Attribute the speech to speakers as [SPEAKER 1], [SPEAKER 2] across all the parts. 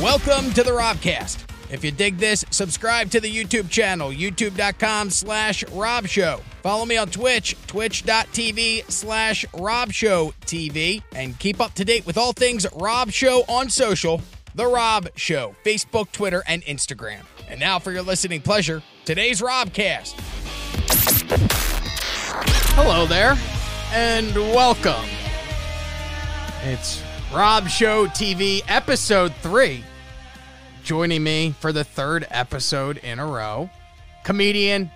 [SPEAKER 1] Welcome to the Robcast. If you dig this, subscribe to the YouTube channel, youtube.com slash robshow. Follow me on Twitch, twitch.tv slash robshowtv. And keep up to date with all things Rob Show on social, The Rob Show, Facebook, Twitter, and Instagram. And now for your listening pleasure, today's Robcast. Hello there, and welcome. It's Rob Show TV, episode three. Joining me for the third episode in a row, comedian,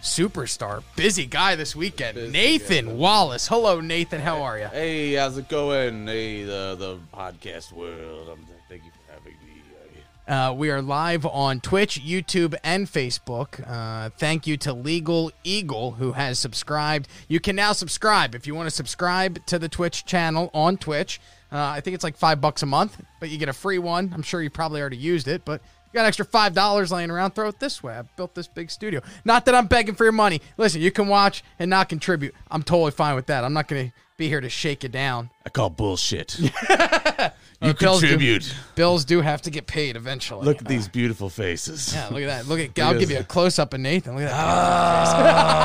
[SPEAKER 1] superstar, busy guy this weekend,
[SPEAKER 2] Busy
[SPEAKER 1] Nathan
[SPEAKER 2] guy.
[SPEAKER 1] Wallace. Hello, Nathan. How are you?
[SPEAKER 2] Hey, how's it going? Hey, the the podcast world. I'm, thank you for having me.
[SPEAKER 1] Uh, we are live on Twitch, YouTube, and Facebook. Uh, thank you to Legal Eagle who has subscribed. You can now subscribe if you want to subscribe to the Twitch channel on Twitch. Uh, I think it's like five bucks a month, but you get a free one. I'm sure you probably already used it, but you got an extra five dollars laying around. Throw it this way. I built this big studio. Not that I'm begging for your money. Listen, you can watch and not contribute. I'm totally fine with that. I'm not going to be here to shake you down.
[SPEAKER 2] I call bullshit. you
[SPEAKER 1] tells Oh, you-
[SPEAKER 2] contribute.
[SPEAKER 1] Bills do have to get paid eventually.
[SPEAKER 2] Look at these beautiful faces.
[SPEAKER 1] Yeah, look at that. Look at. I'll give you a close up of Nathan. Look at that.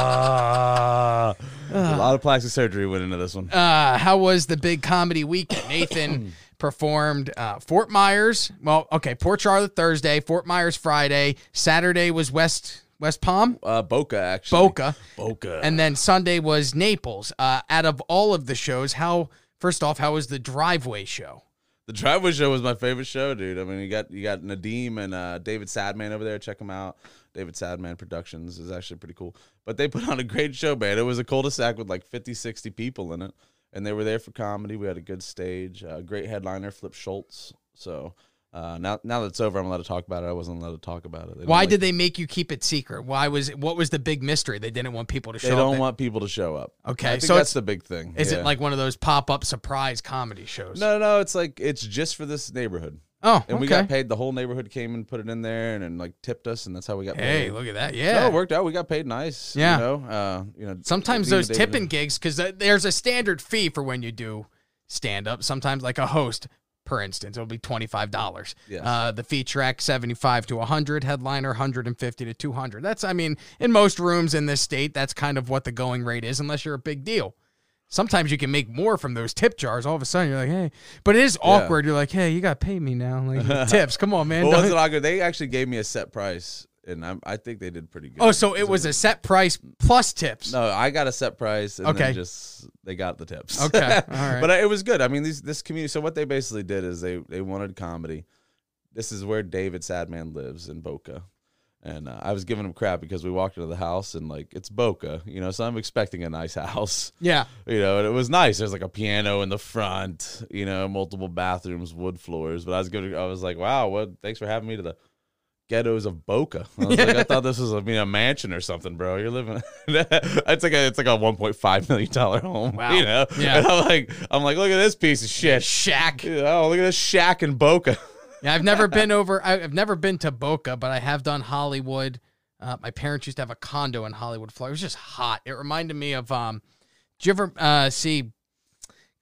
[SPEAKER 2] Ah. a lot of plastic surgery went into this one.
[SPEAKER 1] Uh, how was the big comedy weekend? Nathan performed uh, Fort Myers. Well, okay, Port Charlotte Thursday, Fort Myers Friday, Saturday was West West Palm,
[SPEAKER 2] Uh, Boca, actually.
[SPEAKER 1] Boca,
[SPEAKER 2] Boca.
[SPEAKER 1] and then Sunday was Naples. Uh, out of all of the shows, how first off, how was the driveway show?
[SPEAKER 2] the driveway show was my favorite show, dude. I mean, you got you got Nadim and uh, David Sadman over there. Check them out. David Sadman Productions is actually pretty cool. But they put on a great show, man. It was a cul-de-sac with like 50, 60 people in it, and they were there for comedy. We had a good stage. Uh, great headliner, Flip Schultz. So uh, now now that it's over, I'm allowed to talk about it. I wasn't allowed to talk about it.
[SPEAKER 1] Why did they make you keep it secret? Why was what was the big mystery? They didn't want people to show
[SPEAKER 2] They
[SPEAKER 1] up.
[SPEAKER 2] don't want people to show up.
[SPEAKER 1] Okay,
[SPEAKER 2] I think
[SPEAKER 1] so it's-
[SPEAKER 2] that's the big thing.
[SPEAKER 1] Is
[SPEAKER 2] Yeah.
[SPEAKER 1] it like one of those pop up surprise comedy shows?
[SPEAKER 2] No, no, it's like it's just for this neighborhood.
[SPEAKER 1] Oh,
[SPEAKER 2] And
[SPEAKER 1] okay.
[SPEAKER 2] we got paid. The whole neighborhood came and put it in there, and, and like tipped us, and that's how we got paid.
[SPEAKER 1] Hey, look at that. Yeah.
[SPEAKER 2] No, it worked out. We got paid nice.
[SPEAKER 1] Yeah.
[SPEAKER 2] You know, uh, you know
[SPEAKER 1] Sometimes
[SPEAKER 2] at the end
[SPEAKER 1] those
[SPEAKER 2] of the day,
[SPEAKER 1] tipping gigs, because there's a standard fee for when you do stand up. Sometimes, like a host, for instance, it'll be twenty five dollars.
[SPEAKER 2] Yes.
[SPEAKER 1] Uh, the fee track seventy five to hundred, headliner hundred and fifty to two hundred. That's, I mean, in most rooms in this state, that's kind of what the going rate is, unless you're a big deal. Sometimes you can make more from those tip jars. All of a sudden, you're like, hey, but it is awkward. You're like, hey, you got to pay me now. Like tips, come on, man.
[SPEAKER 2] Well, it
[SPEAKER 1] Don't-
[SPEAKER 2] wasn't all good. They actually gave me a set price, and I'm, I think they did pretty good.
[SPEAKER 1] oh, so it was a set price plus tips.
[SPEAKER 2] No, I got a set price, and
[SPEAKER 1] Okay.
[SPEAKER 2] then just they got the tips.
[SPEAKER 1] Okay, all right.
[SPEAKER 2] but I, it was good. I mean, these this community. So what they basically did is they they wanted comedy. This is where David Sadman lives in Boca, and uh, I was giving him crap because we walked into the house and like it's Boca, you know. So I'm expecting a nice house.
[SPEAKER 1] Yeah.
[SPEAKER 2] you know, and it was nice. There's like a piano in the front, you know, multiple bathrooms, wood floors. But I was good. I was like, wow, what? Thanks for having me to the ghettos of Boca. I was like, I thought this was I mean, a mansion or something, bro. You're living. it's like a it's like a 1.5 million dollar home.
[SPEAKER 1] Wow.
[SPEAKER 2] You know.
[SPEAKER 1] Yeah.
[SPEAKER 2] And I'm like, I'm like, look at this piece of shit.
[SPEAKER 1] Shack.
[SPEAKER 2] Oh, look at this shack in Boca.
[SPEAKER 1] Yeah, I've never been over. I- I've never been to Boca, but I have done Hollywood. Uh, my parents used to have a condo in Hollywood, Florida. It was just hot. It reminded me of. Um, did you ever uh, see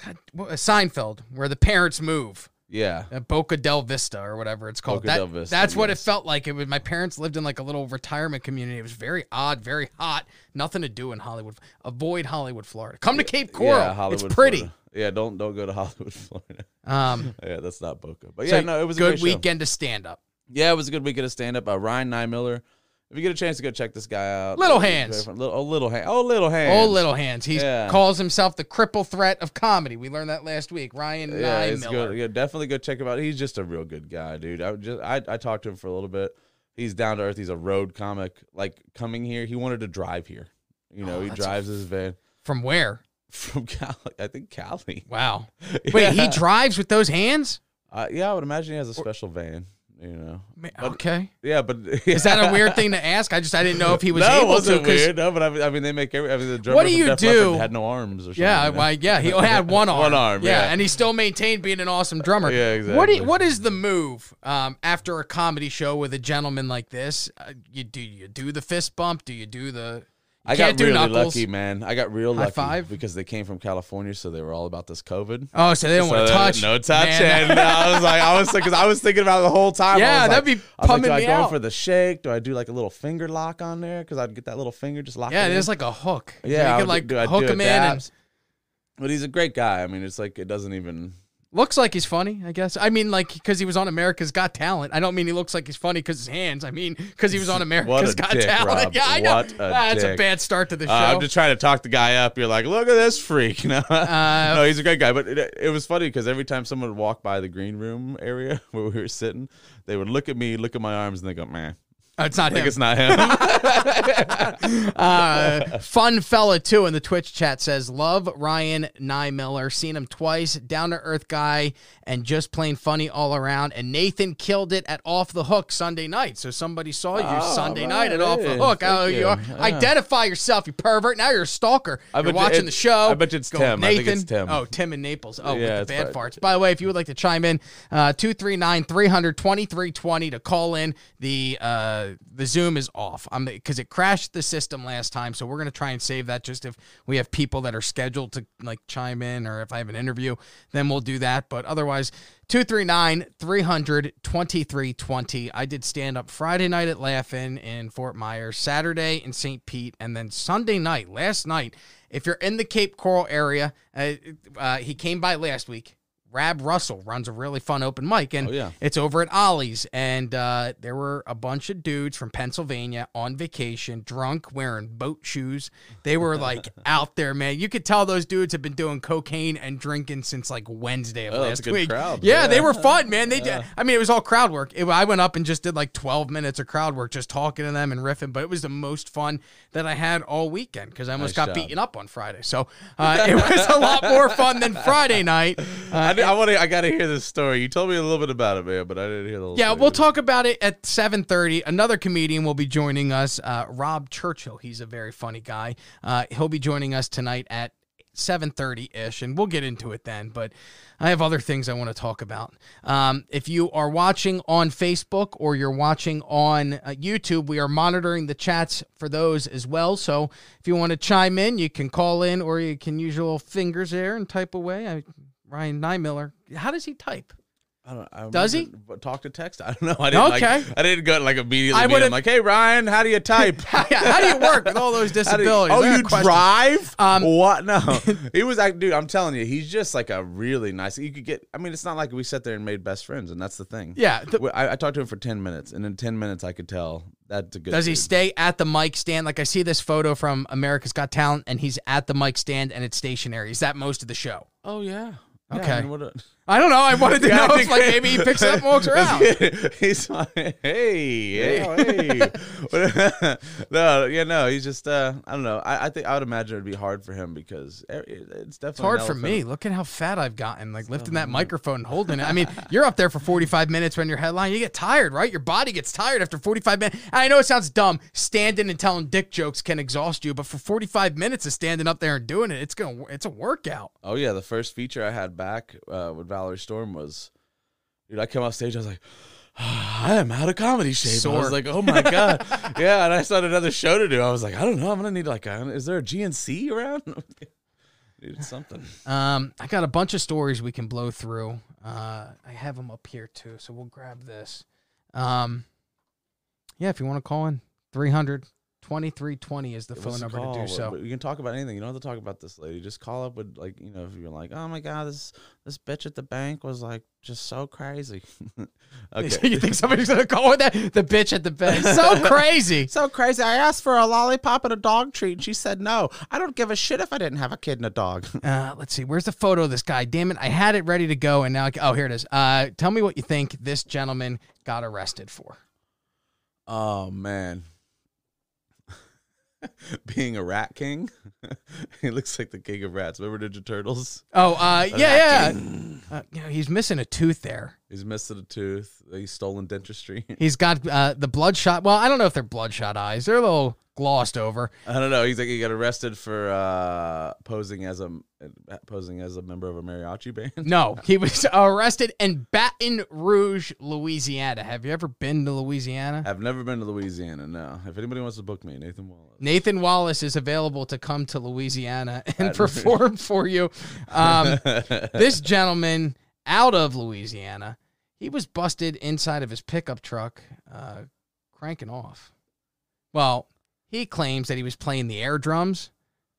[SPEAKER 1] God, what- uh, Seinfeld, where the parents move?
[SPEAKER 2] Yeah.
[SPEAKER 1] Uh, Boca del Vista or whatever it's called.
[SPEAKER 2] Boca
[SPEAKER 1] That-
[SPEAKER 2] del Vista,
[SPEAKER 1] that's what it
[SPEAKER 2] yes.
[SPEAKER 1] felt like. It was my parents lived in like a little retirement community. It was very odd, very hot. Nothing to do in Hollywood. Avoid Hollywood, Florida. Come to Cape Coral.
[SPEAKER 2] Yeah, Hollywood.
[SPEAKER 1] it's pretty.
[SPEAKER 2] Florida. Yeah, don't don't go to Hollywood, Florida.
[SPEAKER 1] Um,
[SPEAKER 2] Yeah, that's not Boca. But
[SPEAKER 1] so
[SPEAKER 2] yeah, no, it was a
[SPEAKER 1] good
[SPEAKER 2] great show.
[SPEAKER 1] weekend to stand up.
[SPEAKER 2] Yeah, it was a good weekend of stand up. Uh, Ryan Nymiller. If you get a chance to go check this guy out,
[SPEAKER 1] Little
[SPEAKER 2] He's
[SPEAKER 1] Hands.
[SPEAKER 2] very fun. Little, oh, little hands. Oh, little hands.
[SPEAKER 1] Oh, little hands. He
[SPEAKER 2] Yeah.
[SPEAKER 1] calls himself the cripple threat of comedy. We learned that last week. Ryan
[SPEAKER 2] Yeah,
[SPEAKER 1] Nye
[SPEAKER 2] it's
[SPEAKER 1] Miller.
[SPEAKER 2] good. Yeah, definitely go check him out. He's just a real good guy, dude. I would just I I talked to him for a little bit. He's down to earth. He's a road comic. Like coming here, he wanted to drive here. You know,
[SPEAKER 1] Oh,
[SPEAKER 2] he
[SPEAKER 1] that's a-
[SPEAKER 2] drives his van
[SPEAKER 1] From where?
[SPEAKER 2] from Cali. I think Cali.
[SPEAKER 1] Wow. Wait, he
[SPEAKER 2] Yeah.
[SPEAKER 1] drives with those hands?
[SPEAKER 2] Uh, yeah, I would imagine he has a special van. You know.
[SPEAKER 1] Ma-
[SPEAKER 2] But-
[SPEAKER 1] Okay.
[SPEAKER 2] Yeah, but
[SPEAKER 1] Is that a weird thing to ask? I just I didn't know if he was
[SPEAKER 2] no, it
[SPEAKER 1] able
[SPEAKER 2] wasn't
[SPEAKER 1] to. 'cause-
[SPEAKER 2] weird. No, but I mean, I mean, they make every. I mean, the drummer
[SPEAKER 1] What do
[SPEAKER 2] from
[SPEAKER 1] you
[SPEAKER 2] Def Leppard
[SPEAKER 1] do-
[SPEAKER 2] had no arms or something.
[SPEAKER 1] Yeah,
[SPEAKER 2] you know?
[SPEAKER 1] why? Yeah, he had one arm.
[SPEAKER 2] One arm, yeah.
[SPEAKER 1] and he still maintained being an awesome drummer.
[SPEAKER 2] Yeah, exactly.
[SPEAKER 1] What i- what is the move um, after a comedy show with a gentleman like this? Uh, you do you do the fist bump? Do you do the
[SPEAKER 2] I got
[SPEAKER 1] can't do
[SPEAKER 2] really
[SPEAKER 1] knuckles.
[SPEAKER 2] lucky, man. I got real
[SPEAKER 1] High
[SPEAKER 2] lucky
[SPEAKER 1] five.
[SPEAKER 2] because they came from California, so they were all about this COVID.
[SPEAKER 1] Oh, so they don't want to
[SPEAKER 2] So, uh,
[SPEAKER 1] touch.
[SPEAKER 2] No touch.
[SPEAKER 1] Man,
[SPEAKER 2] And I was like, I was because I was thinking about it the whole time. I
[SPEAKER 1] Yeah,
[SPEAKER 2] was
[SPEAKER 1] that'd
[SPEAKER 2] like-
[SPEAKER 1] be
[SPEAKER 2] I was like,
[SPEAKER 1] pumping
[SPEAKER 2] do I
[SPEAKER 1] me
[SPEAKER 2] go
[SPEAKER 1] out.
[SPEAKER 2] for the shake? Do I do like a little finger lock on there? Because I'd get that little finger just locked.
[SPEAKER 1] yeah,
[SPEAKER 2] it
[SPEAKER 1] there's
[SPEAKER 2] in.
[SPEAKER 1] like a hook. So
[SPEAKER 2] yeah. I
[SPEAKER 1] you
[SPEAKER 2] would
[SPEAKER 1] could like
[SPEAKER 2] do- I'd
[SPEAKER 1] hook
[SPEAKER 2] do it
[SPEAKER 1] him in. And
[SPEAKER 2] that. But he's a great guy. I mean, it's like it doesn't even.
[SPEAKER 1] looks like he's funny, I guess. I mean, like because he was on America's Got Talent. I don't mean he looks like he's funny because his hands. I mean because he was on America's Got
[SPEAKER 2] dick,
[SPEAKER 1] Talent.
[SPEAKER 2] Rob.
[SPEAKER 1] Yeah, I know.
[SPEAKER 2] What a
[SPEAKER 1] Ah, That's a
[SPEAKER 2] dick.
[SPEAKER 1] bad start to the show.
[SPEAKER 2] Uh, I'm just trying to talk the guy up. You're like, look at this freak. You know?
[SPEAKER 1] Uh,
[SPEAKER 2] no, he's a great guy. But it, it was funny because every time someone would walk by the green room area where we were sitting, they would look at me, look at my arms, and they go, man,
[SPEAKER 1] Oh, it's not
[SPEAKER 2] I think
[SPEAKER 1] him.
[SPEAKER 2] it's not him.
[SPEAKER 1] Uh, fun fella too in the Twitch chat says love Ryan Nymiller. Seen him twice. Down to earth guy and just plain funny all around. And Nathan killed it at Off the Hook Sunday night. So somebody saw you
[SPEAKER 2] Oh,
[SPEAKER 1] Sunday
[SPEAKER 2] right,
[SPEAKER 1] night at Off the
[SPEAKER 2] hey,
[SPEAKER 1] Hook.
[SPEAKER 2] thank
[SPEAKER 1] Oh, you,
[SPEAKER 2] you.
[SPEAKER 1] are-
[SPEAKER 2] Yeah.
[SPEAKER 1] identify yourself, you pervert. Now you're a stalker.
[SPEAKER 2] I
[SPEAKER 1] you're
[SPEAKER 2] bet you-
[SPEAKER 1] watching
[SPEAKER 2] it-
[SPEAKER 1] the show.
[SPEAKER 2] I bet you it's
[SPEAKER 1] Going,
[SPEAKER 2] Tim. I
[SPEAKER 1] Nathan.
[SPEAKER 2] think it's Tim.
[SPEAKER 1] Oh, Tim in Naples. Oh,
[SPEAKER 2] Yeah,
[SPEAKER 1] with the
[SPEAKER 2] it's
[SPEAKER 1] bad
[SPEAKER 2] probably-
[SPEAKER 1] farts. By the way, if you would like to chime in, uh, 239-300-2320 to call in. The uh, the Zoom is off. I'm because it crashed the system last time, so we're gonna try and save that. Just if we have people that are scheduled to like chime in, or if I have an interview, then we'll do that. But otherwise, 239-300-2320. I did stand up Friday night at Laugh-In in Fort Myers, Saturday in St. Pete, and then Sunday night, last night. If you're in the Cape Coral area, uh, uh, he came by last week. Rab Russell runs a really fun open mic, and
[SPEAKER 2] Oh, yeah.
[SPEAKER 1] it's over at Ollie's. And uh, there were a bunch of dudes from Pennsylvania on vacation, drunk, wearing boat shoes. They were like out there, man. You could tell those dudes have been doing cocaine and drinking since like Wednesday of
[SPEAKER 2] Oh,
[SPEAKER 1] last
[SPEAKER 2] that's a good
[SPEAKER 1] week.
[SPEAKER 2] crowd.
[SPEAKER 1] Yeah, they
[SPEAKER 2] Yeah.
[SPEAKER 1] were fun, man. They did. I mean, it was all crowd work. It, I went up and just did like 12 minutes of crowd work, just talking to them and riffing. But it was the most fun that I had all weekend because I almost
[SPEAKER 2] Nice job.
[SPEAKER 1] got beaten up on Friday. So uh, it was a lot more fun than Friday night. Uh,
[SPEAKER 2] I, want to. I got to hear this story. You told me a little bit about it, man, but I didn't hear the. Whole
[SPEAKER 1] Yeah,
[SPEAKER 2] thing.
[SPEAKER 1] we'll talk about it at 7:30. Another comedian will be joining us, uh, Rob Churchill. He's a very funny guy. Uh, he'll be joining us tonight at 7:30 ish, and we'll get into it then. But I have other things I want to talk about. Um, if you are watching on Facebook or you're watching on uh, YouTube, we are monitoring the chats for those as well. So if you want to chime in, you can call in or you can use your little fingers there and type away. I, Ryan Nymiller, how does he type?
[SPEAKER 2] I don't, I
[SPEAKER 1] Does he?
[SPEAKER 2] remember- but Talk to text. I don't know. I didn't.
[SPEAKER 1] Okay.
[SPEAKER 2] Like, I didn't go like immediately.
[SPEAKER 1] I
[SPEAKER 2] I
[SPEAKER 1] would've-
[SPEAKER 2] would like, hey Ryan, how do you type?
[SPEAKER 1] Yeah, how do you work with all those
[SPEAKER 2] How do you-
[SPEAKER 1] disabilities?
[SPEAKER 2] oh,
[SPEAKER 1] I got
[SPEAKER 2] you
[SPEAKER 1] questions.
[SPEAKER 2] drive?
[SPEAKER 1] Um,
[SPEAKER 2] what? No, he was like, dude. I'm telling you, he's just like a really nice. You could get. I mean, it's not like we sat there and made best friends, and that's the thing.
[SPEAKER 1] Yeah. the-
[SPEAKER 2] We- I, I talked to him for ten minutes, and in ten minutes, I could tell that's a good.
[SPEAKER 1] does he
[SPEAKER 2] dude.
[SPEAKER 1] stay at the mic stand? Like I see this photo from America's Got Talent, and he's at the mic stand, and it's stationary. Is that most of the show?
[SPEAKER 2] Oh yeah. Yeah,
[SPEAKER 1] Okay.
[SPEAKER 2] I mean, what a-
[SPEAKER 1] I don't know. I wanted to
[SPEAKER 2] Yeah, I
[SPEAKER 1] know if
[SPEAKER 2] think-
[SPEAKER 1] like maybe he picks it up and walks around.
[SPEAKER 2] he's like, hey, yeah, hey. What- no, yeah, no, he's just, uh, I don't know. I, I think I would imagine it'd be hard for him because e, it- it's definitely
[SPEAKER 1] It's hard
[SPEAKER 2] an
[SPEAKER 1] for
[SPEAKER 2] elephant.
[SPEAKER 1] me. Look at how fat I've gotten. Like lifting that microphone and holding it. I mean, you're up there for 45 minutes when you're headline. You get tired, right? Your body gets tired after 45 minutes. I know it sounds dumb. Standing and telling dick jokes can exhaust you, but for 45 minutes of standing up there and doing it, it's gonna it's a workout.
[SPEAKER 2] Oh yeah, the first feature I had back uh, with Valerie Storm was, dude, I came off stage, I was like. "Ah, I am out of comedy shape. I
[SPEAKER 1] Sore.
[SPEAKER 2] was like, oh my god, yeah. And I saw another show to do. I was like, I don't know. I'm gonna need like, a, is there a GNC around? Dude, something.
[SPEAKER 1] Um, I got a bunch of stories we can blow through. Uh, I have them up here too, so we'll grab this. Um, yeah, if you want to call in, 300 2320 is the
[SPEAKER 2] Give
[SPEAKER 1] phone
[SPEAKER 2] us a
[SPEAKER 1] number
[SPEAKER 2] call.
[SPEAKER 1] to do
[SPEAKER 2] We-
[SPEAKER 1] so.
[SPEAKER 2] We can talk about anything. You don't have to talk about this lady. Just call up with like, you know, if you're like, oh my god, this this bitch at the bank was like just so crazy. okay.
[SPEAKER 1] you think somebody's gonna call with that? The bitch at the bank, so crazy.
[SPEAKER 2] So crazy. I asked for a lollipop and a dog treat, and she said no. I don't give a shit if I didn't have a kid and a dog.
[SPEAKER 1] Uh, let's see. Where's the photo of this guy? Damn it! I had it ready to go, and now I, ca- oh, here it is. Uh, tell me what you think this gentleman got arrested for.
[SPEAKER 2] oh man. Being a rat king, he looks like the king of rats. Remember Ninja Turtles?
[SPEAKER 1] Oh, uh, yeah, yeah. Uh, you know, he's missing a tooth there.
[SPEAKER 2] He's missing a tooth. He's stolen dentistry.
[SPEAKER 1] He's got uh, the bloodshot. Well, I don't know if they're bloodshot eyes. They're a little glossed over.
[SPEAKER 2] I don't know. He's like he got arrested for uh, posing as a posing as a member of a mariachi band.
[SPEAKER 1] No, he was arrested in Baton Rouge, Louisiana. Have you ever been to Louisiana?
[SPEAKER 2] I've never been to Louisiana. No. If anybody wants to book me, Nathan Wallace.
[SPEAKER 1] Nathan Wallace is available to come to Louisiana and perform for you. Um, this gentleman out of Louisiana, he was busted inside of his pickup truck, uh, cranking off. Well, he claims that he was playing the air drums,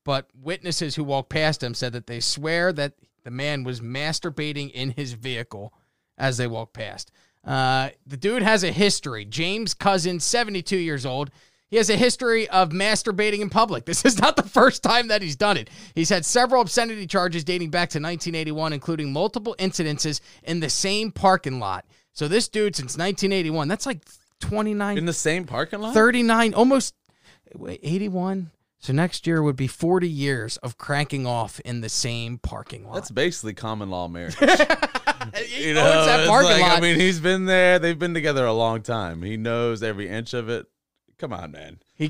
[SPEAKER 1] but witnesses who walked past him said that they swear that the man was masturbating in his vehicle as they walked past. Uh, the dude has a history. James Cousins, 72 years old. He has a history of masturbating in public. This is not the first time that he's done it. He's had several obscenity charges dating back to 1981, including multiple incidences in the same parking lot. So this dude, since 1981, that's like 29,
[SPEAKER 2] In the same parking lot?
[SPEAKER 1] 39, almost wait, 81. So next year would be 40 years of cranking off in the same parking lot.
[SPEAKER 2] That's basically common law marriage.
[SPEAKER 1] He
[SPEAKER 2] You
[SPEAKER 1] owns
[SPEAKER 2] know,
[SPEAKER 1] that
[SPEAKER 2] it's
[SPEAKER 1] parking
[SPEAKER 2] like,
[SPEAKER 1] lot.
[SPEAKER 2] I mean, he's been there. They've been together a long time. He knows every inch of it. Come on, man.
[SPEAKER 1] he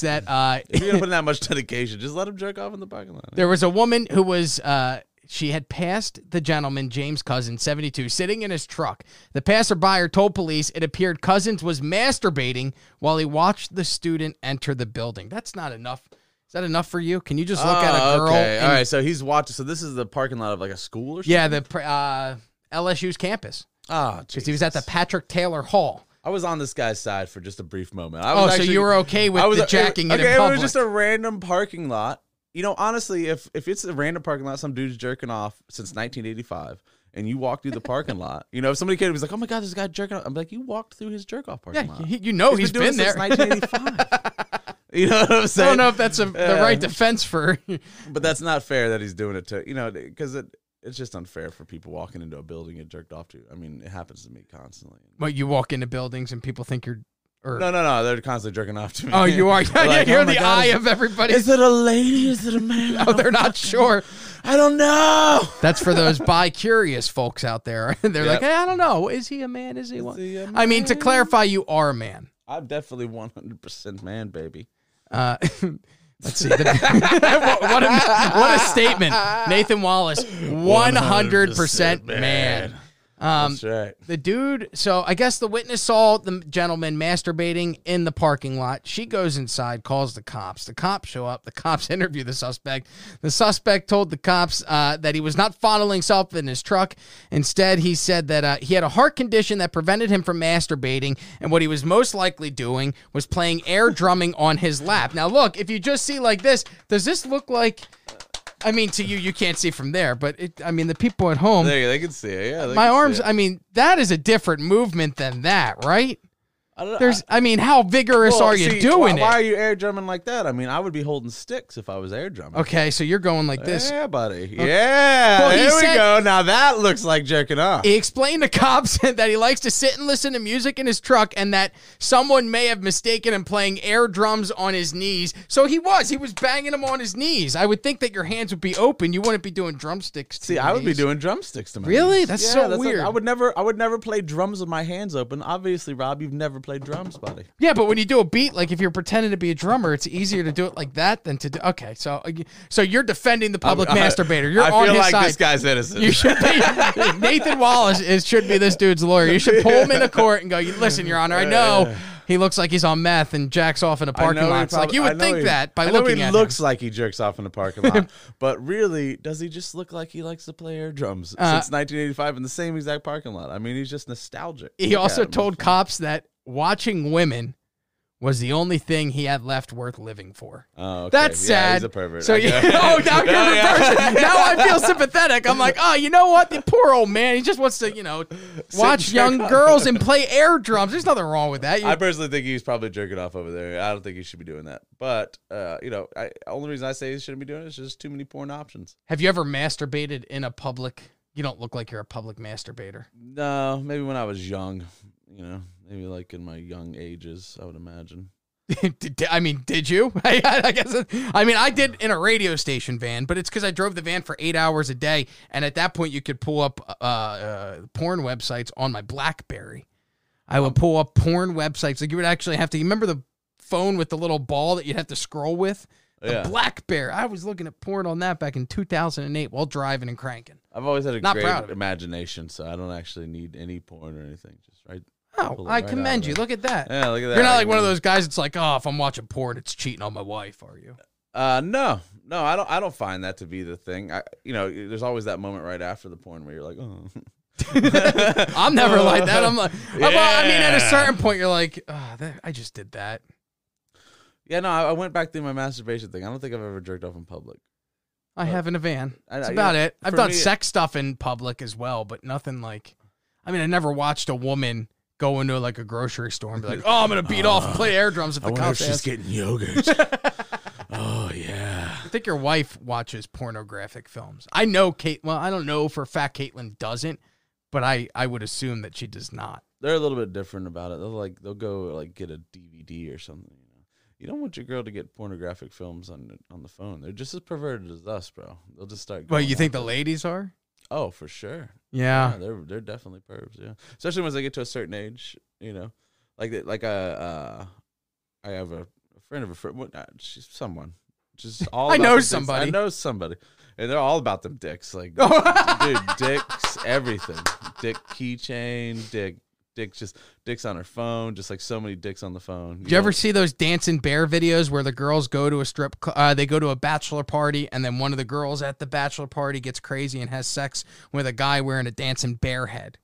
[SPEAKER 1] that uh,
[SPEAKER 2] If you're gonna put in that much dedication, just let him jerk off in the parking lot.
[SPEAKER 1] There was a woman who was uh she had passed the gentleman, James Cousins, 72, sitting in his truck. The passerby told police it appeared Cousins was masturbating while he watched the student enter the building. That's not enough. Is that enough for you? Can you just look at a
[SPEAKER 2] Oh,
[SPEAKER 1] girl?
[SPEAKER 2] Okay.
[SPEAKER 1] and-
[SPEAKER 2] All right. So he's watching. So this is the parking lot of like a school or something.
[SPEAKER 1] Yeah, the pr- uh, LSU's campus.
[SPEAKER 2] Ah,
[SPEAKER 1] Because he was at the Patrick Taylor Hall.
[SPEAKER 2] I was on this guy's side for just a brief moment. I
[SPEAKER 1] Oh,
[SPEAKER 2] was
[SPEAKER 1] so
[SPEAKER 2] actually-
[SPEAKER 1] you were okay with
[SPEAKER 2] I was
[SPEAKER 1] the jacking
[SPEAKER 2] okay,
[SPEAKER 1] it in
[SPEAKER 2] it
[SPEAKER 1] public.
[SPEAKER 2] was just a random parking lot. You know, honestly, if if it's a random parking lot, some dude's jerking off since 1985, and you walk through the parking lot. You know, if somebody came and was like, "Oh my god, there's a guy jerking off," I'm like, "You walked through his jerk off parking
[SPEAKER 1] yeah,
[SPEAKER 2] lot."
[SPEAKER 1] he- you know he's
[SPEAKER 2] doing
[SPEAKER 1] been,
[SPEAKER 2] it
[SPEAKER 1] there.
[SPEAKER 2] since 1985. you know what I'm
[SPEAKER 1] I
[SPEAKER 2] saying?
[SPEAKER 1] don't know if that's a, the
[SPEAKER 2] Yeah.
[SPEAKER 1] right defense for
[SPEAKER 2] But that's not fair that he's doing it to you know because it it's just unfair for people walking into a building and jerked off to. I mean, it happens to me constantly.
[SPEAKER 1] Well, you walk into buildings and people think you're. Or,
[SPEAKER 2] No, no, no. They're constantly jerking off to me.
[SPEAKER 1] Oh, you are. Yeah,
[SPEAKER 2] Like,
[SPEAKER 1] you're
[SPEAKER 2] oh my
[SPEAKER 1] the
[SPEAKER 2] God,
[SPEAKER 1] eye
[SPEAKER 2] is-
[SPEAKER 1] of everybody.
[SPEAKER 2] Is it a lady? Is it a man? I
[SPEAKER 1] Oh,
[SPEAKER 2] don't
[SPEAKER 1] they're not
[SPEAKER 2] fucking-
[SPEAKER 1] sure.
[SPEAKER 2] I don't know.
[SPEAKER 1] That's for those bi curious folks out there. they're like,
[SPEAKER 2] Yep.
[SPEAKER 1] hey, I don't know. Is he a man? Is he, one?
[SPEAKER 2] he a
[SPEAKER 1] I mean, to clarify, you are a man.
[SPEAKER 2] I'm definitely 100% man, baby.
[SPEAKER 1] Uh, let's see. The- what, what a, what a statement. Nathan Wallace, 100%
[SPEAKER 2] 100%
[SPEAKER 1] man.
[SPEAKER 2] man.
[SPEAKER 1] Um,
[SPEAKER 2] That's right.
[SPEAKER 1] the dude so i guess the witness saw the gentleman masturbating in the parking lot she goes inside calls the cops the cops show up the cops interview the suspect the suspect told the cops uh, that he was not fondling himself in his truck instead he said that uh, he had a heart condition that prevented him from masturbating and what he was most likely doing was playing air drumming on his lap now look if you just see like this does this look like I mean, to you, you can't see from there, but it, I mean, the people at home
[SPEAKER 2] There, they can see it. Yeah, they
[SPEAKER 1] my
[SPEAKER 2] can see
[SPEAKER 1] arms
[SPEAKER 2] it.
[SPEAKER 1] i mean that is a different movement than that right
[SPEAKER 2] I don't know.
[SPEAKER 1] there's i mean how vigorous
[SPEAKER 2] Uh, Well,
[SPEAKER 1] are you
[SPEAKER 2] see,
[SPEAKER 1] doing
[SPEAKER 2] why, Why are
[SPEAKER 1] it
[SPEAKER 2] you air drumming like that? I mean, I would be holding sticks if I was air drumming.
[SPEAKER 1] okay so you're going like this
[SPEAKER 2] Yeah, buddy. Yeah.
[SPEAKER 1] Well, he
[SPEAKER 2] there we
[SPEAKER 1] said-
[SPEAKER 2] go. Now that looks like jerking off.
[SPEAKER 1] he explained to cops that he likes to sit and listen to music in his truck and that someone may have mistaken him playing air drums on his knees so he was he was banging them on his knees i would think that your hands would be open you wouldn't be doing drumsticks to
[SPEAKER 2] See,
[SPEAKER 1] your
[SPEAKER 2] I would be
[SPEAKER 1] knees.
[SPEAKER 2] doing drumsticks to my
[SPEAKER 1] Really?
[SPEAKER 2] hands.
[SPEAKER 1] That's
[SPEAKER 2] Yeah,
[SPEAKER 1] so
[SPEAKER 2] not-
[SPEAKER 1] weird.
[SPEAKER 2] I would never, I would never play drums with my hands open. Obviously, Rob, you've never played drums, buddy.
[SPEAKER 1] yeah but when you do a beat like if you're pretending to be a drummer it's easier to do it like that than to do okay so uh, so you're defending the public masturbator you're
[SPEAKER 2] I
[SPEAKER 1] on
[SPEAKER 2] feel
[SPEAKER 1] his
[SPEAKER 2] like
[SPEAKER 1] side
[SPEAKER 2] this guy's innocent.
[SPEAKER 1] You should be Nathan Wallace is should be this dude's lawyer. You should pull him into court and go, "Listen, Your Honor, I know he looks like he's on meth and jacks off in a
[SPEAKER 2] I
[SPEAKER 1] parking
[SPEAKER 2] know he
[SPEAKER 1] lot." It's like
[SPEAKER 2] probably-
[SPEAKER 1] you
[SPEAKER 2] I
[SPEAKER 1] would
[SPEAKER 2] know
[SPEAKER 1] think
[SPEAKER 2] he-
[SPEAKER 1] that by
[SPEAKER 2] I know
[SPEAKER 1] looking
[SPEAKER 2] he
[SPEAKER 1] at
[SPEAKER 2] looks
[SPEAKER 1] him.
[SPEAKER 2] like he jerks off in a parking lot, but really, does he just look like he likes to play air drums
[SPEAKER 1] Uh,
[SPEAKER 2] since 1985 in the same exact parking lot? I mean, he's just nostalgic.
[SPEAKER 1] He
[SPEAKER 2] Look at
[SPEAKER 1] also
[SPEAKER 2] him.
[SPEAKER 1] told cops that watching women was the only thing he had left worth living for.
[SPEAKER 2] Oh, okay.
[SPEAKER 1] That's
[SPEAKER 2] Yeah,
[SPEAKER 1] sad.
[SPEAKER 2] He's a pervert.
[SPEAKER 1] So
[SPEAKER 2] I
[SPEAKER 1] you,
[SPEAKER 2] get it.
[SPEAKER 1] oh, now you're
[SPEAKER 2] Yeah, yeah.
[SPEAKER 1] reversing. Now I feel sympathetic. I'm like, oh, you know what? The poor old man. He just wants to, you know, watch
[SPEAKER 2] jerk
[SPEAKER 1] young
[SPEAKER 2] off.
[SPEAKER 1] girls and play air drums. There's nothing wrong with that. You-
[SPEAKER 2] I personally think he's probably jerking off over there. I don't think he should be doing that. But uh, you know, I only reason I say he shouldn't be doing it is just too many porn options.
[SPEAKER 1] have you ever masturbated in a public? You don't look like you're a public masturbator.
[SPEAKER 2] No, maybe when I was young, you know, maybe like in my young ages, I would imagine.
[SPEAKER 1] Did- I mean, did you? I, I guess. it- I mean, I did in a radio station van, but it's because I drove the van for eight hours a day, and at that point, you could pull up uh, uh, porn websites on my BlackBerry. I would pull up porn websites. Like you would actually have to. You remember the phone with the little ball that you'd have to scroll with. The
[SPEAKER 2] Yeah.
[SPEAKER 1] Black Bear. I was looking at porn on that back in 2008 while driving and cranking.
[SPEAKER 2] I've always had a
[SPEAKER 1] Not
[SPEAKER 2] great
[SPEAKER 1] proud of it.
[SPEAKER 2] imagination, so I don't actually need any porn or anything. Just right.
[SPEAKER 1] Oh,
[SPEAKER 2] Pull it
[SPEAKER 1] I
[SPEAKER 2] right out
[SPEAKER 1] commend
[SPEAKER 2] of
[SPEAKER 1] you.
[SPEAKER 2] there.
[SPEAKER 1] Look at that.
[SPEAKER 2] Yeah, look at that.
[SPEAKER 1] You're not
[SPEAKER 2] I
[SPEAKER 1] like
[SPEAKER 2] can-
[SPEAKER 1] one of those guys that's like, oh, if I'm watching porn, it's cheating on my wife, are you?
[SPEAKER 2] Uh, no, no, I don't. I don't find that to be the thing. I, you know, there's always that moment right after the porn where you're like, oh.
[SPEAKER 1] I'm never like that. I'm like, well, I mean, at a
[SPEAKER 2] Yeah.
[SPEAKER 1] certain point, you're like, oh, that, I just did that.
[SPEAKER 2] Yeah, no, I, I went back through my masturbation thing. I don't think I've ever jerked off in public.
[SPEAKER 1] I
[SPEAKER 2] But-
[SPEAKER 1] have in a van.
[SPEAKER 2] I-
[SPEAKER 1] That's
[SPEAKER 2] I-
[SPEAKER 1] about it. I've
[SPEAKER 2] for
[SPEAKER 1] done
[SPEAKER 2] me-
[SPEAKER 1] sex stuff in public as well, but nothing like. I mean, I never watched a woman go into like a grocery store and be like, "Oh, I'm gonna beat off and play air drums if the cops ask."
[SPEAKER 2] getting yogurt. oh yeah.
[SPEAKER 1] I think your wife watches pornographic films. I know Kate. Well, I don't know for a fact Caitlin doesn't, but I I would assume that she does not.
[SPEAKER 2] they're a little bit different about it. They'll like they'll go like get a DVD or something. You know, you don't want your girl to get pornographic films on on the phone. They're just as perverted as us, bro. They'll just start.
[SPEAKER 1] Well,
[SPEAKER 2] going
[SPEAKER 1] you think
[SPEAKER 2] after
[SPEAKER 1] the ladies are?
[SPEAKER 2] it. Oh, for sure.
[SPEAKER 1] Yeah.
[SPEAKER 2] Yeah, they're they're definitely pervs. Yeah, especially once they get to a certain age. You know, like that. Like a, uh, I have a, a friend of a friend. What? not- She's someone. Just all.
[SPEAKER 1] I
[SPEAKER 2] about
[SPEAKER 1] know
[SPEAKER 2] the dicks.
[SPEAKER 1] somebody.
[SPEAKER 2] I know somebody, and they're all about them dicks. Like, dude, dicks, everything. Dick keychain, dick, dick, just dicks on her phone. Just like so many dicks on the phone.
[SPEAKER 1] Do you ever see those dancing bear videos where the girls go to a strip? cl- Uh, they go to a bachelor party, and then one of the girls at the bachelor party gets crazy and has sex with a guy wearing a dancing bear head.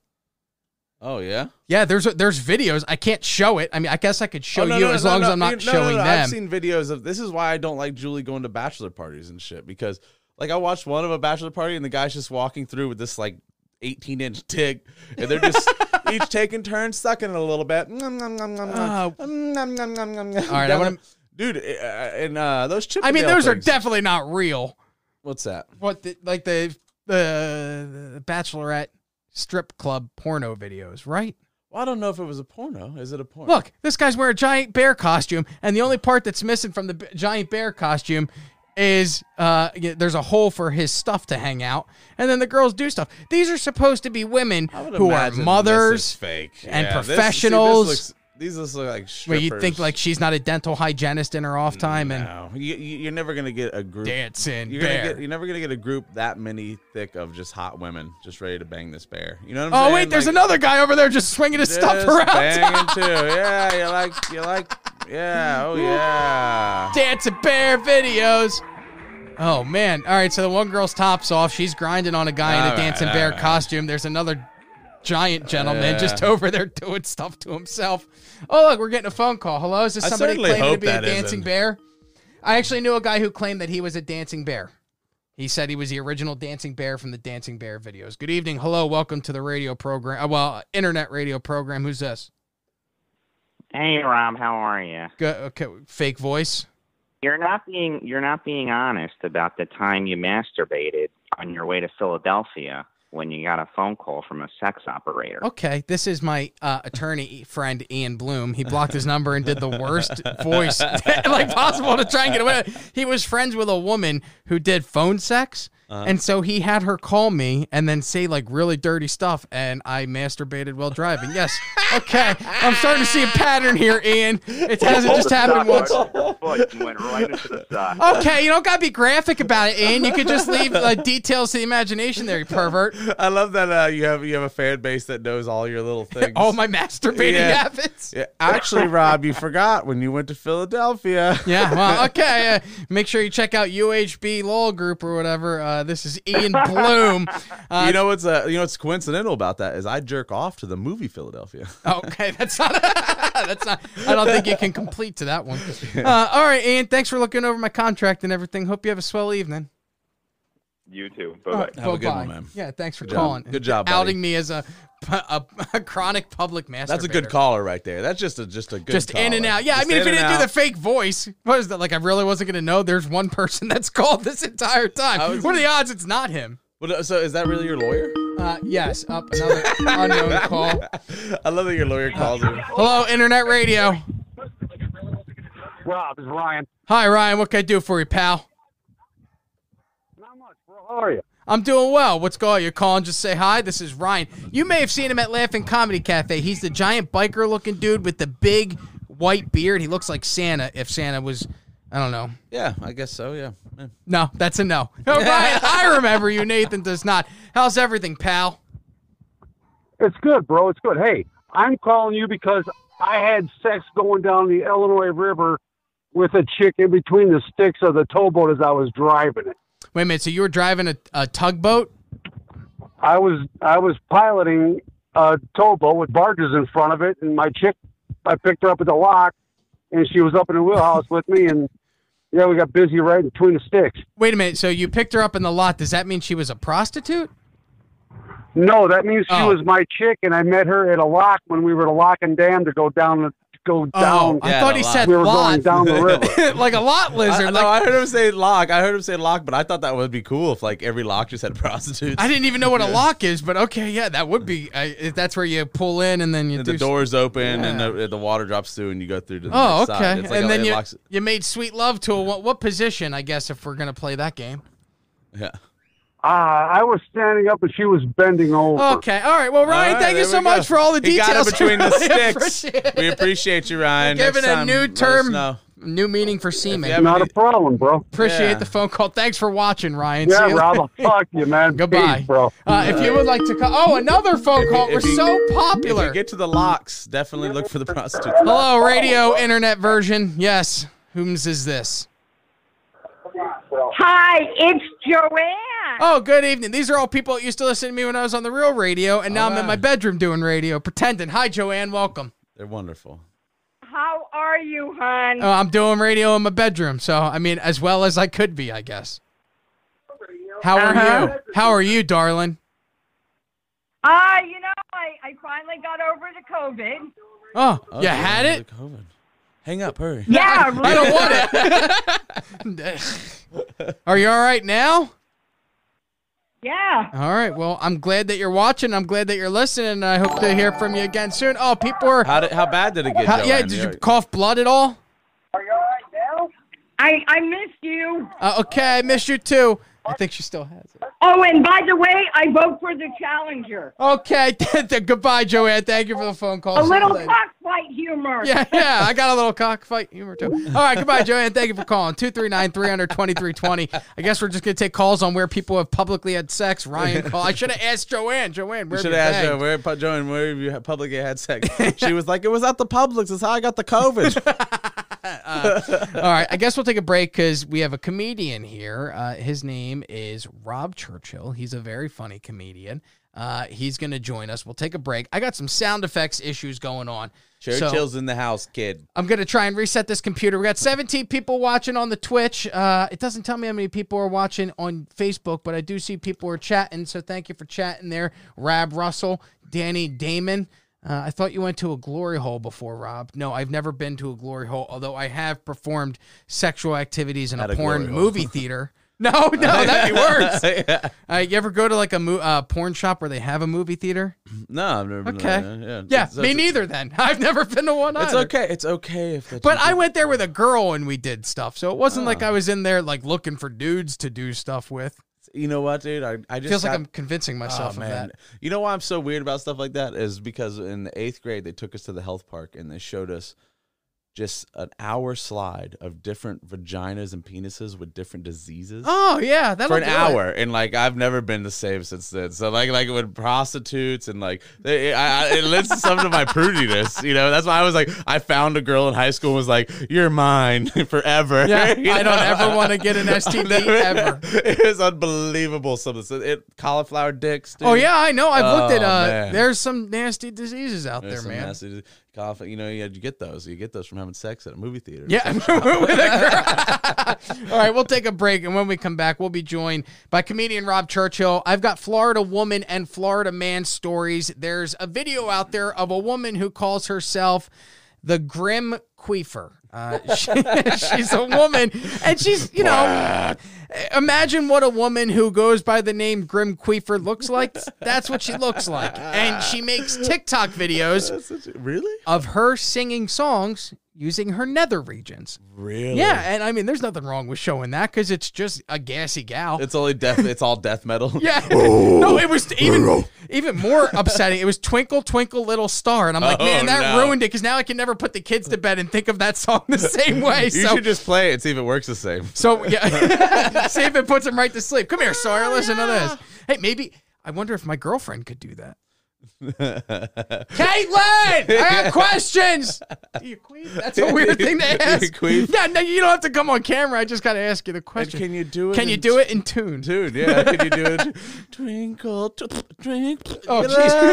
[SPEAKER 2] Oh yeah.
[SPEAKER 1] Yeah, there's there's videos. I can't show it. I mean, I guess I could show
[SPEAKER 2] Oh, no,
[SPEAKER 1] you
[SPEAKER 2] no,
[SPEAKER 1] as
[SPEAKER 2] no,
[SPEAKER 1] long as
[SPEAKER 2] no,
[SPEAKER 1] I'm not
[SPEAKER 2] you- no, no,
[SPEAKER 1] showing
[SPEAKER 2] no,
[SPEAKER 1] them.
[SPEAKER 2] I've seen videos of this is why I don't like Julie going to bachelor parties and shit because like I watched one of a bachelor party and the guy's just walking through with this like 18 inch dick and they're just each taking turns sucking it a little bit. Nom, nom, nom, nom, nom. Nom, nom, nom, nom, nom.
[SPEAKER 1] Ah. All right, I wanna-
[SPEAKER 2] dude, uh, and uh, those Chippendale
[SPEAKER 1] I mean, those are
[SPEAKER 2] things-
[SPEAKER 1] definitely not real.
[SPEAKER 2] What's that?
[SPEAKER 1] What the, like the the the bachelorette strip club porno videos, right?
[SPEAKER 2] Well, I don't know if it was a porno. Is it a porno?
[SPEAKER 1] Look, this guy's wearing a giant bear costume, and the only part that's missing from the b- giant bear costume is uh, y- there's a hole for his stuff to hang out, and then the girls do stuff. These are supposed to be women
[SPEAKER 2] I would
[SPEAKER 1] who are
[SPEAKER 2] imagine this is
[SPEAKER 1] mothers.
[SPEAKER 2] fake
[SPEAKER 1] and
[SPEAKER 2] Yeah, this- see, this
[SPEAKER 1] professionals.
[SPEAKER 2] looks- These just look like
[SPEAKER 1] Where
[SPEAKER 2] strippers.
[SPEAKER 1] you think like she's not a dental hygienist in her off time and
[SPEAKER 2] No, you, you- you're never gonna get a group.
[SPEAKER 1] dancing
[SPEAKER 2] You're,
[SPEAKER 1] bear.
[SPEAKER 2] gonna get, you're never gonna get a group that many thick of just hot women just ready to bang this bear. You know what I'm
[SPEAKER 1] oh
[SPEAKER 2] saying?
[SPEAKER 1] wait, there's
[SPEAKER 2] Like,
[SPEAKER 1] another guy over there just swinging his stuff
[SPEAKER 2] just
[SPEAKER 1] around.
[SPEAKER 2] Banging too. Yeah, you like you like. Yeah. Oh yeah.
[SPEAKER 1] dancing bear videos. Oh man! All right, so the one girl's tops off. She's grinding on a guy in
[SPEAKER 2] All
[SPEAKER 1] a
[SPEAKER 2] right,
[SPEAKER 1] dancing
[SPEAKER 2] all
[SPEAKER 1] bear
[SPEAKER 2] right.
[SPEAKER 1] costume. There's another giant gentleman
[SPEAKER 2] Yeah.
[SPEAKER 1] just over there doing stuff to himself. Oh look, we're getting a phone call. Hello, is this
[SPEAKER 2] I
[SPEAKER 1] somebody
[SPEAKER 2] certainly
[SPEAKER 1] claiming to
[SPEAKER 2] hope
[SPEAKER 1] be a
[SPEAKER 2] that
[SPEAKER 1] dancing
[SPEAKER 2] isn't.
[SPEAKER 1] bear? I actually knew a guy who claimed that he was a dancing bear. He said he was the original dancing bear from the Dancing Bear videos. Good evening. Hello, welcome to the radio program. uh, Well, internet radio program. Who's this?
[SPEAKER 3] Hey Rob, how are you?
[SPEAKER 1] Good. Okay, fake voice.
[SPEAKER 3] You're not being you're not being honest about the time you masturbated on your way to Philadelphia when you got a phone call from a sex operator.
[SPEAKER 1] Okay, this is my uh, attorney friend Ian Bloom. He blocked his number and did the worst voice like possible to try and get away. He was friends with a woman who did phone sex, and so he had her call me and then say like really dirty stuff, and I masturbated while driving. Yes, okay, I'm starting to see a pattern here, Ian. It hasn't just happened once. Oh,
[SPEAKER 3] went right into the side.
[SPEAKER 1] Okay, you don't gotta be graphic about it, Ian. You could just leave uh, details to the imagination there, you pervert.
[SPEAKER 2] I love that uh, you have you have a fan base that knows all your little things.
[SPEAKER 1] All my masturbating
[SPEAKER 2] Yeah.
[SPEAKER 1] habits.
[SPEAKER 2] Yeah, actually, Rob, you forgot when you went to Philadelphia.
[SPEAKER 1] Yeah, well, okay. Uh, make sure you check out UHB Law Group or whatever. Uh, this is Ian Bloom. Uh,
[SPEAKER 2] you know what's uh, you know what's coincidental about that is I jerk off to the movie Philadelphia.
[SPEAKER 1] Uh, okay, that's not. that's not. I don't think you can complete to that one. Uh, all right, Ian. Thanks for looking over my contract and everything. Hope you have a swell evening.
[SPEAKER 3] You too. Bye
[SPEAKER 2] Have a good one, man.
[SPEAKER 1] Yeah, thanks for
[SPEAKER 2] job.
[SPEAKER 1] calling.
[SPEAKER 2] Good job, buddy.
[SPEAKER 1] outing me as a, a, a chronic public master.
[SPEAKER 2] That's a good caller right there. That's just a just a good
[SPEAKER 1] Just in
[SPEAKER 2] caller.
[SPEAKER 1] and out. Yeah,
[SPEAKER 2] Just
[SPEAKER 1] I mean,
[SPEAKER 2] in
[SPEAKER 1] if you didn't
[SPEAKER 2] and
[SPEAKER 1] do the
[SPEAKER 2] out.
[SPEAKER 1] fake voice, what is that? Like, I really wasn't going to know there's one person that's called this entire
[SPEAKER 2] I
[SPEAKER 1] time.
[SPEAKER 2] was-
[SPEAKER 1] What are the odds it's not him?
[SPEAKER 2] What, uh, so is that really your lawyer?
[SPEAKER 1] Uh, yes, up another unknown call.
[SPEAKER 2] I love that your lawyer calls him.
[SPEAKER 1] Hello, Internet Radio.
[SPEAKER 4] Rob, this is Ryan.
[SPEAKER 1] Hi, Ryan. What can I do for you, pal?
[SPEAKER 4] Not much, bro. How are you?
[SPEAKER 1] I'm doing well. What's going on? You're calling just say hi. This is Ryan. You may have seen him at Laughing Comedy Cafe. He's the giant biker looking dude with the big white beard. He looks like Santa if Santa was, I don't know.
[SPEAKER 2] Yeah, I guess so. Yeah. Yeah.
[SPEAKER 1] No, that's a no. All right, I remember you. Nathan does not. How's everything, pal?
[SPEAKER 4] It's good, bro. It's good. Hey, I'm calling you because I had sex going down the Illinois River with a chick in between the sticks of the towboat as I was driving it.
[SPEAKER 1] Wait a minute. So you were driving a, a tugboat?
[SPEAKER 4] I was I was piloting a towboat with barges in front of it, and my chick, I picked her up at the lock, and she was up in the wheelhouse with me, and yeah, we got busy right between the sticks.
[SPEAKER 1] Wait a minute. So you picked her up in the lot. Does that mean she was a prostitute?
[SPEAKER 4] No, that means she
[SPEAKER 1] Oh.
[SPEAKER 4] was my chick, and I met her at a lock when we were at a lock and dam to go down the to go down.
[SPEAKER 1] Oh, I
[SPEAKER 2] Yeah,
[SPEAKER 1] thought he
[SPEAKER 2] a lot.
[SPEAKER 1] said
[SPEAKER 4] we were going
[SPEAKER 1] lot.
[SPEAKER 4] down the river.
[SPEAKER 1] like a lot lizard.
[SPEAKER 2] I,
[SPEAKER 1] like,
[SPEAKER 2] no, I heard him say lock. I heard him say lock, but I thought that would be cool if like every lock just had prostitutes.
[SPEAKER 1] I didn't even know what a lock is, but okay, yeah, that would be. I, if that's where you pull in and then you
[SPEAKER 2] And
[SPEAKER 1] do
[SPEAKER 2] the
[SPEAKER 1] s-
[SPEAKER 2] doors open and
[SPEAKER 1] Yeah.
[SPEAKER 2] the, the water drops through and you go through to the
[SPEAKER 1] Oh,
[SPEAKER 2] next
[SPEAKER 1] okay.
[SPEAKER 2] side. It's like
[SPEAKER 1] and
[SPEAKER 2] a-
[SPEAKER 1] then
[SPEAKER 2] it
[SPEAKER 1] you
[SPEAKER 2] locks-
[SPEAKER 1] you made sweet love to a what, what position? I guess if we're gonna play that game.
[SPEAKER 2] yeah.
[SPEAKER 4] Ah, I was standing up, and she was bending over.
[SPEAKER 1] Okay, all right. Well, Ryan,
[SPEAKER 2] All right,
[SPEAKER 1] thank you
[SPEAKER 2] there
[SPEAKER 1] so
[SPEAKER 2] we
[SPEAKER 1] much
[SPEAKER 2] go.
[SPEAKER 1] for all the
[SPEAKER 2] He
[SPEAKER 1] details.
[SPEAKER 2] got it between
[SPEAKER 1] I
[SPEAKER 2] the
[SPEAKER 1] really
[SPEAKER 2] sticks.
[SPEAKER 1] appreciate it.
[SPEAKER 2] we appreciate you, Ryan.
[SPEAKER 1] Giving
[SPEAKER 2] Next
[SPEAKER 1] a
[SPEAKER 2] time,
[SPEAKER 1] new
[SPEAKER 2] let us
[SPEAKER 1] term,
[SPEAKER 2] know.
[SPEAKER 1] new meaning for semen.
[SPEAKER 2] have-
[SPEAKER 4] Not a problem, bro.
[SPEAKER 1] Appreciate
[SPEAKER 2] Yeah.
[SPEAKER 1] the phone call. Thanks for watching, Ryan. See
[SPEAKER 4] Yeah,
[SPEAKER 1] you
[SPEAKER 4] Rob, fuck you, man.
[SPEAKER 1] Goodbye,
[SPEAKER 4] Peace, bro.
[SPEAKER 1] Uh, if you would like to call, oh, another phone call. We're
[SPEAKER 2] if you-
[SPEAKER 1] so
[SPEAKER 2] If
[SPEAKER 1] popular.
[SPEAKER 2] you get to the locks, definitely look for the prostitutes.
[SPEAKER 1] Hello, radio internet version. Yes, whom's is this?
[SPEAKER 5] Hi, it's Joanne.
[SPEAKER 1] Oh, good evening. These are all people that used to listen to me when I was on the real radio, and now I'm in
[SPEAKER 2] right.
[SPEAKER 1] my bedroom doing radio, pretending. Hi, Joanne. Welcome.
[SPEAKER 2] They're wonderful.
[SPEAKER 5] How are you, hon?
[SPEAKER 1] Oh, I'm doing radio in my bedroom, so I mean, as well as I could be, I guess. How are
[SPEAKER 5] Uh-huh.
[SPEAKER 1] you? How are you, darling?
[SPEAKER 5] Ah, you know, I, I finally got over the COVID.
[SPEAKER 1] Oh,
[SPEAKER 2] Oh,
[SPEAKER 1] you
[SPEAKER 2] yeah,
[SPEAKER 1] had
[SPEAKER 2] look
[SPEAKER 1] it?
[SPEAKER 2] over. Hang up, hurry.
[SPEAKER 5] Yeah,
[SPEAKER 1] I
[SPEAKER 5] really.
[SPEAKER 1] don't want it. are you all right now?
[SPEAKER 5] yeah.
[SPEAKER 1] All right. Well, I'm glad that you're watching. I'm glad that you're listening. And I hope to hear from you again soon. Oh, people are.
[SPEAKER 2] How did, how bad did it get?
[SPEAKER 1] How- yeah,
[SPEAKER 2] Joanne?
[SPEAKER 1] did
[SPEAKER 2] You're-
[SPEAKER 1] you cough blood at all?
[SPEAKER 5] I, I missed you.
[SPEAKER 1] Uh, okay, I missed you too. I think she still has it.
[SPEAKER 5] Oh, and by the way, I vote for the challenger.
[SPEAKER 1] Okay, goodbye, Joanne. Thank you for the phone call.
[SPEAKER 5] A
[SPEAKER 1] See you
[SPEAKER 5] little
[SPEAKER 1] later.
[SPEAKER 5] cockfight humor.
[SPEAKER 1] Yeah, yeah, I got a little cockfight humor too. All right, goodbye, Joanne. Thank you for calling. 239 300 2320. I guess we're just going to take calls on where people have publicly had sex. Ryan call. I should have asked Joanne. Joanne,
[SPEAKER 2] You
[SPEAKER 1] where
[SPEAKER 2] should have asked her
[SPEAKER 1] Joanne.
[SPEAKER 2] where pu- Joan, where have you had- publicly had sex? She was like, "It was at the Publix. That's how I got the COVID."
[SPEAKER 1] Uh, All right, I guess we'll take a break because we have a comedian here. Uh, his name is Rob Churchill. He's a very funny comedian. Uh, he's going to join us. We'll take a break. I got some sound effects issues going on. so-
[SPEAKER 2] Churchill's in the house, kid.
[SPEAKER 1] I'm gonna try and reset this computer. We got 17 people watching on the Twitch. Uh, it doesn't tell me how many people are watching on Facebook, but I do see people are chatting. So thank you for chatting there, Rab Russell, Danny Damon. Uh, I thought you went to a glory hole before, Rob. No, I've never been to a glory hole, although I have performed sexual activities in
[SPEAKER 2] At
[SPEAKER 1] a
[SPEAKER 2] a
[SPEAKER 1] porn
[SPEAKER 2] glory hole.
[SPEAKER 1] movie theater. No, no, that'd be worse.
[SPEAKER 2] Yeah.
[SPEAKER 1] Uh, you ever go to like a mo- uh, porn shop where they have a movie theater?
[SPEAKER 2] No, I've never. been
[SPEAKER 1] Okay.
[SPEAKER 2] there. Yeah,
[SPEAKER 1] Yeah,
[SPEAKER 2] It's-
[SPEAKER 1] me
[SPEAKER 2] it's-
[SPEAKER 1] neither. Then I've never been to one.
[SPEAKER 2] It's
[SPEAKER 1] either.
[SPEAKER 2] okay. It's okay if. that
[SPEAKER 1] But
[SPEAKER 2] you Ah.
[SPEAKER 1] I
[SPEAKER 2] do-
[SPEAKER 1] went there with a girl and we did stuff. So it wasn't like I was in there like looking for dudes to do stuff with.
[SPEAKER 2] You know what, dude? I, I just
[SPEAKER 1] Feels
[SPEAKER 2] got-
[SPEAKER 1] like
[SPEAKER 2] Oh, Ah,
[SPEAKER 1] I'm convincing myself of that.
[SPEAKER 2] You know why I'm so weird about stuff like that is because in the eighth grade they took us to the health park and they showed us just an hour slide of different vaginas and penises with different diseases.
[SPEAKER 1] Oh yeah, that
[SPEAKER 2] for an hour, and like I've never been the same since then. So like, like with prostitutes and like, they, I, I, it lends some to my prudiness. You know, that's why I was like, I found a girl in high school and was like, "You're mine forever."
[SPEAKER 1] Yeah,
[SPEAKER 2] You
[SPEAKER 1] I don't
[SPEAKER 2] know?
[SPEAKER 1] ever want to get an
[SPEAKER 2] I
[SPEAKER 1] STD
[SPEAKER 2] never-
[SPEAKER 1] ever.
[SPEAKER 2] It is unbelievable. Some of this, it cauliflower dicks. Dude.
[SPEAKER 1] Oh yeah, I know. I've looked at.
[SPEAKER 2] Oh,
[SPEAKER 1] Uh,
[SPEAKER 2] man.
[SPEAKER 1] There's some nasty diseases out
[SPEAKER 2] There's
[SPEAKER 1] there,
[SPEAKER 2] some
[SPEAKER 1] man.
[SPEAKER 2] nasty cauliflower. You know, you had to get those. You get those from having sex at a movie theater.
[SPEAKER 1] Yeah, with a girl. All right, we'll take a break, and when we come back, we'll be joined by comedian Rob Churchill. I've got Florida woman and Florida man stories. There's a video out there of a woman who calls herself the Grim Queefer. Uh, she- she's a woman, and she's you know, imagine what a woman who goes by the name Grim Queefer looks like. That's what she looks like, and she makes TikTok videos
[SPEAKER 2] That's such a- really?
[SPEAKER 1] of her singing songs using her nether regions.
[SPEAKER 2] Really?
[SPEAKER 1] Yeah, and I mean, there's nothing wrong with showing that because it's just a gassy gal.
[SPEAKER 2] It's only death. It's all death metal.
[SPEAKER 1] Yeah. no, it was even even more upsetting. It was Twinkle Twinkle Little Star, and I'm like,
[SPEAKER 2] Oh,
[SPEAKER 1] man, that
[SPEAKER 2] no.
[SPEAKER 1] ruined it because now I can never put the kids to bed and think of that song the same way.
[SPEAKER 2] You
[SPEAKER 1] So.
[SPEAKER 2] should just play it and see if it works the same.
[SPEAKER 1] so yeah, see if it puts him right to sleep. Come here, Sawyer. Listen to this. Hey, maybe I wonder if my girlfriend could do that. Caitlin, I have questions. Do you queen? That's a weird thing
[SPEAKER 2] Do you
[SPEAKER 1] to ask.
[SPEAKER 2] queef?
[SPEAKER 1] Yeah, no, you don't have to come on camera. I just got to ask you the
[SPEAKER 2] And
[SPEAKER 1] question.
[SPEAKER 2] can you do it?
[SPEAKER 1] Can you
[SPEAKER 2] in
[SPEAKER 1] do it in tune?
[SPEAKER 2] Dude, yeah, can you do it? Twinkle, tw- twinkle.
[SPEAKER 1] Oh,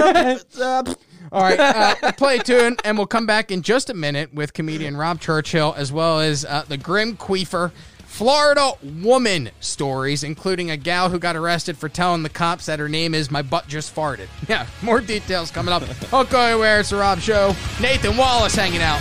[SPEAKER 1] jeez. All right, uh, play a tune, and we'll come back in just a minute with comedian Rob Churchill, as well as uh, the grim queefer Florida woman stories, including a gal who got arrested for telling the cops that her name is My Butt Just Farted. Yeah, more details coming up. Don't go anywhere. It's the Rob Show. Nathan Wallace hanging out.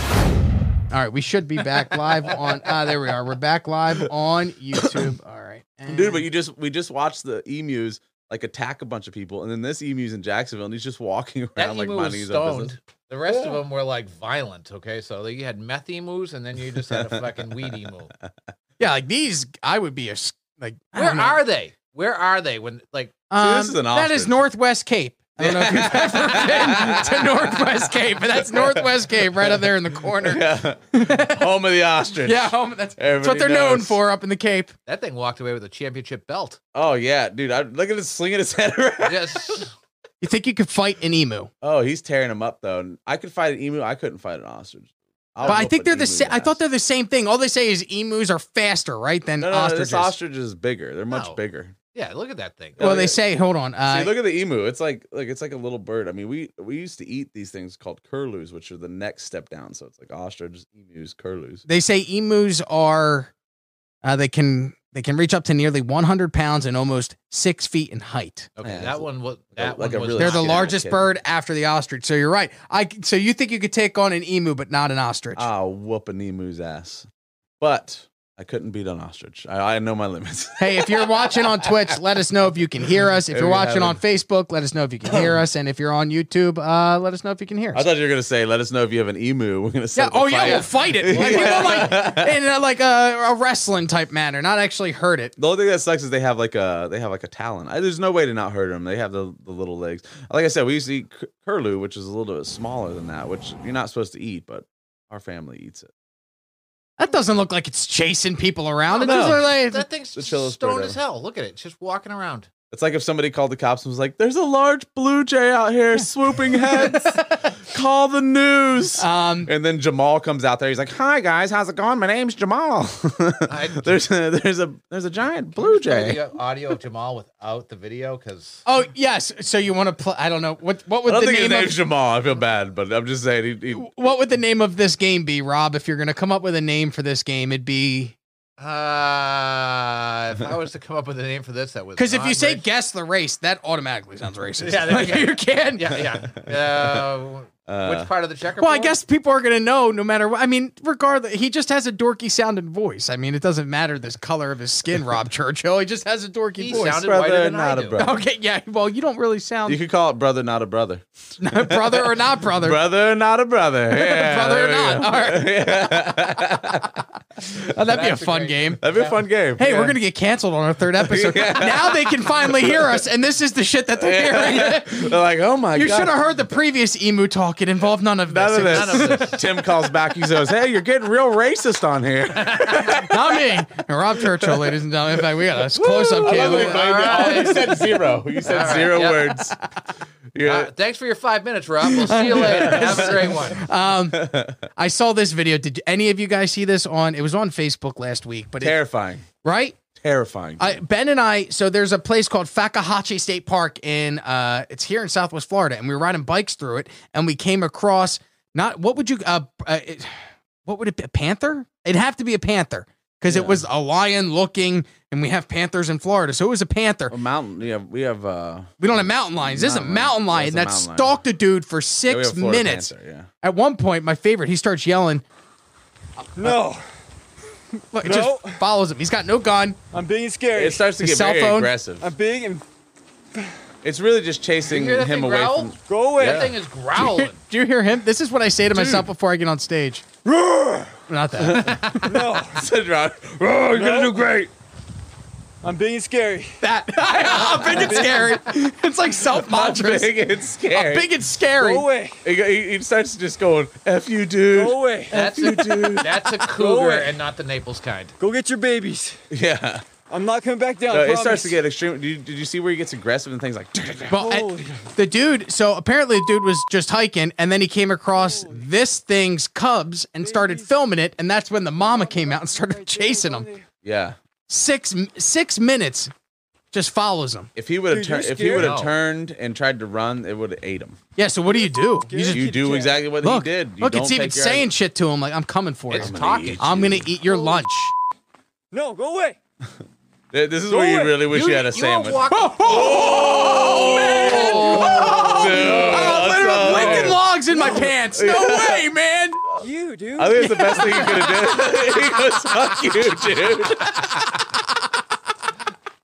[SPEAKER 1] All right, we should be back live on. Ah, there we are. We're back live on YouTube. All right, and-
[SPEAKER 2] Dude, but you just we just watched the emus like attack a bunch of people, and then this emu's in Jacksonville, and he's just walking around
[SPEAKER 6] That
[SPEAKER 2] like
[SPEAKER 6] emu was
[SPEAKER 2] minding his own business.
[SPEAKER 6] stoned. The rest of them were like violent. Okay, so you had meth emus, and then you just had a fucking weed emu.
[SPEAKER 1] yeah, like these, I would be a s- like. I
[SPEAKER 6] Where
[SPEAKER 1] don't know. Um,
[SPEAKER 6] are they? Where are they? When like
[SPEAKER 2] Dude, this is an
[SPEAKER 1] that is
[SPEAKER 2] ostrich.
[SPEAKER 1] Northwest Cape. I don't know if you've ever been to Northwest Cape, but that's Northwest Cape right up there in the corner.
[SPEAKER 2] Yeah. Home of the ostrich.
[SPEAKER 1] Yeah, home, that's, that's what
[SPEAKER 2] Everybody
[SPEAKER 1] they're known
[SPEAKER 2] knows.
[SPEAKER 1] for up in the Cape.
[SPEAKER 6] that thing walked away with a championship belt.
[SPEAKER 2] Oh yeah, dude. I, look at him slinging his head around.
[SPEAKER 6] Yes.
[SPEAKER 1] You think you could fight an emu?
[SPEAKER 2] Oh, he's tearing him up though. I could fight an emu. I couldn't fight an ostrich.
[SPEAKER 1] But I think they're the sa- I thought they're the same thing. All they say is emus are faster, right? Than
[SPEAKER 2] no, no, no,
[SPEAKER 1] ostriches.
[SPEAKER 2] this ostrich is bigger. They're much
[SPEAKER 6] No.
[SPEAKER 2] bigger.
[SPEAKER 6] yeah, look at that thing.
[SPEAKER 1] well, they
[SPEAKER 2] yeah.
[SPEAKER 1] say, hold on. Uh,
[SPEAKER 2] See, look at the emu. It's like like it's like a little bird. I mean, we we used to eat these things called curlews, which are the next step down. So it's like ostriches, emus, curlews.
[SPEAKER 1] they say emus are uh, they can they can reach up to nearly 100 pounds and almost six feet in height.
[SPEAKER 6] Okay,
[SPEAKER 2] Yeah, it's
[SPEAKER 6] that one was that
[SPEAKER 2] like a
[SPEAKER 6] one was.
[SPEAKER 2] really
[SPEAKER 1] They're
[SPEAKER 6] not
[SPEAKER 1] the
[SPEAKER 2] Yeah,
[SPEAKER 6] good.
[SPEAKER 1] largest
[SPEAKER 2] okay.
[SPEAKER 1] bird after the ostrich. So you're right. I so you think you could take on an emu, but not an ostrich.
[SPEAKER 2] Ah, whoop an emu's ass. But I couldn't beat an ostrich. I, I know my limits.
[SPEAKER 1] Hey, if you're watching on Twitch, let us know if you can hear us. If
[SPEAKER 2] If
[SPEAKER 1] you're
[SPEAKER 2] you
[SPEAKER 1] watching on
[SPEAKER 2] haven't.
[SPEAKER 1] Facebook, let us know if you can hear us. And if you're on YouTube, uh, let us know if you can hear
[SPEAKER 2] I
[SPEAKER 1] us.
[SPEAKER 2] thought you were gonna say, "Let us know if you have an emu." We're gonna
[SPEAKER 1] Yeah.
[SPEAKER 2] set
[SPEAKER 1] Oh
[SPEAKER 2] the
[SPEAKER 1] yeah,
[SPEAKER 2] fire.
[SPEAKER 1] we'll fight it. Like, we will, like, in uh, like a, a wrestling type manner, not actually hurt it.
[SPEAKER 2] The only thing that sucks is they have like a they have like a talon. I, there's no way to not hurt them. They have the, the little legs. Like I said, we used to eat cur- curlew, which is a little bit smaller than that, which you're not supposed to eat, but our family eats it.
[SPEAKER 1] That doesn't look like it's chasing people around. it
[SPEAKER 2] No,
[SPEAKER 1] just uh,
[SPEAKER 2] no.
[SPEAKER 1] look like
[SPEAKER 6] That
[SPEAKER 2] The
[SPEAKER 6] thing's
[SPEAKER 2] chillest bird
[SPEAKER 6] stoned
[SPEAKER 2] ever.
[SPEAKER 6] as hell. Look at it. It's just walking around.
[SPEAKER 2] It's like if somebody called the cops and was like, "There's a large blue jay out here swooping heads. Call the news."
[SPEAKER 1] um,
[SPEAKER 2] and then Jamal comes out there. He's like, "Hi guys, how's it going? My name's Jamal.
[SPEAKER 6] I-
[SPEAKER 2] there's a, there's a there's a giant blue jay."
[SPEAKER 6] The uh, audio of Jamal without the video because
[SPEAKER 1] oh yes. So you want to play? I don't know what what
[SPEAKER 2] I
[SPEAKER 1] would
[SPEAKER 2] don't
[SPEAKER 1] the
[SPEAKER 2] think his
[SPEAKER 1] name
[SPEAKER 2] name's
[SPEAKER 1] of,
[SPEAKER 2] Jamal. I feel bad, but I'm just saying he, he
[SPEAKER 1] what would the name of this game be, Rob? If you're gonna come up with a name for this game, it'd be
[SPEAKER 6] uh, if I was to come up with a name for this, that would
[SPEAKER 1] because if
[SPEAKER 6] not
[SPEAKER 1] you say
[SPEAKER 6] race-
[SPEAKER 1] guess the race, that automatically sounds racist.
[SPEAKER 6] Yeah, there you
[SPEAKER 1] Like,
[SPEAKER 6] go.
[SPEAKER 1] you can.
[SPEAKER 6] yeah, yeah. Uh,
[SPEAKER 2] Uh,
[SPEAKER 6] which part of the checkerboard?
[SPEAKER 1] Well, I guess people are going to know no matter what. I mean, regardless, he just has a dorky sounding voice. I mean, it doesn't matter the color of his skin, Rob Churchill. He just has a dorky
[SPEAKER 6] he
[SPEAKER 1] voice.
[SPEAKER 6] sounded
[SPEAKER 2] Brother,
[SPEAKER 6] whiter than
[SPEAKER 2] not
[SPEAKER 6] I
[SPEAKER 2] a
[SPEAKER 6] do.
[SPEAKER 2] brother.
[SPEAKER 1] okay, yeah. Well, you don't really
[SPEAKER 2] You
[SPEAKER 1] sound
[SPEAKER 2] could call it brother, not a brother.
[SPEAKER 1] brother or Um, not brother.
[SPEAKER 2] Brother, not a brother. Yeah,
[SPEAKER 1] Brother or
[SPEAKER 2] there we
[SPEAKER 1] not.
[SPEAKER 2] go.
[SPEAKER 1] All right. Oh, that'd be a
[SPEAKER 6] That's a
[SPEAKER 1] fun
[SPEAKER 6] great-
[SPEAKER 1] game.
[SPEAKER 2] That'd be a fun game.
[SPEAKER 1] Hey,
[SPEAKER 2] Yeah.
[SPEAKER 1] we're gonna get canceled on our third episode. Now they can finally hear us, and this is the shit that they're hearing.
[SPEAKER 2] They're like, oh my
[SPEAKER 1] you
[SPEAKER 2] god.
[SPEAKER 1] should have heard the previous emu talk. It involved none of this.
[SPEAKER 2] None of this.
[SPEAKER 6] None of this.
[SPEAKER 2] Tim calls back. He goes, "Hey, you're getting real racist on here."
[SPEAKER 1] Not me. And Rob Churchill, ladies and gentlemen. In fact, we got a close up
[SPEAKER 2] I love
[SPEAKER 1] cam.
[SPEAKER 2] it.
[SPEAKER 6] All right.
[SPEAKER 2] You said zero. You said
[SPEAKER 6] right,
[SPEAKER 2] zero
[SPEAKER 6] yeah.
[SPEAKER 2] words. Yeah.
[SPEAKER 6] Uh, thanks for your five minutes, Rob. We'll see you later. Have a great one.
[SPEAKER 1] Um, I saw this video. Did any of you guys see this on? It was on Facebook last week, but it,
[SPEAKER 2] terrifying.
[SPEAKER 1] right?
[SPEAKER 2] Terrifying.
[SPEAKER 1] I, ben and I. So there's a place called Fakahatchee State Park in. Uh, it's here in Southwest Florida, and we were riding bikes through it, and we came across not what would you uh, uh it, what would it be a panther? It'd have to be a panther because it
[SPEAKER 2] Yeah.
[SPEAKER 1] was a lion looking, and we have panthers in Florida, so it was a panther.
[SPEAKER 2] A mountain. We have. We have. Uh,
[SPEAKER 1] We don't have mountain lions. This is a
[SPEAKER 2] Mountain
[SPEAKER 1] mountain
[SPEAKER 2] lion.
[SPEAKER 1] lion
[SPEAKER 2] Yeah,
[SPEAKER 1] that
[SPEAKER 2] it's a mountain lion.
[SPEAKER 1] stalked a dude for
[SPEAKER 2] yeah, we
[SPEAKER 1] six
[SPEAKER 2] have Florida
[SPEAKER 1] minutes.
[SPEAKER 2] panther, yeah.
[SPEAKER 1] At one point, my favorite, he starts yelling,
[SPEAKER 7] No,
[SPEAKER 1] Look, it
[SPEAKER 7] No.
[SPEAKER 1] just follows him. He's got no gun.
[SPEAKER 7] I'm being scary.
[SPEAKER 2] It starts to
[SPEAKER 1] His
[SPEAKER 2] get
[SPEAKER 1] cell
[SPEAKER 2] very
[SPEAKER 1] phone?
[SPEAKER 2] aggressive.
[SPEAKER 7] I'm being and
[SPEAKER 2] It's really just chasing
[SPEAKER 6] You hear that
[SPEAKER 2] him
[SPEAKER 6] thing
[SPEAKER 2] away
[SPEAKER 6] growl?
[SPEAKER 2] from.
[SPEAKER 7] go away.
[SPEAKER 6] That thing is growling.
[SPEAKER 1] Do you hear him? This is what I say to myself before I get on stage. Not that.
[SPEAKER 7] No,
[SPEAKER 2] Said Rod, "Oh, you're gonna
[SPEAKER 7] No.
[SPEAKER 2] do great.
[SPEAKER 7] I'm being scary.
[SPEAKER 1] that. I'm big and scary. It's like self mantras.
[SPEAKER 2] Big and scary.
[SPEAKER 1] I'm big and scary.
[SPEAKER 7] Go away.
[SPEAKER 2] He, go- he- he starts just going, "F you, dude."
[SPEAKER 7] Go away.
[SPEAKER 6] That's a, that's a cougar
[SPEAKER 7] away.
[SPEAKER 6] and not the Naples kind.
[SPEAKER 7] Go get your babies.
[SPEAKER 2] Yeah.
[SPEAKER 7] I'm not coming back down.
[SPEAKER 2] No,
[SPEAKER 7] I
[SPEAKER 2] it
[SPEAKER 7] promise.
[SPEAKER 2] starts to get extreme. Did you, did you see where he gets aggressive and things like?
[SPEAKER 1] Well, I-
[SPEAKER 7] Holy-
[SPEAKER 1] the dude. So apparently, the dude was just hiking, and then he came across this thing's cubs and started filming it, and that's when the mama came out and started chasing him.
[SPEAKER 2] Yeah.
[SPEAKER 1] Six six minutes, just follows him.
[SPEAKER 2] If he would have
[SPEAKER 7] Dude, you're
[SPEAKER 2] turned, if he
[SPEAKER 7] scared.
[SPEAKER 2] would have
[SPEAKER 6] No.
[SPEAKER 2] turned and tried to run, it would have ate him.
[SPEAKER 1] Yeah. So what do you do? You just
[SPEAKER 7] Scared
[SPEAKER 2] You
[SPEAKER 7] kid
[SPEAKER 2] do
[SPEAKER 7] jab.
[SPEAKER 2] exactly what
[SPEAKER 1] look.
[SPEAKER 2] he did. You
[SPEAKER 1] look,
[SPEAKER 2] don't
[SPEAKER 1] it's even
[SPEAKER 2] take your-
[SPEAKER 1] saying shit to him like, "I'm coming for
[SPEAKER 6] It's
[SPEAKER 1] you.
[SPEAKER 6] talking.
[SPEAKER 1] I'm gonna eat your lunch."
[SPEAKER 7] No, go away.
[SPEAKER 2] Th- This is where you
[SPEAKER 7] away.
[SPEAKER 2] really wish you, had a
[SPEAKER 6] you were
[SPEAKER 2] sandwich.
[SPEAKER 6] walking-
[SPEAKER 1] Oh,
[SPEAKER 2] Dude,
[SPEAKER 1] Oh,
[SPEAKER 2] that's
[SPEAKER 1] literally
[SPEAKER 2] all
[SPEAKER 1] Lincoln
[SPEAKER 2] there.
[SPEAKER 1] logs in my pants. No way, man.
[SPEAKER 7] You, dude.
[SPEAKER 2] I think it's the best thing he could have done. he goes, "Fuck you, dude."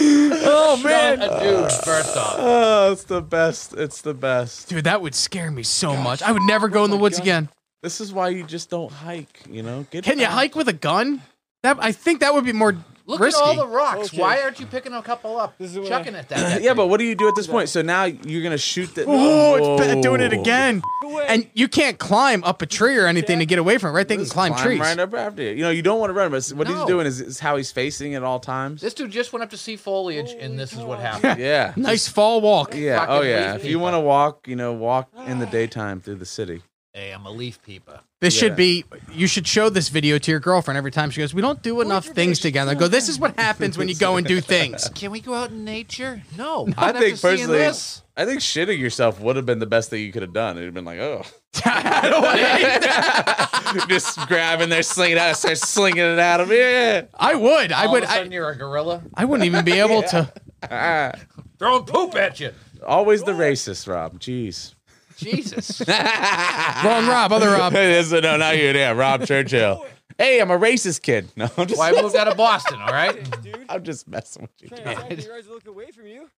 [SPEAKER 1] Oh
[SPEAKER 6] Not a dude, first off.
[SPEAKER 2] Oh, it's the best. It's the best.
[SPEAKER 1] Dude, that would scare me so much. I would never go
[SPEAKER 2] Oh
[SPEAKER 1] in the woods again.
[SPEAKER 2] This is why you just don't hike. You know, Get
[SPEAKER 1] Can you
[SPEAKER 2] out.
[SPEAKER 1] hike with a gun? That I think that would be more
[SPEAKER 6] Look
[SPEAKER 1] risky.
[SPEAKER 6] at all the rocks.
[SPEAKER 7] Okay.
[SPEAKER 6] Why aren't you picking a couple up?
[SPEAKER 7] This is what
[SPEAKER 6] chucking at that.
[SPEAKER 2] Yeah, but what do you do at this point? So now you're gonna shoot the.
[SPEAKER 1] Oh, it's
[SPEAKER 2] Whoa.
[SPEAKER 1] bad doing it again.
[SPEAKER 7] Go away.
[SPEAKER 1] And you can't climb up a tree or anything to get away from it, right? They can
[SPEAKER 2] Just
[SPEAKER 1] climb trees.
[SPEAKER 2] right up after you. You know, you don't want to run, but what he's
[SPEAKER 6] No.
[SPEAKER 2] doing is, is how he's facing at all times.
[SPEAKER 6] this dude just went up to see foliage, and this is
[SPEAKER 7] Oh,
[SPEAKER 6] what happened.
[SPEAKER 2] Yeah.
[SPEAKER 1] Nice fall walk.
[SPEAKER 2] Yeah.
[SPEAKER 6] Fucking
[SPEAKER 2] Oh, yeah.
[SPEAKER 6] leaf
[SPEAKER 2] If you want to walk, you know, walk in the daytime through the city.
[SPEAKER 6] hey, I'm a leaf peeper.
[SPEAKER 1] This
[SPEAKER 2] Yeah.
[SPEAKER 1] should be. You should show this video to your girlfriend every time she goes. We don't do enough things together. I go. This is what happens when you go and do things.
[SPEAKER 6] Can we go out in nature? No.
[SPEAKER 2] I
[SPEAKER 6] I'd have to
[SPEAKER 2] think
[SPEAKER 6] see in
[SPEAKER 2] personally,
[SPEAKER 6] this.
[SPEAKER 2] I think shitting yourself would have been the best thing you could have done. It'd have been like, oh,
[SPEAKER 1] I don't want to-
[SPEAKER 2] just grabbing there, slinging it out, start slinging it out of here.
[SPEAKER 1] I would. I
[SPEAKER 6] All
[SPEAKER 1] would.
[SPEAKER 6] Of a sudden,
[SPEAKER 1] I,
[SPEAKER 6] you're a gorilla
[SPEAKER 1] I wouldn't even be able to.
[SPEAKER 6] throwing poop at you.
[SPEAKER 2] Always the racist, Rob. Jeez.
[SPEAKER 6] Jesus.
[SPEAKER 1] Wrong Rob. Other Rob.
[SPEAKER 2] This is- no, not you. Yeah, Rob Churchill. Hey, I'm a racist kid. No, I'm just,
[SPEAKER 6] Why I moved out of Boston? All right.
[SPEAKER 7] dude.
[SPEAKER 2] I'm just messing with you.
[SPEAKER 7] Trying to attack me, your eyes are looking away from you.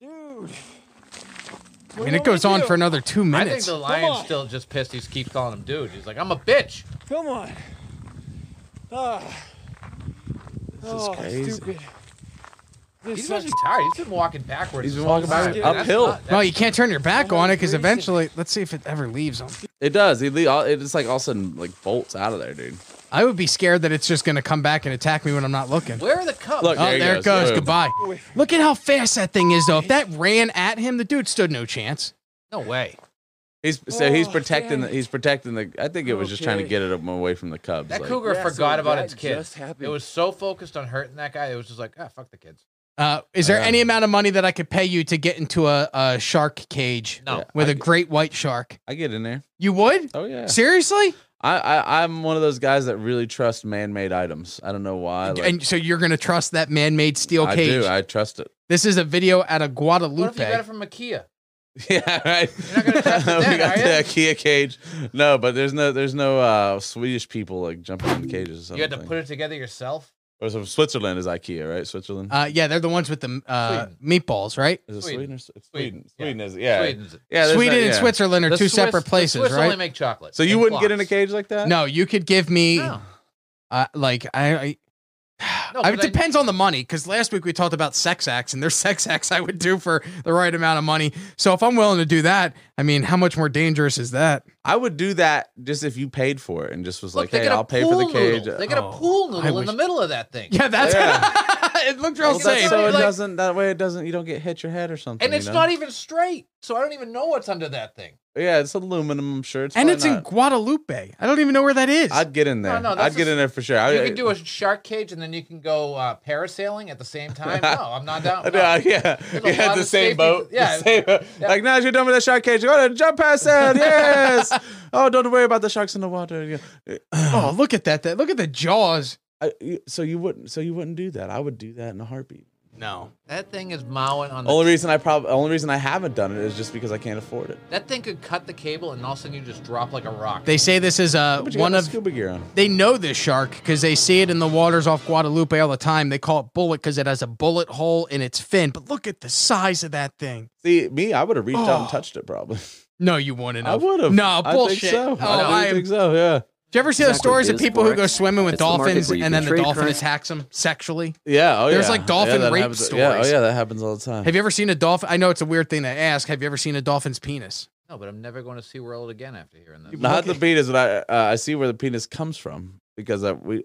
[SPEAKER 7] Dude.
[SPEAKER 1] I mean, it goes on for another two
[SPEAKER 6] I think
[SPEAKER 1] minutes.
[SPEAKER 6] the lion's
[SPEAKER 7] on.
[SPEAKER 6] still just pissed. He keeps calling him dude. He's like, I'm a bitch.
[SPEAKER 7] Come on.
[SPEAKER 2] Oh.
[SPEAKER 7] Ah. This
[SPEAKER 2] is
[SPEAKER 7] oh,
[SPEAKER 2] crazy.
[SPEAKER 7] stupid. This
[SPEAKER 6] He's
[SPEAKER 7] sucks.
[SPEAKER 6] actually tired. He's been walking backwards.
[SPEAKER 2] He's
[SPEAKER 6] this
[SPEAKER 2] been walking
[SPEAKER 6] whole
[SPEAKER 2] backwards.
[SPEAKER 6] time. That's
[SPEAKER 2] Uphill.
[SPEAKER 6] not- that's-
[SPEAKER 1] Well, you can't turn your back on it because
[SPEAKER 7] Someone
[SPEAKER 1] eventually, let's see if it ever leaves him.
[SPEAKER 2] It does. It, le- all- it just like all of a sudden like bolts out of there, dude.
[SPEAKER 1] I would be scared that it's just going to come back and attack me when I'm not looking.
[SPEAKER 6] Where are the cubs?
[SPEAKER 2] Look,
[SPEAKER 1] Oh,
[SPEAKER 2] There
[SPEAKER 1] there,
[SPEAKER 2] he
[SPEAKER 1] it
[SPEAKER 2] goes.
[SPEAKER 1] goes.
[SPEAKER 2] Boom.
[SPEAKER 1] Goodbye.
[SPEAKER 7] Away from-
[SPEAKER 1] Look at how fast that thing is, though. If that ran at him, the dude stood no chance.
[SPEAKER 6] no way.
[SPEAKER 2] He's so he's
[SPEAKER 7] Oh,
[SPEAKER 2] protecting. The,
[SPEAKER 7] dang.
[SPEAKER 2] he's protecting the. I think it was just trying to
[SPEAKER 7] Okay.
[SPEAKER 2] get it away from the Cubs.
[SPEAKER 6] That
[SPEAKER 2] like-
[SPEAKER 6] cougar
[SPEAKER 7] Yeah, so
[SPEAKER 6] forgot about
[SPEAKER 7] that
[SPEAKER 6] its kids.
[SPEAKER 7] just happened.
[SPEAKER 6] It was so focused on hurting that guy. It was just like, ah, fuck the kids.
[SPEAKER 1] Uh, is there
[SPEAKER 2] Yeah.
[SPEAKER 1] any amount of money that I could pay you to get into a, a shark cage
[SPEAKER 6] No.
[SPEAKER 1] with
[SPEAKER 2] I
[SPEAKER 1] a
[SPEAKER 2] get-
[SPEAKER 1] great white shark?
[SPEAKER 2] I get in there.
[SPEAKER 1] You would?
[SPEAKER 2] Oh yeah.
[SPEAKER 1] Seriously?
[SPEAKER 2] I, I I'm one of those guys that really trust man-made items. I don't know why. Like,
[SPEAKER 1] and so you're going to trust that man made steel
[SPEAKER 2] I
[SPEAKER 1] cage?
[SPEAKER 2] do. I trust it.
[SPEAKER 1] this is a video out of
[SPEAKER 6] What if you got it
[SPEAKER 1] Guadalupe.
[SPEAKER 6] from IKEA?
[SPEAKER 2] Yeah. Right.
[SPEAKER 6] not gonna trust it
[SPEAKER 2] we
[SPEAKER 6] then,
[SPEAKER 2] got
[SPEAKER 6] are
[SPEAKER 2] the
[SPEAKER 6] ya?
[SPEAKER 2] Kia cage. No, but there's no there's no uh, Swedish people like jumping in cages.
[SPEAKER 6] You had to put it together yourself.
[SPEAKER 2] Or Oh, so Switzerland is IKEA, right? Switzerland.
[SPEAKER 1] Uh, yeah, they're the ones with the uh,
[SPEAKER 6] Sweden.
[SPEAKER 1] meatballs, right?
[SPEAKER 2] is it
[SPEAKER 6] Sweden.
[SPEAKER 2] Sweden? or Swi- Sweden.
[SPEAKER 6] Sweden, yeah.
[SPEAKER 2] Sweden is yeah.
[SPEAKER 6] Sweden's-
[SPEAKER 2] Yeah. there's
[SPEAKER 1] Sweden
[SPEAKER 2] that-
[SPEAKER 1] and
[SPEAKER 2] yeah.
[SPEAKER 1] Switzerland are
[SPEAKER 6] The
[SPEAKER 1] two
[SPEAKER 6] Swiss-
[SPEAKER 1] separate
[SPEAKER 6] the
[SPEAKER 1] places,
[SPEAKER 6] Swiss
[SPEAKER 1] right?
[SPEAKER 6] only make chocolate.
[SPEAKER 2] So you
[SPEAKER 6] and
[SPEAKER 2] wouldn't get in a
[SPEAKER 6] clocks.
[SPEAKER 2] cage like that?
[SPEAKER 1] no, you could give me
[SPEAKER 6] No.
[SPEAKER 1] uh, like I. I
[SPEAKER 6] No,
[SPEAKER 1] I- it
[SPEAKER 6] but I-
[SPEAKER 1] depends on the money because last week we talked about sex acts and there's sex acts I would do for the right amount of money. So if I'm willing to do that, I mean, how much more dangerous is that?
[SPEAKER 2] I would do that just if you paid for it and just was
[SPEAKER 6] Look,
[SPEAKER 2] like, hey,
[SPEAKER 6] got a
[SPEAKER 2] I'll pay for the
[SPEAKER 6] pool
[SPEAKER 2] cage.
[SPEAKER 6] Noodle. They got
[SPEAKER 1] Oh,
[SPEAKER 6] a pool
[SPEAKER 1] I
[SPEAKER 6] noodle in
[SPEAKER 1] wish-
[SPEAKER 6] the middle of that thing.
[SPEAKER 1] Yeah, that's it looked real
[SPEAKER 2] Well, that's
[SPEAKER 1] safe.
[SPEAKER 2] so it
[SPEAKER 6] Like-
[SPEAKER 2] doesn't that way it doesn't you don't get hit your head or something.
[SPEAKER 6] And it's
[SPEAKER 2] you know?
[SPEAKER 6] not even straight. So I don't even know what's under that thing.
[SPEAKER 2] Yeah, it's aluminum. I'm sure. It's
[SPEAKER 1] and
[SPEAKER 2] probably
[SPEAKER 1] it's in
[SPEAKER 2] not.
[SPEAKER 1] Guadalupe. I don't even know where that is.
[SPEAKER 2] I'd get in there.
[SPEAKER 6] No, no,
[SPEAKER 2] I'd
[SPEAKER 6] that's
[SPEAKER 2] get
[SPEAKER 6] a-
[SPEAKER 2] in there for sure.
[SPEAKER 6] You
[SPEAKER 2] I,
[SPEAKER 6] can do a shark cage and then you can go uh, parasailing at the same time. No, I'm not down.
[SPEAKER 2] I-
[SPEAKER 6] No.
[SPEAKER 2] yeah, yeah,
[SPEAKER 6] a
[SPEAKER 2] yeah,
[SPEAKER 6] lot
[SPEAKER 2] the same
[SPEAKER 6] of safety-
[SPEAKER 2] boat.
[SPEAKER 6] yeah.
[SPEAKER 2] the same,
[SPEAKER 6] Yeah.
[SPEAKER 2] Like now, you're done with that shark cage. Go ahead, jump past that. Yes. oh, don't worry about the sharks in the water. Yeah.
[SPEAKER 1] oh, look at that, that! Look at the jaws.
[SPEAKER 2] I, you- so you wouldn't. So you wouldn't do that. I would do that in a heartbeat.
[SPEAKER 1] No.
[SPEAKER 6] That thing is mowing on the.
[SPEAKER 2] Only reason I probably only reason I haven't done it is just because I can't afford it.
[SPEAKER 6] that thing could cut the cable, and all of a sudden you just drop like a rock.
[SPEAKER 1] They say this is uh,
[SPEAKER 2] But you
[SPEAKER 1] one
[SPEAKER 2] got the
[SPEAKER 1] of
[SPEAKER 2] scuba gear on.
[SPEAKER 1] they know this shark because they see it in the waters off Guadalupe all the time. They call it bullet because it has a bullet hole in its fin. But look at the size of that thing.
[SPEAKER 2] See, me, I would have reached out and
[SPEAKER 1] Oh.
[SPEAKER 2] touched it probably.
[SPEAKER 1] No, you wouldn't.
[SPEAKER 2] I would have.
[SPEAKER 1] No bullshit.
[SPEAKER 2] I think so.
[SPEAKER 1] Oh,
[SPEAKER 2] I,
[SPEAKER 1] I
[SPEAKER 2] really
[SPEAKER 1] am-
[SPEAKER 2] think so. Yeah.
[SPEAKER 1] Do you ever see those
[SPEAKER 8] Exactly.
[SPEAKER 1] stories of
[SPEAKER 8] It is
[SPEAKER 1] people who
[SPEAKER 8] forex.
[SPEAKER 1] go swimming with
[SPEAKER 8] It's the market
[SPEAKER 1] dolphins
[SPEAKER 8] where you
[SPEAKER 1] and
[SPEAKER 8] can
[SPEAKER 1] then the
[SPEAKER 8] trade
[SPEAKER 1] dolphin
[SPEAKER 8] currency.
[SPEAKER 1] attacks them sexually?
[SPEAKER 2] Yeah. Oh,
[SPEAKER 1] There's
[SPEAKER 2] yeah.
[SPEAKER 1] like dolphin
[SPEAKER 2] that
[SPEAKER 1] rape
[SPEAKER 2] happens- Yeah. Oh,
[SPEAKER 1] stories.
[SPEAKER 2] yeah. That happens all the time.
[SPEAKER 1] Have you ever seen a dolphin? I know it's a weird thing to ask. Have you ever seen a dolphin's penis?
[SPEAKER 6] no, but I'm never going to see World again after hearing this.
[SPEAKER 2] Not the penis, but I uh, I see where the penis comes from because I, we.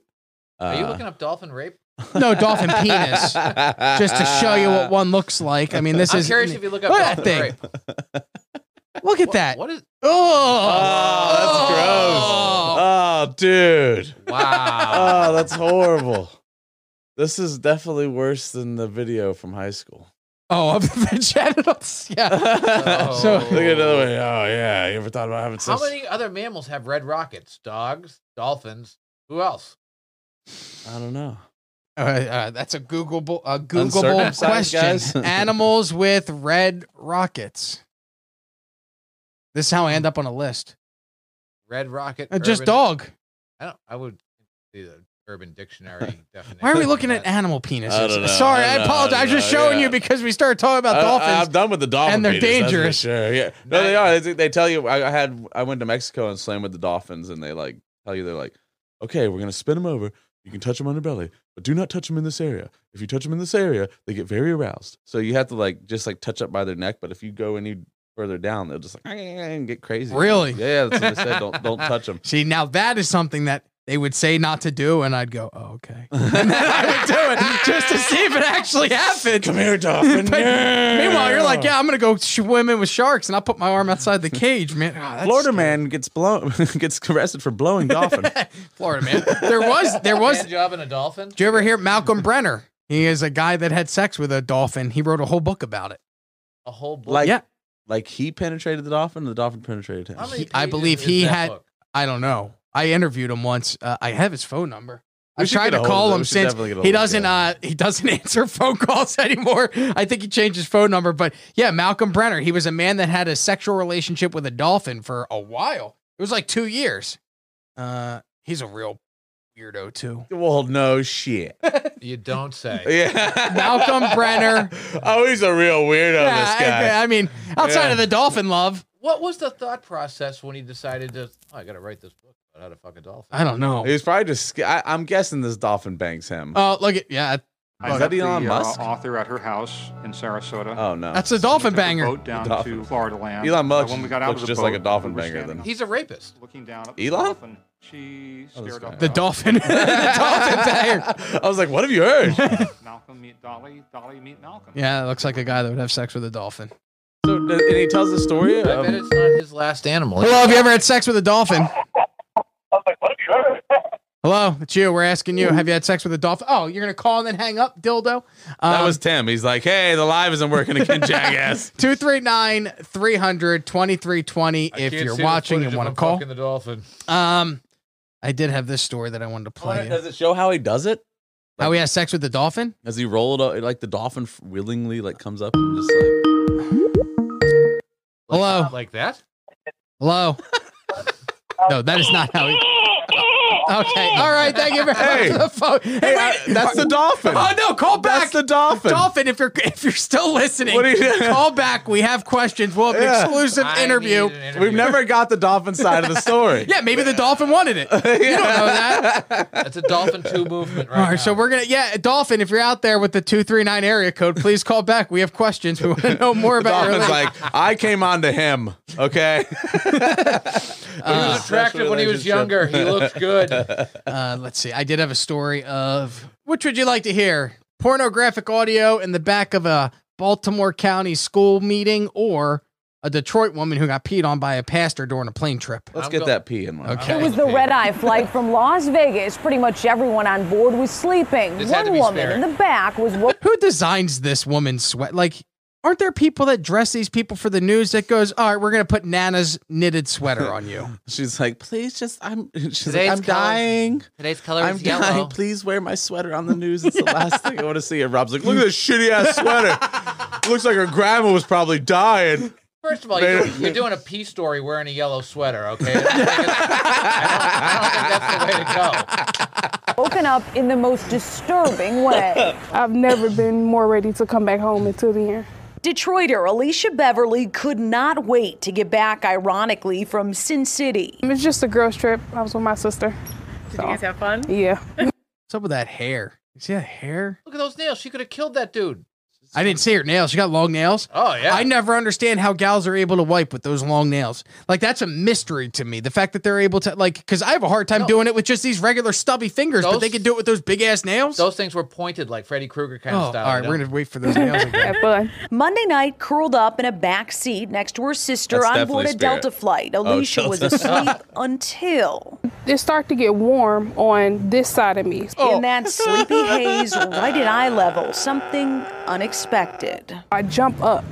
[SPEAKER 2] Uh,
[SPEAKER 6] Are you looking up dolphin rape?
[SPEAKER 1] No, dolphin penis. Just to show you what one looks like. I mean, this
[SPEAKER 6] I'm
[SPEAKER 1] is.
[SPEAKER 6] curious if you look up
[SPEAKER 1] Look at
[SPEAKER 6] dolphin
[SPEAKER 1] that thing.
[SPEAKER 6] rape.
[SPEAKER 1] Look at
[SPEAKER 6] What-
[SPEAKER 1] that.
[SPEAKER 6] What is?
[SPEAKER 1] Oh,
[SPEAKER 2] Oh, that's gross. Oh, dude.
[SPEAKER 6] Wow.
[SPEAKER 2] Oh, that's horrible. This is definitely worse than the video from high school.
[SPEAKER 1] Oh, of the genitals. Yeah.
[SPEAKER 6] Oh.
[SPEAKER 1] Oh.
[SPEAKER 2] so look at another way. Oh yeah, you ever thought about having
[SPEAKER 6] How
[SPEAKER 2] sex?
[SPEAKER 6] many other mammals have red rockets? Dogs, dolphins. Who else?
[SPEAKER 2] I don't know.
[SPEAKER 1] Uh, uh, that's a Googleable, a Googleable
[SPEAKER 2] Uncircumcised
[SPEAKER 1] question.
[SPEAKER 2] guys?
[SPEAKER 1] Animals with red rockets. This is how I end up on a list.
[SPEAKER 6] Red rocket.
[SPEAKER 1] Uh, just
[SPEAKER 6] urban-
[SPEAKER 1] dog.
[SPEAKER 6] I don't. I would see the Urban Dictionary definition.
[SPEAKER 1] Why are we
[SPEAKER 6] of
[SPEAKER 1] looking
[SPEAKER 6] that.
[SPEAKER 1] at animal penises?
[SPEAKER 2] I don't know.
[SPEAKER 1] Sorry,
[SPEAKER 2] I don't
[SPEAKER 1] I,
[SPEAKER 2] know.
[SPEAKER 1] apologize.
[SPEAKER 2] I
[SPEAKER 1] I
[SPEAKER 2] don't
[SPEAKER 1] am just
[SPEAKER 2] know.
[SPEAKER 1] showing
[SPEAKER 2] Yeah.
[SPEAKER 1] you because we started talking about
[SPEAKER 2] I,
[SPEAKER 1] dolphins.
[SPEAKER 2] am done with the dolphin.
[SPEAKER 1] And they're
[SPEAKER 2] penis, that's for
[SPEAKER 1] dangerous.
[SPEAKER 2] sure. Yeah. No, they are. They, they tell you. I, I had. I went to Mexico and swam with the dolphins, and they like tell you they're like, okay, we're gonna spin them over. You can touch them on your belly, but do not touch them in this area. If you touch them in this area, they get very aroused. So you have to like just like touch up by their neck. But if you go any further down, they'll just like and get crazy.
[SPEAKER 1] Really?
[SPEAKER 2] Yeah, that's what they said. Don't don't touch them.
[SPEAKER 1] See, now that is something that they would say not to do, and I'd go, oh, okay. And then I would do it just to see if it actually happened.
[SPEAKER 2] Come here, dolphin.
[SPEAKER 1] But
[SPEAKER 2] Yeah.
[SPEAKER 1] Meanwhile, you're like, yeah, I'm gonna go swimming with sharks, and I'll put my arm outside the cage, man. Ah, that's
[SPEAKER 2] Florida
[SPEAKER 1] scary.
[SPEAKER 2] man gets blown gets arrested for blowing dolphin.
[SPEAKER 1] Florida man. There was, there was.
[SPEAKER 6] Hand job and a dolphin.
[SPEAKER 1] Did you ever hear Malcolm Brenner? He is a guy that had sex with a dolphin. He wrote a whole book about it.
[SPEAKER 6] A whole book.
[SPEAKER 2] like
[SPEAKER 1] Yeah.
[SPEAKER 2] like he penetrated the dolphin, and the dolphin penetrated him.
[SPEAKER 6] How many
[SPEAKER 1] I
[SPEAKER 6] pages
[SPEAKER 1] believe
[SPEAKER 6] is
[SPEAKER 1] he
[SPEAKER 6] that
[SPEAKER 1] had-
[SPEAKER 6] book?
[SPEAKER 1] I don't know. I interviewed him once. Uh, I have his phone number.
[SPEAKER 2] We
[SPEAKER 1] I've
[SPEAKER 2] should
[SPEAKER 1] tried
[SPEAKER 2] get a
[SPEAKER 1] to
[SPEAKER 2] hold of
[SPEAKER 1] call
[SPEAKER 2] him.
[SPEAKER 1] him
[SPEAKER 2] We should
[SPEAKER 1] since
[SPEAKER 2] definitely get a hold
[SPEAKER 1] he
[SPEAKER 2] of him,
[SPEAKER 1] doesn't.
[SPEAKER 2] yeah.
[SPEAKER 1] Uh, he doesn't answer phone calls anymore. I think he changed his phone number. But yeah, Malcolm Brenner. He was a man that had a sexual relationship with a dolphin for a while. It was like two years. Uh, he's a real weirdo too.
[SPEAKER 2] Well, no shit.
[SPEAKER 6] You don't say.
[SPEAKER 2] Yeah,
[SPEAKER 1] Malcolm Brenner.
[SPEAKER 2] Oh, he's a real weirdo. this guy.
[SPEAKER 1] I, I mean, outside
[SPEAKER 2] Yeah.
[SPEAKER 1] of the dolphin love,
[SPEAKER 6] What was the thought process when he decided to? Oh, I got to write this book about how to fuck a dolphin.
[SPEAKER 1] I don't know.
[SPEAKER 2] He was probably just. sca- I, am guessing this dolphin bangs him.
[SPEAKER 1] Oh, look at yeah.
[SPEAKER 2] Is that Elon
[SPEAKER 9] the,
[SPEAKER 2] Musk?
[SPEAKER 9] Uh, author at her house in Sarasota.
[SPEAKER 2] oh no,
[SPEAKER 1] That's a dolphin
[SPEAKER 9] Took a
[SPEAKER 1] banger.
[SPEAKER 9] Boat down
[SPEAKER 2] Dolphin.
[SPEAKER 9] to Florida land.
[SPEAKER 2] Elon Musk
[SPEAKER 9] when we got out
[SPEAKER 2] looks
[SPEAKER 9] of the
[SPEAKER 2] just
[SPEAKER 9] boat,
[SPEAKER 2] like a dolphin
[SPEAKER 9] we were
[SPEAKER 2] banger
[SPEAKER 9] standing
[SPEAKER 2] then.
[SPEAKER 9] up,
[SPEAKER 6] He's a rapist.
[SPEAKER 9] looking down at
[SPEAKER 2] Elon?
[SPEAKER 9] the dolphin. She
[SPEAKER 2] Oh, this
[SPEAKER 9] stared up.
[SPEAKER 2] guy.
[SPEAKER 1] The
[SPEAKER 9] at
[SPEAKER 1] dolphin. the dolphin banger.
[SPEAKER 2] I was like, what have you heard?
[SPEAKER 9] us. Malcolm meet Dolly. Dolly meet Malcolm.
[SPEAKER 1] Yeah, it looks like a guy that would have sex with a dolphin.
[SPEAKER 2] so, and he tells the story.
[SPEAKER 6] I
[SPEAKER 2] Of,
[SPEAKER 6] bet it's not his last animal.
[SPEAKER 1] Hello, have you ever had sex with a dolphin? Hello, it's you. We're asking you. Have you had sex with a dolphin? Oh, you're gonna call and then hang up, dildo.
[SPEAKER 2] that was Tim. He's like, hey, the live isn't working again, jackass.
[SPEAKER 1] 239 300 2320
[SPEAKER 6] I
[SPEAKER 1] if
[SPEAKER 6] can't
[SPEAKER 1] you're
[SPEAKER 6] see the
[SPEAKER 1] watching
[SPEAKER 6] footage
[SPEAKER 1] and
[SPEAKER 6] of
[SPEAKER 1] want to
[SPEAKER 6] him
[SPEAKER 1] call.
[SPEAKER 6] fucking the dolphin.
[SPEAKER 1] Um, I did have this story that I wanted to play. you.
[SPEAKER 2] Does it show how he does it?
[SPEAKER 1] How we had sex with the dolphin?
[SPEAKER 2] As he rolled, o- like the dolphin f- willingly like comes up and just like.
[SPEAKER 6] Like-
[SPEAKER 1] Hello.
[SPEAKER 6] Like that?
[SPEAKER 1] Hello. no, that is not how he. Okay. All right. Thank you very
[SPEAKER 2] Hey.
[SPEAKER 1] much for the phone. Hey,
[SPEAKER 2] Hey,
[SPEAKER 1] wait.
[SPEAKER 2] I- that's the dolphin.
[SPEAKER 1] Oh no! Call back.
[SPEAKER 2] That's the dolphin.
[SPEAKER 1] Dolphin, if you're if you're still listening,
[SPEAKER 2] What are you-
[SPEAKER 1] call back. We have questions. We'll have an
[SPEAKER 2] Yeah.
[SPEAKER 1] exclusive
[SPEAKER 6] I
[SPEAKER 1] interview.
[SPEAKER 6] need an interview.
[SPEAKER 2] We've never got the dolphin side of the story.
[SPEAKER 1] Yeah, maybe the dolphin wanted it. You don't know that.
[SPEAKER 6] That's a dolphin two movement, right?
[SPEAKER 1] All right,
[SPEAKER 6] now.
[SPEAKER 1] so we're gonna yeah, dolphin. If you're out there with the two three nine area code, please call back. We have questions. We want to know more
[SPEAKER 2] The
[SPEAKER 1] about your
[SPEAKER 2] dolphin's
[SPEAKER 1] life.
[SPEAKER 2] like, I came on to him. Okay.
[SPEAKER 6] He
[SPEAKER 2] Ah,
[SPEAKER 6] was attractive when he was younger. He looks good.
[SPEAKER 1] Uh, let's see. I did have a story of which would you like to hear? Pornographic audio in the back of a Baltimore County school meeting, or a Detroit woman who got peed on by a pastor during a plane trip.
[SPEAKER 2] Let's
[SPEAKER 6] I'm
[SPEAKER 2] get
[SPEAKER 6] go-
[SPEAKER 2] that pee in one.
[SPEAKER 1] Okay.
[SPEAKER 10] It was the red eye flight from Las Vegas. Pretty much everyone on board was sleeping.
[SPEAKER 6] This had to
[SPEAKER 10] One
[SPEAKER 6] be
[SPEAKER 10] woman
[SPEAKER 6] spared.
[SPEAKER 10] in the back was woken
[SPEAKER 1] Who designs this woman's sweat? Like aren't there people that dress these people for the news that goes, all right, we're gonna put Nana's knitted sweater on you?
[SPEAKER 2] She's like, please just I'm she's
[SPEAKER 6] Today's
[SPEAKER 2] like, I'm
[SPEAKER 6] color-
[SPEAKER 2] dying.
[SPEAKER 6] Today's color
[SPEAKER 2] I'm
[SPEAKER 6] is yellow.
[SPEAKER 2] dying. Please wear my sweater on the news. It's the last thing I want to see. And Rob's like, look at this shitty ass sweater. Looks like her grandma was probably dying.
[SPEAKER 6] First of all,
[SPEAKER 2] They-
[SPEAKER 6] you're, you're doing a pea story wearing a yellow sweater, okay? I don't, think it's- I don't, I don't think that's the way to
[SPEAKER 10] Woken up in the most disturbing way.
[SPEAKER 8] I've never been more ready to come back home until then.
[SPEAKER 11] Detroiter Alicia Beverly could not wait to get back, ironically, from Sin City.
[SPEAKER 8] It's just a girls trip. I was with my sister. Did you guys have fun? Yeah.
[SPEAKER 1] What's up with that hair? You see that hair?
[SPEAKER 6] go. Look at those nails. She could have killed that dude.
[SPEAKER 1] I didn't see her nails. She got long nails.
[SPEAKER 6] Oh, yeah.
[SPEAKER 1] I never understand how gals are able to wipe with those long nails. Like that's a mystery to me. The fact that they're able to like because I have a hard time
[SPEAKER 6] No.
[SPEAKER 1] doing it with just these regular stubby fingers, but
[SPEAKER 6] Those-
[SPEAKER 1] they can do it with those big ass nails.
[SPEAKER 6] Those things were pointed like Freddy Krueger kind
[SPEAKER 1] oh,
[SPEAKER 6] of
[SPEAKER 1] all
[SPEAKER 6] style.
[SPEAKER 1] right,
[SPEAKER 6] you know?
[SPEAKER 1] we're gonna wait for those nails again.
[SPEAKER 8] Had fun.
[SPEAKER 11] Monday night, curled up in a back seat next to her sister
[SPEAKER 2] That's
[SPEAKER 11] on board
[SPEAKER 2] definitely
[SPEAKER 11] a
[SPEAKER 2] spirit. Oh,
[SPEAKER 11] Delta flight.
[SPEAKER 6] Oh,
[SPEAKER 11] Alicia was
[SPEAKER 2] Delta.
[SPEAKER 11] asleep until,
[SPEAKER 8] It started to get warm on this side of me.
[SPEAKER 11] in that sleepy haze right at eye level, something unexpected.
[SPEAKER 8] I jump up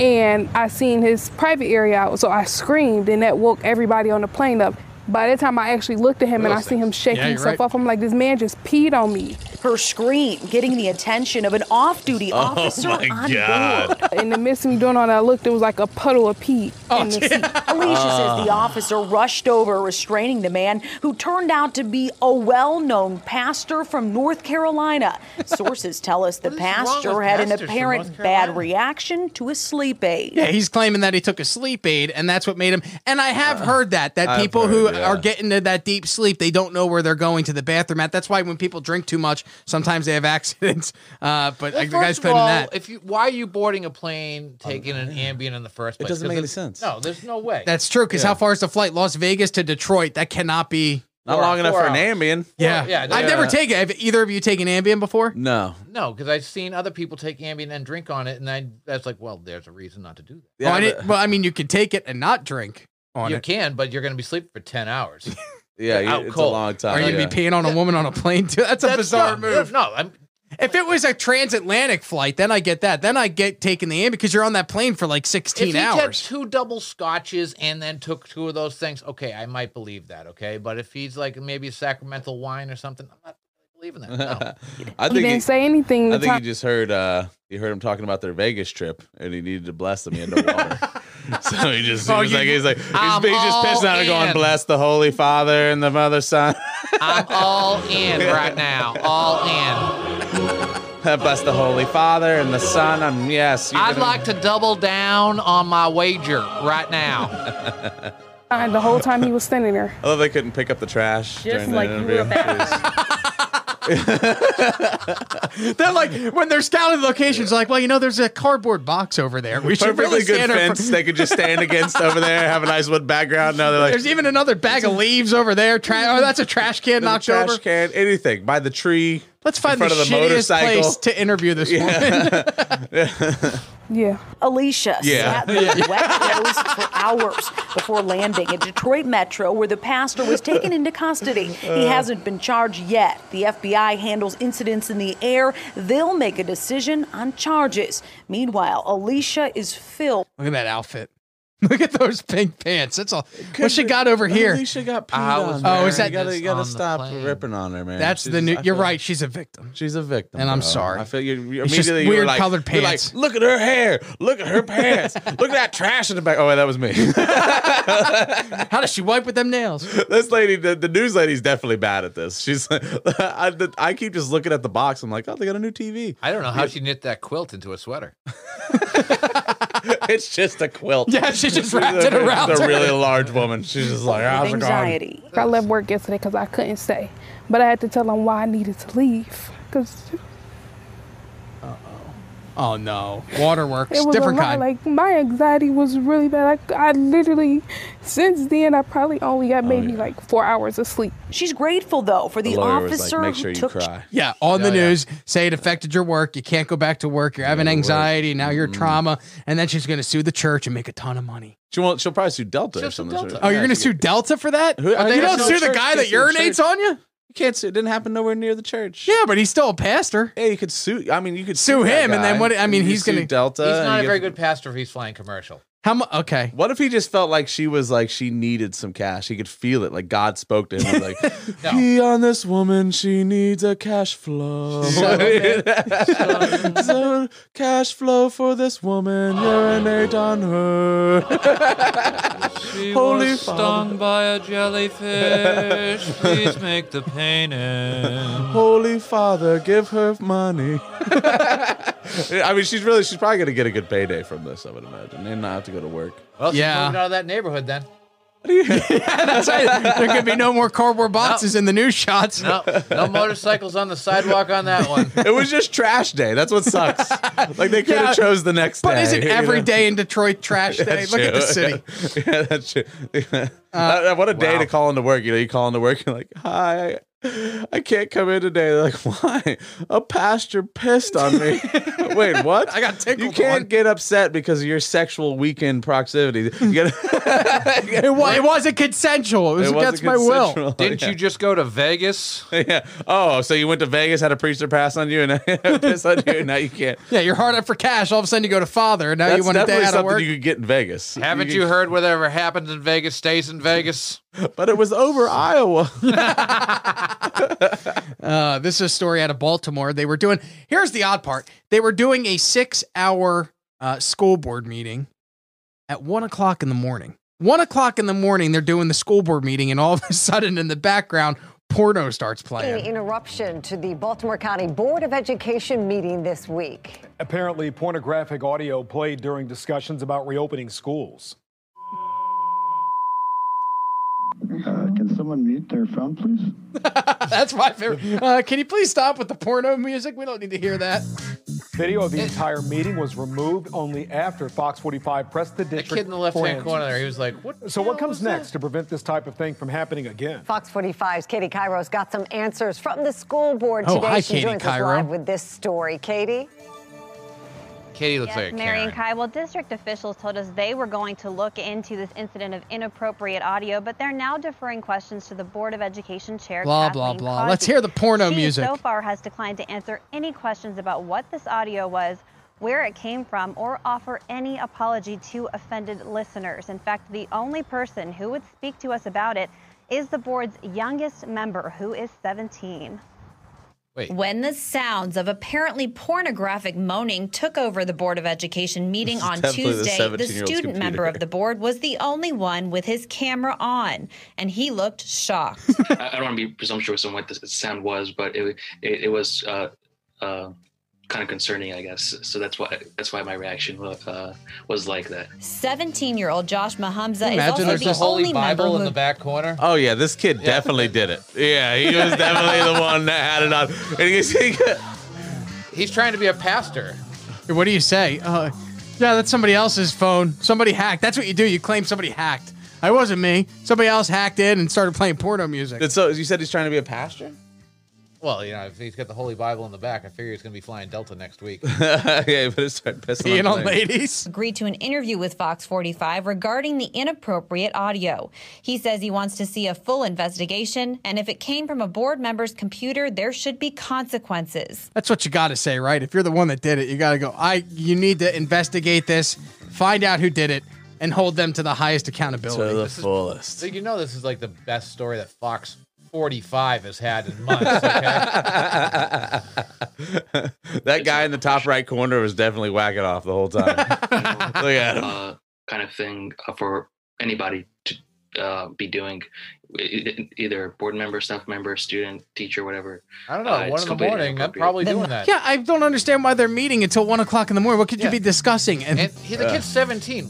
[SPEAKER 8] and I seen his private area out, so I screamed and that woke everybody on the plane up. By the time I actually looked at him and I see him shaking
[SPEAKER 1] Yeah, you're
[SPEAKER 8] himself
[SPEAKER 1] right.
[SPEAKER 8] off, I'm like, this man just peed on me.
[SPEAKER 11] Her scream getting the attention of an off
[SPEAKER 6] Oh
[SPEAKER 11] duty officer
[SPEAKER 2] my
[SPEAKER 11] on
[SPEAKER 2] God.
[SPEAKER 11] board.
[SPEAKER 8] In the midst of me doing all that, I looked, it was like a puddle of pee
[SPEAKER 6] Oh,
[SPEAKER 8] in the seat.
[SPEAKER 11] Alicia says
[SPEAKER 6] Ah.
[SPEAKER 11] the officer rushed over, restraining the man who turned out to be a well known pastor from North Carolina. Sources tell us the
[SPEAKER 6] What is wrong
[SPEAKER 11] pastor
[SPEAKER 6] with
[SPEAKER 11] had an
[SPEAKER 6] pastors from North
[SPEAKER 11] apparent
[SPEAKER 6] Carolina?
[SPEAKER 11] bad reaction to a sleep aid.
[SPEAKER 1] Yeah, he's claiming that he took a sleep aid, and that's what made him. And I have heard that that
[SPEAKER 2] Uh, I've
[SPEAKER 1] people
[SPEAKER 2] heard,
[SPEAKER 1] who
[SPEAKER 2] yeah.
[SPEAKER 1] are getting to that deep sleep, they don't know where they're going to the bathroom at. That's why when people drink too much, sometimes they have accidents. Uh, but
[SPEAKER 6] Well,
[SPEAKER 1] like, the
[SPEAKER 6] first
[SPEAKER 1] guy's
[SPEAKER 6] of
[SPEAKER 1] claiming
[SPEAKER 6] all,
[SPEAKER 1] that. Oh,
[SPEAKER 6] if you why are you boarding a plane taking an Ambien in the first place?
[SPEAKER 2] doesn't
[SPEAKER 6] 'Cause
[SPEAKER 2] make any
[SPEAKER 6] there's-
[SPEAKER 2] sense.
[SPEAKER 6] No, there's no way.
[SPEAKER 1] That's true. Because how far is the flight? Las Vegas to Detroit. That cannot be.
[SPEAKER 2] Not
[SPEAKER 6] Four-
[SPEAKER 2] long enough
[SPEAKER 6] four
[SPEAKER 2] for an
[SPEAKER 6] hours.
[SPEAKER 2] Ambien.
[SPEAKER 1] Yeah,
[SPEAKER 6] yeah,
[SPEAKER 1] I've
[SPEAKER 6] yeah.
[SPEAKER 1] never taken. Have either of you taken Ambien before?
[SPEAKER 2] No.
[SPEAKER 6] no, because I've seen other people take Ambien and drink on it, and I that's like, well, there's a reason not to do that.
[SPEAKER 1] well, Oh,
[SPEAKER 2] but-
[SPEAKER 1] I didn't, well, I mean, you could take it and not drink on
[SPEAKER 6] you
[SPEAKER 1] it.
[SPEAKER 6] can, but you're going to be sleeping for ten hours.
[SPEAKER 2] yeah,
[SPEAKER 6] out
[SPEAKER 2] it's a
[SPEAKER 6] cold.
[SPEAKER 2] long time.
[SPEAKER 1] Are you
[SPEAKER 2] yeah.
[SPEAKER 1] gonna be peeing on a woman on a plane too? That's a
[SPEAKER 6] That's
[SPEAKER 1] bizarre
[SPEAKER 6] not-
[SPEAKER 1] move.
[SPEAKER 6] No, I'm
[SPEAKER 1] If it was a transatlantic flight, then I get that. Then I get taking the Ambien because you're on that plane for like
[SPEAKER 6] if
[SPEAKER 1] 16
[SPEAKER 6] he
[SPEAKER 1] hours.
[SPEAKER 6] had two double scotches and then took two of those things, okay, I might believe that. Okay, but if he's like maybe a sacramental wine or something, I'm not believing that. No.
[SPEAKER 2] I
[SPEAKER 8] He
[SPEAKER 2] think
[SPEAKER 8] didn't
[SPEAKER 2] he-
[SPEAKER 8] say anything.
[SPEAKER 2] I
[SPEAKER 8] The
[SPEAKER 2] think
[SPEAKER 8] time
[SPEAKER 2] he just heard uh he heard him talking about their Vegas trip and he needed to bless them. He had no water. so he just he
[SPEAKER 1] Oh,
[SPEAKER 2] was
[SPEAKER 1] you-
[SPEAKER 2] like he's like he's,
[SPEAKER 6] I'm
[SPEAKER 2] he's just pissing
[SPEAKER 6] all
[SPEAKER 2] out and going,
[SPEAKER 6] in.
[SPEAKER 2] Bless the Holy Father and the Mother Son.
[SPEAKER 6] I'm all in right now. All in.
[SPEAKER 2] Bless the Holy Father and the Son. Um, yes. you
[SPEAKER 6] I'd
[SPEAKER 2] can-
[SPEAKER 6] like to double down on my wager right now.
[SPEAKER 8] the whole time he was standing there.
[SPEAKER 2] I love they couldn't pick up the trash. during the interview.
[SPEAKER 1] They're like when they're scouting locations, like, well, you know, there's a cardboard box over there. We should
[SPEAKER 2] Perfectly
[SPEAKER 1] really
[SPEAKER 2] good
[SPEAKER 1] stand our-
[SPEAKER 2] fence they could just stand against over there, have a nice wood background. No, they're like
[SPEAKER 1] There's even another bag of leaves over there. Tra- oh, that's a trash can
[SPEAKER 2] "There's a
[SPEAKER 1] knocked
[SPEAKER 2] trash
[SPEAKER 1] over.
[SPEAKER 2] can, anything. By the tree.
[SPEAKER 1] Let's find
[SPEAKER 2] in front
[SPEAKER 1] the,
[SPEAKER 2] of the
[SPEAKER 1] shittiest
[SPEAKER 2] motorcycle.
[SPEAKER 1] place to interview this woman.
[SPEAKER 8] Yeah.
[SPEAKER 11] Alicia
[SPEAKER 2] Yeah.
[SPEAKER 11] sat with wet nose for hours before landing at Detroit Metro, where the pastor was taken into custody. He hasn't been charged yet. The FBI handles incidents in the air. They'll make a decision on charges. Meanwhile, Alicia is filled
[SPEAKER 1] Look at that outfit. Look at those pink pants. That's all. What she got over here?
[SPEAKER 2] Alicia got peed
[SPEAKER 6] I Ah, was
[SPEAKER 2] on,
[SPEAKER 1] Oh,
[SPEAKER 2] man.
[SPEAKER 1] is that-
[SPEAKER 2] you gotta, you gotta
[SPEAKER 6] on the
[SPEAKER 2] stop
[SPEAKER 6] plane.
[SPEAKER 2] ripping on her, man.
[SPEAKER 1] That's the
[SPEAKER 2] She's-
[SPEAKER 1] new.
[SPEAKER 2] I
[SPEAKER 1] You're
[SPEAKER 2] feel-
[SPEAKER 1] right. She's a victim.
[SPEAKER 2] She's a victim,
[SPEAKER 1] And I'm
[SPEAKER 2] bro.
[SPEAKER 1] sorry.
[SPEAKER 2] I feel you. you
[SPEAKER 1] It's just
[SPEAKER 2] immediately you were
[SPEAKER 1] weird
[SPEAKER 2] like,
[SPEAKER 1] colored
[SPEAKER 2] you're like,
[SPEAKER 1] pants.
[SPEAKER 2] look at her hair. Look at her pants. look at that trash in the back. Oh, wait, that was me.
[SPEAKER 1] How does she wipe with them nails?
[SPEAKER 2] this lady, the, the news lady's definitely bad at this. She's. I, the- I keep just looking at the box. I'm like, oh, they got a new TV.
[SPEAKER 6] I don't know how she knit that quilt into a sweater.
[SPEAKER 2] It's just a quilt.
[SPEAKER 1] Yeah, she just wrapped it around
[SPEAKER 2] It's a
[SPEAKER 1] her.
[SPEAKER 2] really large woman. She's just like, "Ah, how's
[SPEAKER 11] with
[SPEAKER 2] it going?
[SPEAKER 11] anxiety.
[SPEAKER 8] I left work yesterday because I couldn't stay, but I had to tell him why I needed to leave because
[SPEAKER 1] Oh no, waterworks,
[SPEAKER 8] it was
[SPEAKER 1] different
[SPEAKER 8] a lot.
[SPEAKER 1] kind.
[SPEAKER 8] Like my anxiety was really bad. I, I literally, since then, I probably only got maybe like four hours of sleep.
[SPEAKER 11] She's grateful, though, for the,
[SPEAKER 2] Oh, The lawyer was
[SPEAKER 11] officer
[SPEAKER 2] like, make sure
[SPEAKER 11] who
[SPEAKER 2] you
[SPEAKER 11] took
[SPEAKER 2] cry. Oh,
[SPEAKER 1] yeah, on the
[SPEAKER 6] Yeah, yeah.
[SPEAKER 1] news, say it affected your work. You can't go back to work. You're having anxiety. Now
[SPEAKER 2] Mm.
[SPEAKER 1] you're trauma, and then she's gonna sue the church and make a ton of money.
[SPEAKER 2] She won't. She'll probably sue Delta
[SPEAKER 6] She'll
[SPEAKER 2] or
[SPEAKER 6] sue
[SPEAKER 2] something.
[SPEAKER 6] Delta.
[SPEAKER 1] Oh, you're
[SPEAKER 2] Yeah,
[SPEAKER 1] gonna
[SPEAKER 2] she-
[SPEAKER 1] sue Delta for that?
[SPEAKER 2] Who- I
[SPEAKER 1] you
[SPEAKER 2] think
[SPEAKER 1] don't
[SPEAKER 2] it's
[SPEAKER 1] sue
[SPEAKER 2] the
[SPEAKER 1] the
[SPEAKER 2] church.
[SPEAKER 1] guy that
[SPEAKER 2] It's the
[SPEAKER 1] urinates
[SPEAKER 2] church.
[SPEAKER 1] on you?
[SPEAKER 2] You can't sue. It didn't happen nowhere near the church.
[SPEAKER 1] Yeah, but he's still a pastor.
[SPEAKER 2] Yeah, you could sue. I mean, you could
[SPEAKER 1] Sue
[SPEAKER 2] that
[SPEAKER 1] him, and then
[SPEAKER 2] guy.
[SPEAKER 1] what- I mean,
[SPEAKER 2] You
[SPEAKER 1] he's
[SPEAKER 2] sue
[SPEAKER 1] gonna-
[SPEAKER 2] Delta.
[SPEAKER 6] he's
[SPEAKER 2] and
[SPEAKER 6] not
[SPEAKER 2] you
[SPEAKER 6] a
[SPEAKER 2] get-
[SPEAKER 6] very good pastor if he's flying commercial.
[SPEAKER 1] How much? Okay.
[SPEAKER 2] What if he just felt like she was like she needed some cash? He could feel it. Like God spoke to him. He was like,
[SPEAKER 6] No.
[SPEAKER 2] Pee on this woman. She needs a cash flow. so cash flow for this woman. Urinate on her.
[SPEAKER 12] She
[SPEAKER 2] Holy
[SPEAKER 12] was
[SPEAKER 2] Father.
[SPEAKER 12] stung by a jellyfish. Please make the pain end.
[SPEAKER 2] Holy Father, give her money. I mean, she's really she's probably gonna get a good payday from this. I would imagine, and not have to go to work.
[SPEAKER 6] Well, she's
[SPEAKER 1] Yeah.
[SPEAKER 6] moving out of that neighborhood then.
[SPEAKER 1] That's right. There could be no more cardboard boxes in the news shots.
[SPEAKER 6] No, no motorcycles on the sidewalk on that one.
[SPEAKER 2] It was just trash day. That's what sucks. like they could have
[SPEAKER 1] Yeah,
[SPEAKER 2] chose the next
[SPEAKER 1] But
[SPEAKER 2] day.
[SPEAKER 1] isn't
[SPEAKER 2] you
[SPEAKER 1] every
[SPEAKER 2] know?
[SPEAKER 1] day in Detroit trash day?
[SPEAKER 2] That's
[SPEAKER 1] Look at the
[SPEAKER 2] true.
[SPEAKER 1] city.
[SPEAKER 2] yeah, that's true. Uh, what a day to call into work. You know, you call into work, you're like, "Oh, hi, I, I can't come in today. They're like, why? A pastor pissed on me. Wait, what?
[SPEAKER 1] I got tickled
[SPEAKER 2] You can't
[SPEAKER 1] on.
[SPEAKER 2] get upset because of your sexual weekend proximity. You gotta-
[SPEAKER 1] It, wa- it wasn't consensual. It was
[SPEAKER 2] It wasn't
[SPEAKER 1] against my will.
[SPEAKER 2] consensual.
[SPEAKER 12] Didn't you just go to Vegas?
[SPEAKER 2] yeah. Oh, so you went to Vegas, had a preacher pass on you, and piss on you, and now you can't.
[SPEAKER 1] Yeah, you're hard up for cash. All of a sudden, you go to father. and Now you
[SPEAKER 2] That's
[SPEAKER 1] want a day
[SPEAKER 2] definitely
[SPEAKER 1] out of
[SPEAKER 2] something
[SPEAKER 1] work.
[SPEAKER 2] you could get in Vegas.
[SPEAKER 12] Haven't you heard whatever happens in Vegas stays in Vegas?
[SPEAKER 2] But it was over Iowa.
[SPEAKER 1] Uh, this is a story out of Baltimore. They were doing. Here's the odd part. They were doing a six-hour uh, school board meeting at one o'clock in the morning. One o'clock in the morning, they're doing the school board meeting, and all of a sudden, in the background, porno starts
[SPEAKER 13] An
[SPEAKER 1] playing.
[SPEAKER 13] interruption to the Baltimore County Board of Education meeting this week.
[SPEAKER 14] Apparently, pornographic audio played during discussions about reopening schools.
[SPEAKER 15] Uh, can someone mute their phone, please?
[SPEAKER 1] That's my favorite. Uh, can you please stop with the porno music? We don't need to hear that.
[SPEAKER 14] Video of the entire meeting was removed only after Fox 45 pressed the district.
[SPEAKER 6] kid in the left-hand
[SPEAKER 14] for answers.
[SPEAKER 6] corner there, he was like, "What
[SPEAKER 14] So, what comes next to prevent this type of thing from happening again?
[SPEAKER 13] Fox 45's Katie Cairo's got some answers from the school board
[SPEAKER 14] Oh,
[SPEAKER 13] today.
[SPEAKER 14] hi,
[SPEAKER 13] she
[SPEAKER 14] Katie
[SPEAKER 13] joins
[SPEAKER 14] Cairo.
[SPEAKER 13] us live with this story. Katie?
[SPEAKER 6] Katie looks like a
[SPEAKER 16] Marion
[SPEAKER 6] Karen.
[SPEAKER 16] Kai. Well, district officials told us they were going to look into this incident of inappropriate audio, but they're now deferring questions to the Board of Education chair.
[SPEAKER 1] Blah, blah,
[SPEAKER 16] Kathleen
[SPEAKER 1] blah.
[SPEAKER 16] Cosby.
[SPEAKER 1] Let's hear the porno
[SPEAKER 16] she
[SPEAKER 1] music.
[SPEAKER 16] So far, has declined to answer any questions about what this audio was. Where it came from, or offer any apology to offended listeners. In fact, the only person who would speak to us about it is the board's youngest member, who is 17.
[SPEAKER 17] When the sounds of apparently pornographic moaning took over the Board of Education meeting
[SPEAKER 16] This is
[SPEAKER 17] on
[SPEAKER 16] definitely the
[SPEAKER 17] Tuesday, the,
[SPEAKER 16] 17-year-old's
[SPEAKER 17] student member of
[SPEAKER 16] computer.
[SPEAKER 17] the board was the only one with his camera on, and he looked shocked.
[SPEAKER 18] I I don't want to be presumptuous on what the sound was, but it it, it was uh, uh, kind of concerning, I guess. So that's why that's why my reaction wa- uh, was like that.
[SPEAKER 17] 17 year old Josh Mahamza is
[SPEAKER 18] Imagine
[SPEAKER 17] also
[SPEAKER 18] there's
[SPEAKER 17] the
[SPEAKER 18] a Holy
[SPEAKER 17] only member
[SPEAKER 18] Bible in
[SPEAKER 17] who
[SPEAKER 6] the back corner.
[SPEAKER 2] Oh yeah, this kid definitely did it. Yeah, he was definitely the one that had it on. And you see,
[SPEAKER 6] He's trying to be a pastor.
[SPEAKER 1] What do you say? Uh, yeah, that's somebody else's phone. Somebody hacked. That's what you do. You claim somebody hacked. I wasn't me. Somebody else hacked in and started playing porno music.
[SPEAKER 2] so you said he's trying to be a pastor.
[SPEAKER 6] Well, you know, if he's got the Holy Bible in the back, I figure he's going to be flying Delta next week.
[SPEAKER 2] yeah, he better start pissing on things.
[SPEAKER 17] agreed to an interview with Fox 45 regarding the inappropriate audio. He says he wants to see a full investigation, and if it came from a board member's computer, there should be consequences.
[SPEAKER 1] That's what you got to say, right? If you're the one that did it, you got to go. I. You need to investigate this, find out who did it, and hold them to the highest accountability.
[SPEAKER 2] To the fullest.
[SPEAKER 6] So you know this is like the best story that Fox 45 has had in months. Okay?
[SPEAKER 2] That guy in the top right corner was definitely whacking off the whole time. Look at him.
[SPEAKER 18] Uh, kind of thing uh, for anybody to uh, be doing, e- e- either board member, staff member, student, teacher, whatever.
[SPEAKER 6] I don't know.
[SPEAKER 18] Uh,
[SPEAKER 6] one
[SPEAKER 18] it's
[SPEAKER 6] in the
[SPEAKER 18] completely
[SPEAKER 6] morning, I'm
[SPEAKER 18] inappropriate.
[SPEAKER 6] probably doing that.
[SPEAKER 1] Yeah, I don't understand why they're meeting until one o'clock in the morning. What could
[SPEAKER 6] Yeah.
[SPEAKER 1] you be discussing? And,
[SPEAKER 6] And he, the kid's 17.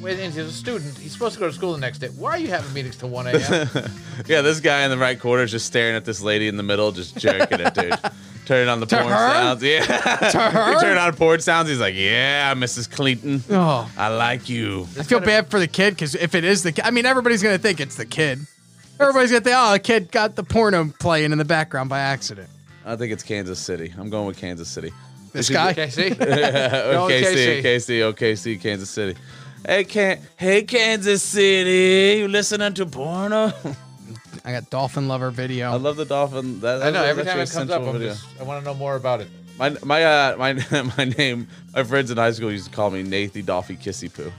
[SPEAKER 6] When- And he's a student. He's supposed to go to school the next day. Why are you having meetings till 1 a.m.?
[SPEAKER 2] yeah, this guy in the right corner is just staring at this lady in the middle, just jerking it, dude. Turning on the
[SPEAKER 6] To
[SPEAKER 2] porn
[SPEAKER 6] her?
[SPEAKER 2] sounds. Yeah.
[SPEAKER 6] To her?
[SPEAKER 2] He turned on porn sounds. He's like, yeah, Mrs. Clinton.
[SPEAKER 1] Oh.
[SPEAKER 2] I like you.
[SPEAKER 1] I feel bad for the kid because if it is the, ki- I mean, everybody's gonna think it's the kid. Everybody's gonna think, oh, the kid got the porno playing in the background by accident.
[SPEAKER 2] I think it's Kansas City. I'm going with Kansas City. Oh,
[SPEAKER 1] This guy?
[SPEAKER 6] KC?
[SPEAKER 1] No,
[SPEAKER 2] OKC,
[SPEAKER 1] KC.
[SPEAKER 2] KC, OKC, oh, Kansas City. Hey, can hey Kansas City, you listening to porno?
[SPEAKER 1] I got dolphin lover video.
[SPEAKER 2] I love the dolphin. That,
[SPEAKER 6] I know
[SPEAKER 2] that's
[SPEAKER 6] every time
[SPEAKER 2] actually a
[SPEAKER 6] it comes up,
[SPEAKER 2] sensual
[SPEAKER 6] I'm
[SPEAKER 2] video.
[SPEAKER 6] just, I want to know more about it.
[SPEAKER 2] My my uh my my name. My friends in high school used to call me Nathy Dolphy Kissy Poo.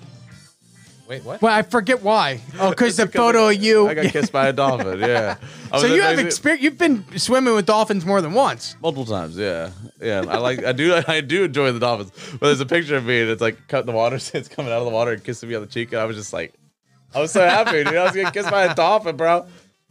[SPEAKER 6] Wait, what?
[SPEAKER 1] Well, I forget why. Oh, because the
[SPEAKER 2] Because
[SPEAKER 1] photo of you.
[SPEAKER 2] I got kissed by a dolphin. Yeah. I
[SPEAKER 1] so
[SPEAKER 2] was
[SPEAKER 1] you
[SPEAKER 2] at
[SPEAKER 1] have
[SPEAKER 2] Nathy-
[SPEAKER 1] experience. You've been swimming with dolphins more than once.
[SPEAKER 2] Multiple times, yeah, yeah. I like, I do, I do enjoy the dolphins. But there's a picture of me, and it's like cut in the water, so it's coming out of the water and kissing me on the cheek, and I was just like, I was so happy, dude. I was getting kissed by a dolphin, bro.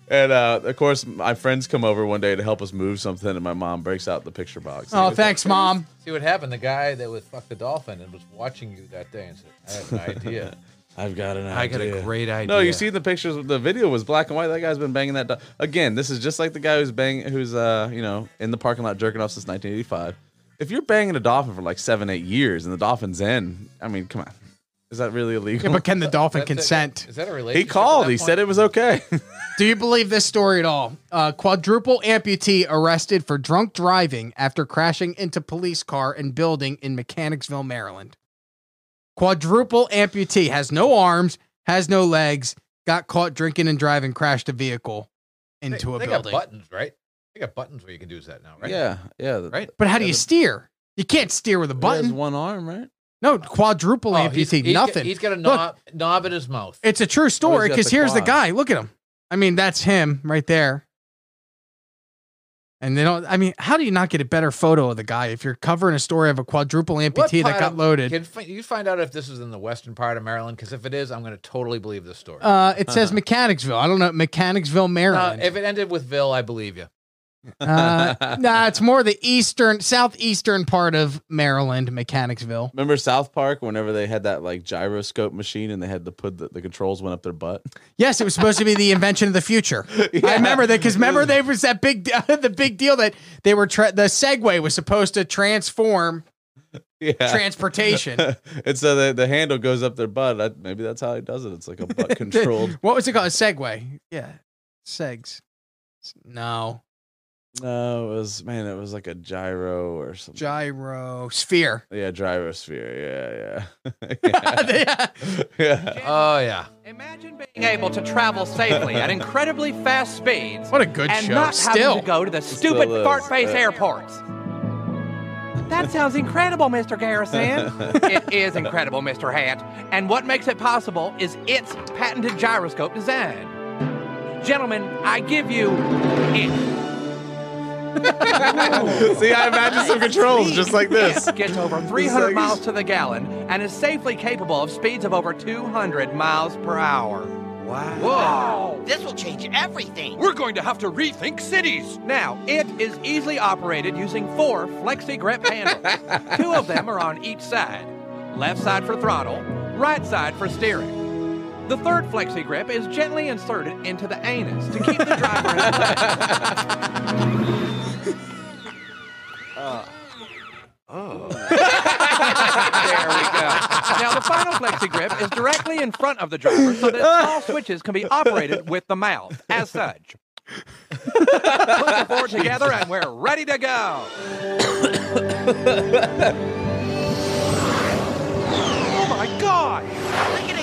[SPEAKER 2] And uh, of course, my friends come over one day to help us move something, and my mom breaks out the picture box.
[SPEAKER 1] Oh, thanks, mom.
[SPEAKER 6] See what happened? The guy that was fuck the dolphin and was watching you that day and said, "I have an idea."
[SPEAKER 2] I've got an idea.
[SPEAKER 6] I got a great
[SPEAKER 2] No,
[SPEAKER 6] idea.
[SPEAKER 2] you see the pictures. The video was black and white. That guy's been banging that. Do- Again, this is just like the guy who's bang, who's uh, you know, in the parking lot jerking off since 1985. If you're banging a dolphin for like seven, eight years, and the dolphin's in, I mean, come on, is that really illegal?
[SPEAKER 1] Yeah, but can the dolphin consent?
[SPEAKER 6] Is that a
[SPEAKER 2] He called. He said it was okay.
[SPEAKER 1] Do you believe this story at all? Uh, quadruple amputee arrested for drunk driving after crashing into police car and building in Mechanicsville, Maryland. Quadruple amputee has no arms, has no legs, got caught drinking and driving, crashed a vehicle into
[SPEAKER 6] they,
[SPEAKER 1] a
[SPEAKER 6] they
[SPEAKER 1] building.
[SPEAKER 6] Got buttons, right? They got buttons where you can do that now, right?
[SPEAKER 2] Yeah, yeah.
[SPEAKER 6] Right.
[SPEAKER 1] But how do you steer? You can't steer with a button.
[SPEAKER 2] one arm, right?
[SPEAKER 1] No, quadruple
[SPEAKER 6] Oh,
[SPEAKER 1] amputee.
[SPEAKER 6] he's- he's got-
[SPEAKER 1] nothing.
[SPEAKER 6] he's got a
[SPEAKER 1] Look,
[SPEAKER 6] knob, knob in his mouth.
[SPEAKER 1] It's a true story
[SPEAKER 6] got
[SPEAKER 1] because
[SPEAKER 6] the
[SPEAKER 1] here's the
[SPEAKER 6] quad.
[SPEAKER 1] guy. Look at him. I mean, that's him right there. And they don't. I mean, how do you not get a better photo of the guy if you're covering a story of a quadruple
[SPEAKER 6] What
[SPEAKER 1] amputee that
[SPEAKER 6] part
[SPEAKER 1] got
[SPEAKER 6] of-
[SPEAKER 1] loaded?
[SPEAKER 6] Can fi- you find out if this is in the western part of Maryland? Because if it is, I'm going to totally believe this story.
[SPEAKER 1] Uh, it says Mechanicsville. I don't know Mechanicsville,
[SPEAKER 6] Uh-huh. Uh,
[SPEAKER 1] Maryland.
[SPEAKER 6] if it ended with Ville, I believe you.
[SPEAKER 1] Uh, nah, it's more the eastern, southeastern part of Maryland, Mechanicsville.
[SPEAKER 2] Remember South Park? Whenever they had that like gyroscope machine, and they had to put the, the controls went up their butt.
[SPEAKER 1] Yes, it was supposed to be the invention of the future. I remember that because remember there was that big, the big deal that they were tra- the Segway was supposed to transform
[SPEAKER 2] Yeah.
[SPEAKER 1] transportation.
[SPEAKER 2] and so the, the handle goes up their butt. I, maybe that's how he does it. It's like a butt controlled.
[SPEAKER 1] what was it called? A Segway. Yeah. Segs. No.
[SPEAKER 2] No, it was man, it was like a gyro or something.
[SPEAKER 1] Gyro sphere.
[SPEAKER 2] Yeah, gyrosphere. Yeah, yeah. yeah.
[SPEAKER 6] Oh yeah.
[SPEAKER 19] being able to travel safely at incredibly fast speeds.
[SPEAKER 1] What a good
[SPEAKER 19] and
[SPEAKER 1] show. uh,
[SPEAKER 19] Not
[SPEAKER 1] Still.
[SPEAKER 19] having to go to the
[SPEAKER 1] It
[SPEAKER 2] still
[SPEAKER 19] stupid
[SPEAKER 2] is,
[SPEAKER 19] fart face
[SPEAKER 2] yeah.
[SPEAKER 19] airports. That sounds incredible, Mr. Garrison. it is incredible, Mr. Hat. And what makes it possible is its patented gyroscope design. Gentlemen, I give you it.
[SPEAKER 2] See, I imagine some controls just like this.
[SPEAKER 19] It gets over 300 miles to the gallon and is safely capable of speeds of over 200 miles per hour. Wow. Whoa.
[SPEAKER 20] This will change everything.
[SPEAKER 19] We're going to have to rethink cities. Now, it is easily operated using four flexi grip handles. Two of them are on each side left side for throttle, right side for steering. The third flexi grip is gently inserted into the anus to keep the driver in place. Oh. there we go. Now, the final flexi grip is directly in front of the driver so that all switches can be operated with the mouth as such. Put the four together and we're ready to go. oh my god!
[SPEAKER 20] Look at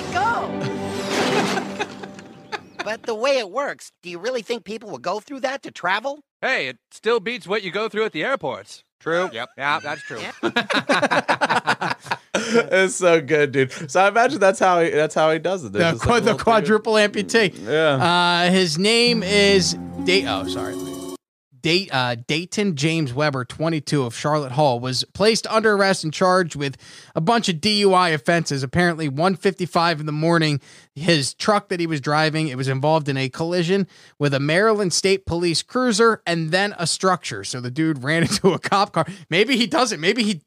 [SPEAKER 20] it go. but the way it works, do you really think people will go through that to travel?
[SPEAKER 19] Hey, it still beats what you go through at the airports. True. Yep. Yeah, that's true.
[SPEAKER 2] it's so good, dude. So I imagine that's how he that's how he does it. There's
[SPEAKER 1] The,
[SPEAKER 2] just,
[SPEAKER 1] qu-
[SPEAKER 2] like, a
[SPEAKER 1] the
[SPEAKER 2] little Mm,
[SPEAKER 1] quadruple amputee.
[SPEAKER 2] Yeah.
[SPEAKER 1] Uh, his name is Day. Oh, sorry. Date, uh, Dayton James Weber, 22 of Charlotte Hall, was placed under arrest and charged with a bunch of DUI offenses. Apparently, 1:55 in the morning, his truck that he was driving it was involved in a collision with a Maryland State Police cruiser and then a structure. So the dude ran into a cop car. Maybe he doesn't. Maybe he.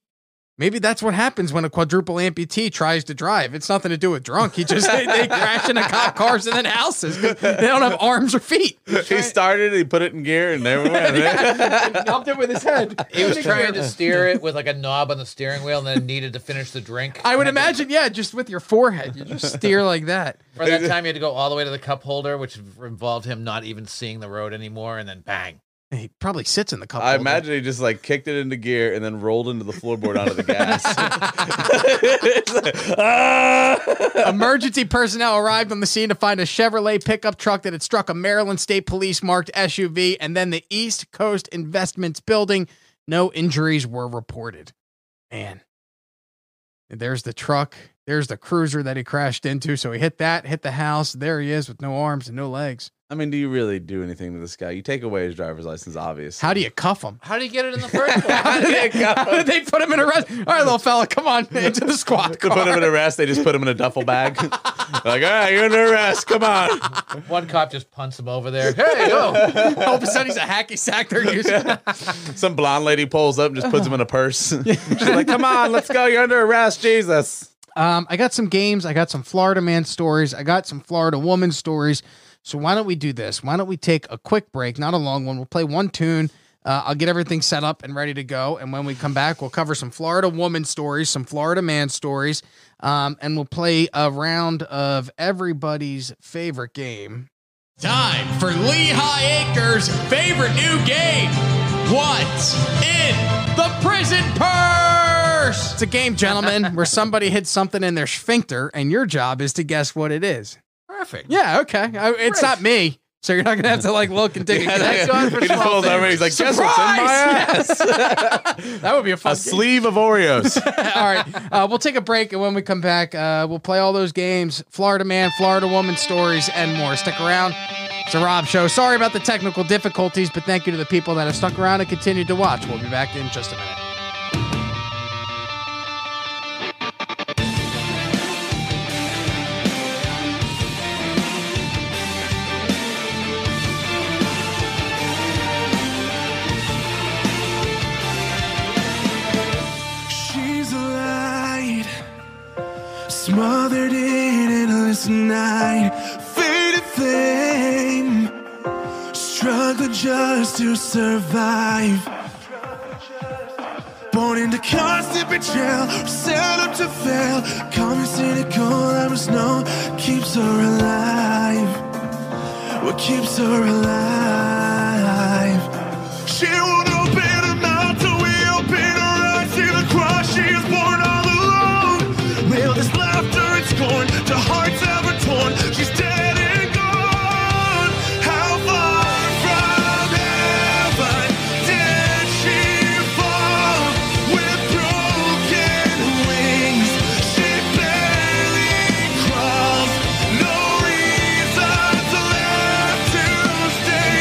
[SPEAKER 1] Maybe that's what happens when a quadruple amputee tries to drive. It's nothing to do with drunk. He just they, they crash into cop cars and then houses. 'cause They don't have arms or feet.
[SPEAKER 2] He started, he put it in gear, and there we went.
[SPEAKER 1] Knocked it with his head.
[SPEAKER 6] He was trying to steer it with like a knob on the steering wheel, and then needed to finish the drink.
[SPEAKER 1] I would imagine, yeah, just with your forehead, you just steer like that.
[SPEAKER 6] For that time, he had to go all the way to the cup holder, which involved him not even seeing the road anymore, and then bang.
[SPEAKER 1] He probably sits in the cup.
[SPEAKER 2] I
[SPEAKER 1] holder.
[SPEAKER 2] imagine he just like kicked it into gear and then rolled into the floorboard onto the gas. It's like, "Ah!"
[SPEAKER 1] Emergency personnel arrived on the scene to find a Chevrolet pickup truck that had struck a Maryland State Police marked SUV and then the East Coast Investments building. No injuries were reported. Man. And There's the truck. There's the cruiser that he crashed into. So he hit that, hit the house. There he is with no arms and no legs.
[SPEAKER 2] I mean, do you really do anything to this guy? You take away his driver's license, obviously.
[SPEAKER 1] How do you cuff him?
[SPEAKER 6] How do you get it in the first place?
[SPEAKER 1] How did, they put him in a rest? All right, little fella, come on into the squad
[SPEAKER 2] To put him
[SPEAKER 1] car.
[SPEAKER 2] in arrest, they just put him in a duffel bag. like, all right, you're under arrest. Come on.
[SPEAKER 6] One cop just punts him over there. Hey, yo.
[SPEAKER 1] All of a sudden, he's a hacky sack. They're using.
[SPEAKER 2] Some blonde lady pulls up and just puts him in a purse. She's like, come on, let's go. You're under arrest, Jesus.
[SPEAKER 1] Um, I got some games. I got some Florida man stories. I got some Florida woman stories. So why don't we do this? Why don't we take a quick break, not a long one? We'll play one tune. Uh, I'll get everything set up and ready to go. And when we come back, we'll cover some Florida woman stories, some Florida man stories, um, and we'll play a round of everybody's favorite game. Time for Lehigh Acres' favorite new game. What's in the prison purse? It's a game, gentlemen, where somebody hid something in their sphincter, and your job is to guess what it is.
[SPEAKER 6] Perfect.
[SPEAKER 1] Yeah, okay. I, it's not me, so you're not gonna have to like look and take
[SPEAKER 2] Yeah,
[SPEAKER 1] a guess.
[SPEAKER 2] that's going for He just small pulls over, things. he's like, "Guess what's in my
[SPEAKER 1] Surprise! Yeah. that would be a fun.
[SPEAKER 2] A sleeve of Oreos.
[SPEAKER 1] game. all right, uh, we'll take a break, and when we come back, uh, we'll play all those games: Florida man, Florida woman stories, and more. Stick around. It's a Rob show. Sorry about the technical difficulties, but thank you to the people that have stuck around and continued to watch. We'll be back in just a minute.
[SPEAKER 21] She's a light, smothered in endless night, faded flame, struggle just to survive. Born into constant betrayal, set up to fail. Call me cynical, there was no keeps her alive. What keeps her alive? She won't open her mouth till we open her eyes. See the cross, she is born all alone. Will this laughter and scorn, the hearts ever torn? She's dead and gone. How far from heaven did she fall? With broken wings, she barely crawls. No reasons left to stay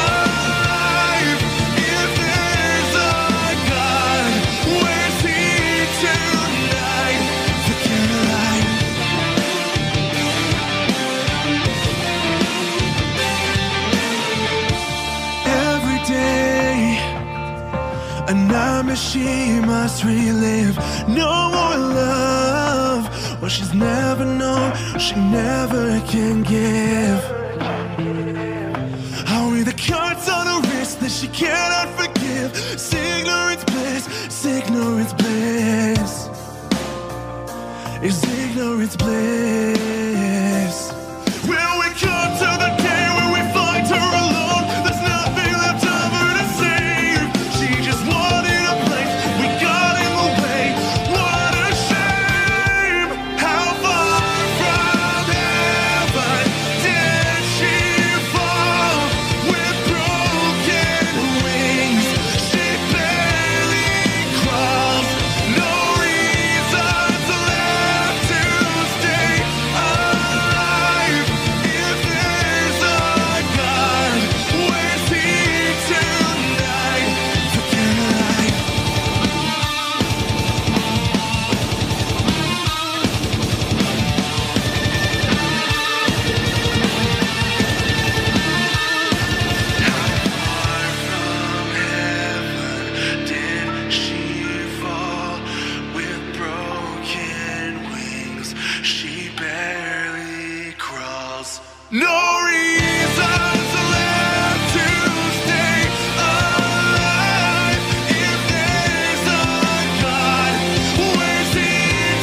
[SPEAKER 21] alive. If there's a God, where's He tonight? The Caroline. Every day, a nightmare she must relive. No more love, what she's never known, she never can give. Only the cuts on her wrist that she cannot forgive. Ignorance bliss, ignorance bliss. Is ignorance bliss? Will we come to the day when we find her alone? There's nothing left of her to save. She just wanted a place. We got in the way. What a shame. How far from heaven did she fall? With broken wings, she barely crawls. No reasons left to stay alive. If there's a God, where's He tonight? Forget life. heaven did she fall with broken wings? She barely crawls. No reasons left to stay alive. If there's a God, where's He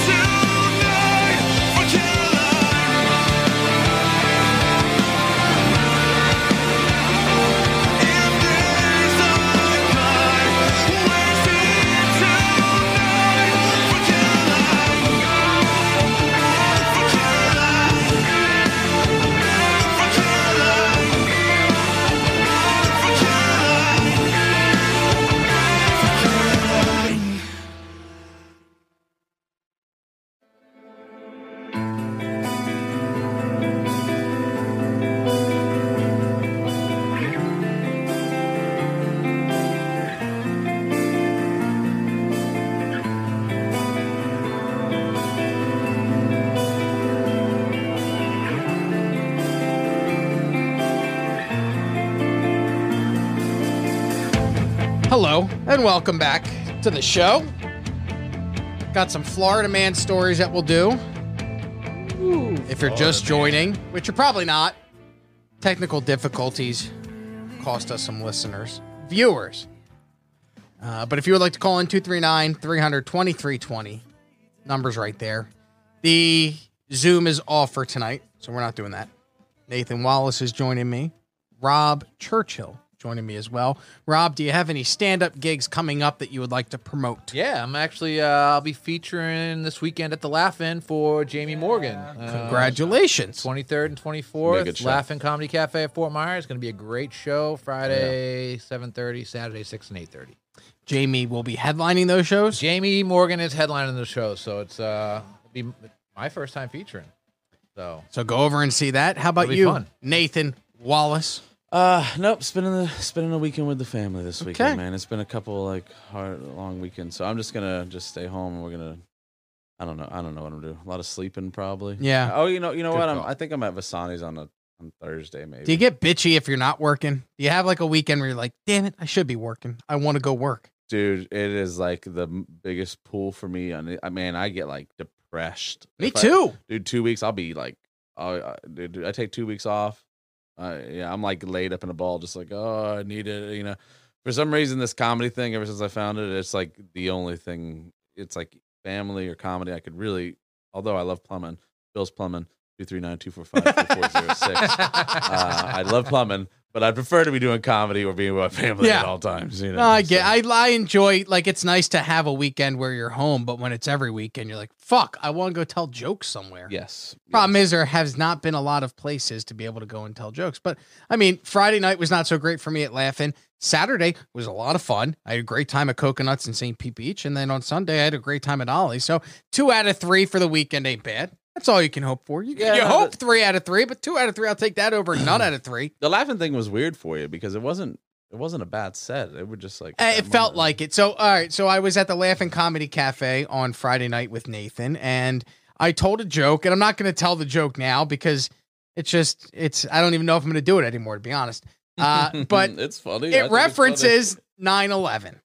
[SPEAKER 21] tonight? For Caroline. If there's
[SPEAKER 1] Hello, and welcome back to the show. Got some Florida man stories that we'll do. if you're just joining, which you're probably not, technical difficulties cost us some listeners, viewers. Uh, but if you would like to call in 239 300 2320, numbers right there. The Zoom is off for tonight, so we're not doing that. Nathan Wallace is joining me. Rob Churchill joining me as well. Rob, do you have any stand up gigs coming up that you would like to promote?
[SPEAKER 6] Yeah, I'm actually uh, I'll be featuring this weekend at the Laugh-In for Jamie Morgan. Uh,
[SPEAKER 1] Congratulations.
[SPEAKER 6] 23rd and
[SPEAKER 1] Make it
[SPEAKER 6] 24th,
[SPEAKER 1] show.
[SPEAKER 6] Laugh-In Comedy Cafe at Fort Myers. It's going to be a great show. Friday 7:30, Saturday 6 and 8:30.
[SPEAKER 1] Jamie will be headlining those shows.
[SPEAKER 6] Jamie Morgan is headlining the show, so it's uh be my first time featuring. So
[SPEAKER 1] So go over and see that. How about
[SPEAKER 6] It'll be
[SPEAKER 1] you,
[SPEAKER 6] fun.
[SPEAKER 1] Nathan Wallace?
[SPEAKER 2] Uh, nope. Spending the spending the weekend with the family this
[SPEAKER 1] Okay.
[SPEAKER 2] weekend, man. It's been a couple like hard long weekends, so I'm just gonna just stay home. and We're gonna, I don't know, I don't know what I'm gonna do. A lot of sleeping probably.
[SPEAKER 1] Yeah.
[SPEAKER 2] Oh, you know, you know
[SPEAKER 1] Good
[SPEAKER 2] what? I'm,
[SPEAKER 1] call.
[SPEAKER 2] I think I'm at Vasani's on a on Thursday maybe.
[SPEAKER 1] Do you get bitchy if you're not working? Do you have like a weekend where you're like, damn it, I should be working. I want to go work.
[SPEAKER 2] Dude, it is like the m- biggest pull for me. On it. I mean, I get like depressed.
[SPEAKER 1] Me
[SPEAKER 2] If I-
[SPEAKER 1] too.
[SPEAKER 2] dude. Two weeks, I'll be like, oh, I, dude, dude, I take two weeks off. Uh, yeah, I'm like laid up in a ball, just like, oh, I need it. You know, for some reason, this comedy thing, ever since I found it, it's like the only thing. It's like family or comedy. I could really, although I love plumbing, Bill's plumbing. 239-245-4406. uh, I love plumbing, but I'd prefer to be doing comedy or being with my family
[SPEAKER 1] Yeah.
[SPEAKER 2] at all times. You know,
[SPEAKER 1] No, I get. I, I enjoy like it's nice to have a weekend where you're home, but when it's every weekend, you're like, fuck, I want to go tell jokes somewhere.
[SPEAKER 2] Yes.
[SPEAKER 1] Problem is, there has not been a lot of places to be able to go and tell jokes. But I mean, Friday night was not so great for me at Laughing. Saturday was a lot of fun. I had a great time at Coconuts in St. Pete Beach. And then on Sunday, I had a great time at Ollie's. So two out of three for the weekend ain't bad. That's all you can hope for. You,
[SPEAKER 2] Yeah,
[SPEAKER 1] you
[SPEAKER 2] no,
[SPEAKER 1] hope three out of three, but two out of three, I'll take that over none out of three.
[SPEAKER 2] The laughing thing was weird for you because it wasn't it wasn't a bad set. It was just like
[SPEAKER 1] Uh, it felt like it. So, all right. So, I was at the Laughing Comedy Cafe on Friday night with Nathan, and I told a joke, and I'm not going to tell the joke now because it's just, it's, I don't even know if I'm going to do it anymore, to be honest. Uh, but
[SPEAKER 2] it's funny. I think
[SPEAKER 1] it
[SPEAKER 2] it's
[SPEAKER 1] references 9 11.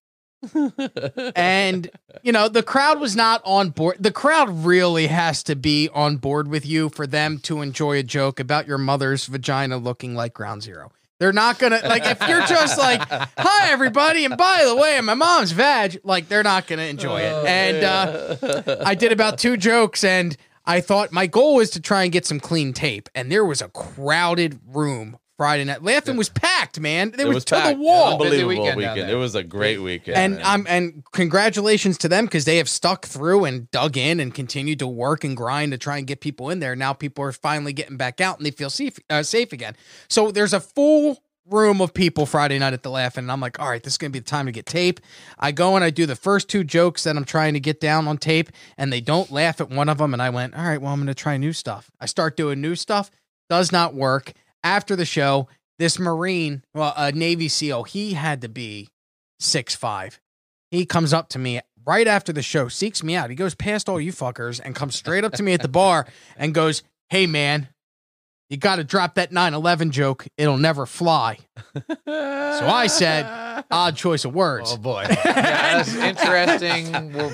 [SPEAKER 1] and, you know, the crowd was not on board. The crowd really has to be on board with you for them to enjoy a joke about your mother's vagina looking like ground zero. They're not going to, like, if you're just like, hi, everybody, and by the way, my mom's vag, like, they're not going to enjoy it.
[SPEAKER 2] Oh,
[SPEAKER 1] and, uh, I did about two jokes and I thought my goal was to try and get some clean tape. And there was a crowded room Friday night. Laughing was packed, man. They
[SPEAKER 2] It
[SPEAKER 1] were
[SPEAKER 2] was
[SPEAKER 1] to the
[SPEAKER 2] packed.
[SPEAKER 1] wall.
[SPEAKER 2] Unbelievable weekend. It was a great weekend.
[SPEAKER 1] And
[SPEAKER 2] man.
[SPEAKER 1] I'm and congratulations to them because they have stuck through and dug in and continued to work and grind to try and get people in there. Now people are finally getting back out and they feel safe uh, safe again. So there's a full room of people Friday night at the Laughing, and I'm like, all right, this is gonna be the time to get tape. I go and I do the first two jokes that I'm trying to get down on tape, and they don't laugh at one of them. And I went, all right, well I'm gonna try new stuff. I start doing new stuff, does not work. After the show. This Marine, well, a Navy SEAL, he had to be six five. He comes up to me right after the show, seeks me out. He goes past all you fuckers and comes straight up to me at the bar and goes, "Hey man, you got to drop that 9/11 joke. It'll never fly." so I said, "Odd choice of words." Oh
[SPEAKER 6] boy, that's interesting. Well,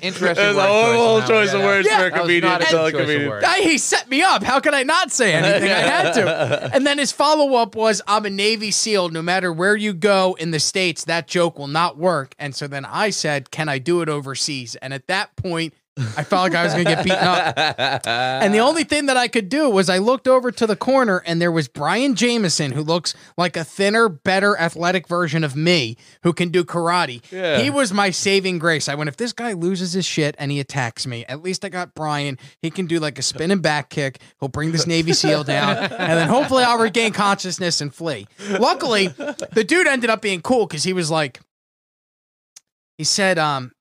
[SPEAKER 6] interesting.
[SPEAKER 2] It's a
[SPEAKER 6] word
[SPEAKER 2] horrible
[SPEAKER 6] on that one.
[SPEAKER 2] choice of
[SPEAKER 6] Yeah,
[SPEAKER 2] words
[SPEAKER 6] that-
[SPEAKER 2] for a
[SPEAKER 6] that was
[SPEAKER 2] comedian
[SPEAKER 6] not
[SPEAKER 2] to
[SPEAKER 6] a
[SPEAKER 2] tell a
[SPEAKER 6] good choice of
[SPEAKER 2] comedian.
[SPEAKER 6] words.
[SPEAKER 1] I, he set me up. How could I not say anything? I had to. And then his follow up was, "I'm a Navy SEAL. No matter where you go in the states, that joke will not work." And so then I said, "Can I do it overseas?" And at that point, I felt like I was going to get beaten up. And the only thing that I could do was I looked over to the corner and there was Brian Jameson, who looks like a thinner, better athletic version of me who can do karate.
[SPEAKER 2] Yeah.
[SPEAKER 1] He was my saving grace. I went, if this guy loses his shit and he attacks me, at least I got Brian. He can do like a spin and back kick. He'll bring this Navy SEAL down and then hopefully I'll regain consciousness and flee. Luckily, the dude ended up being cool because he was like, he said, um,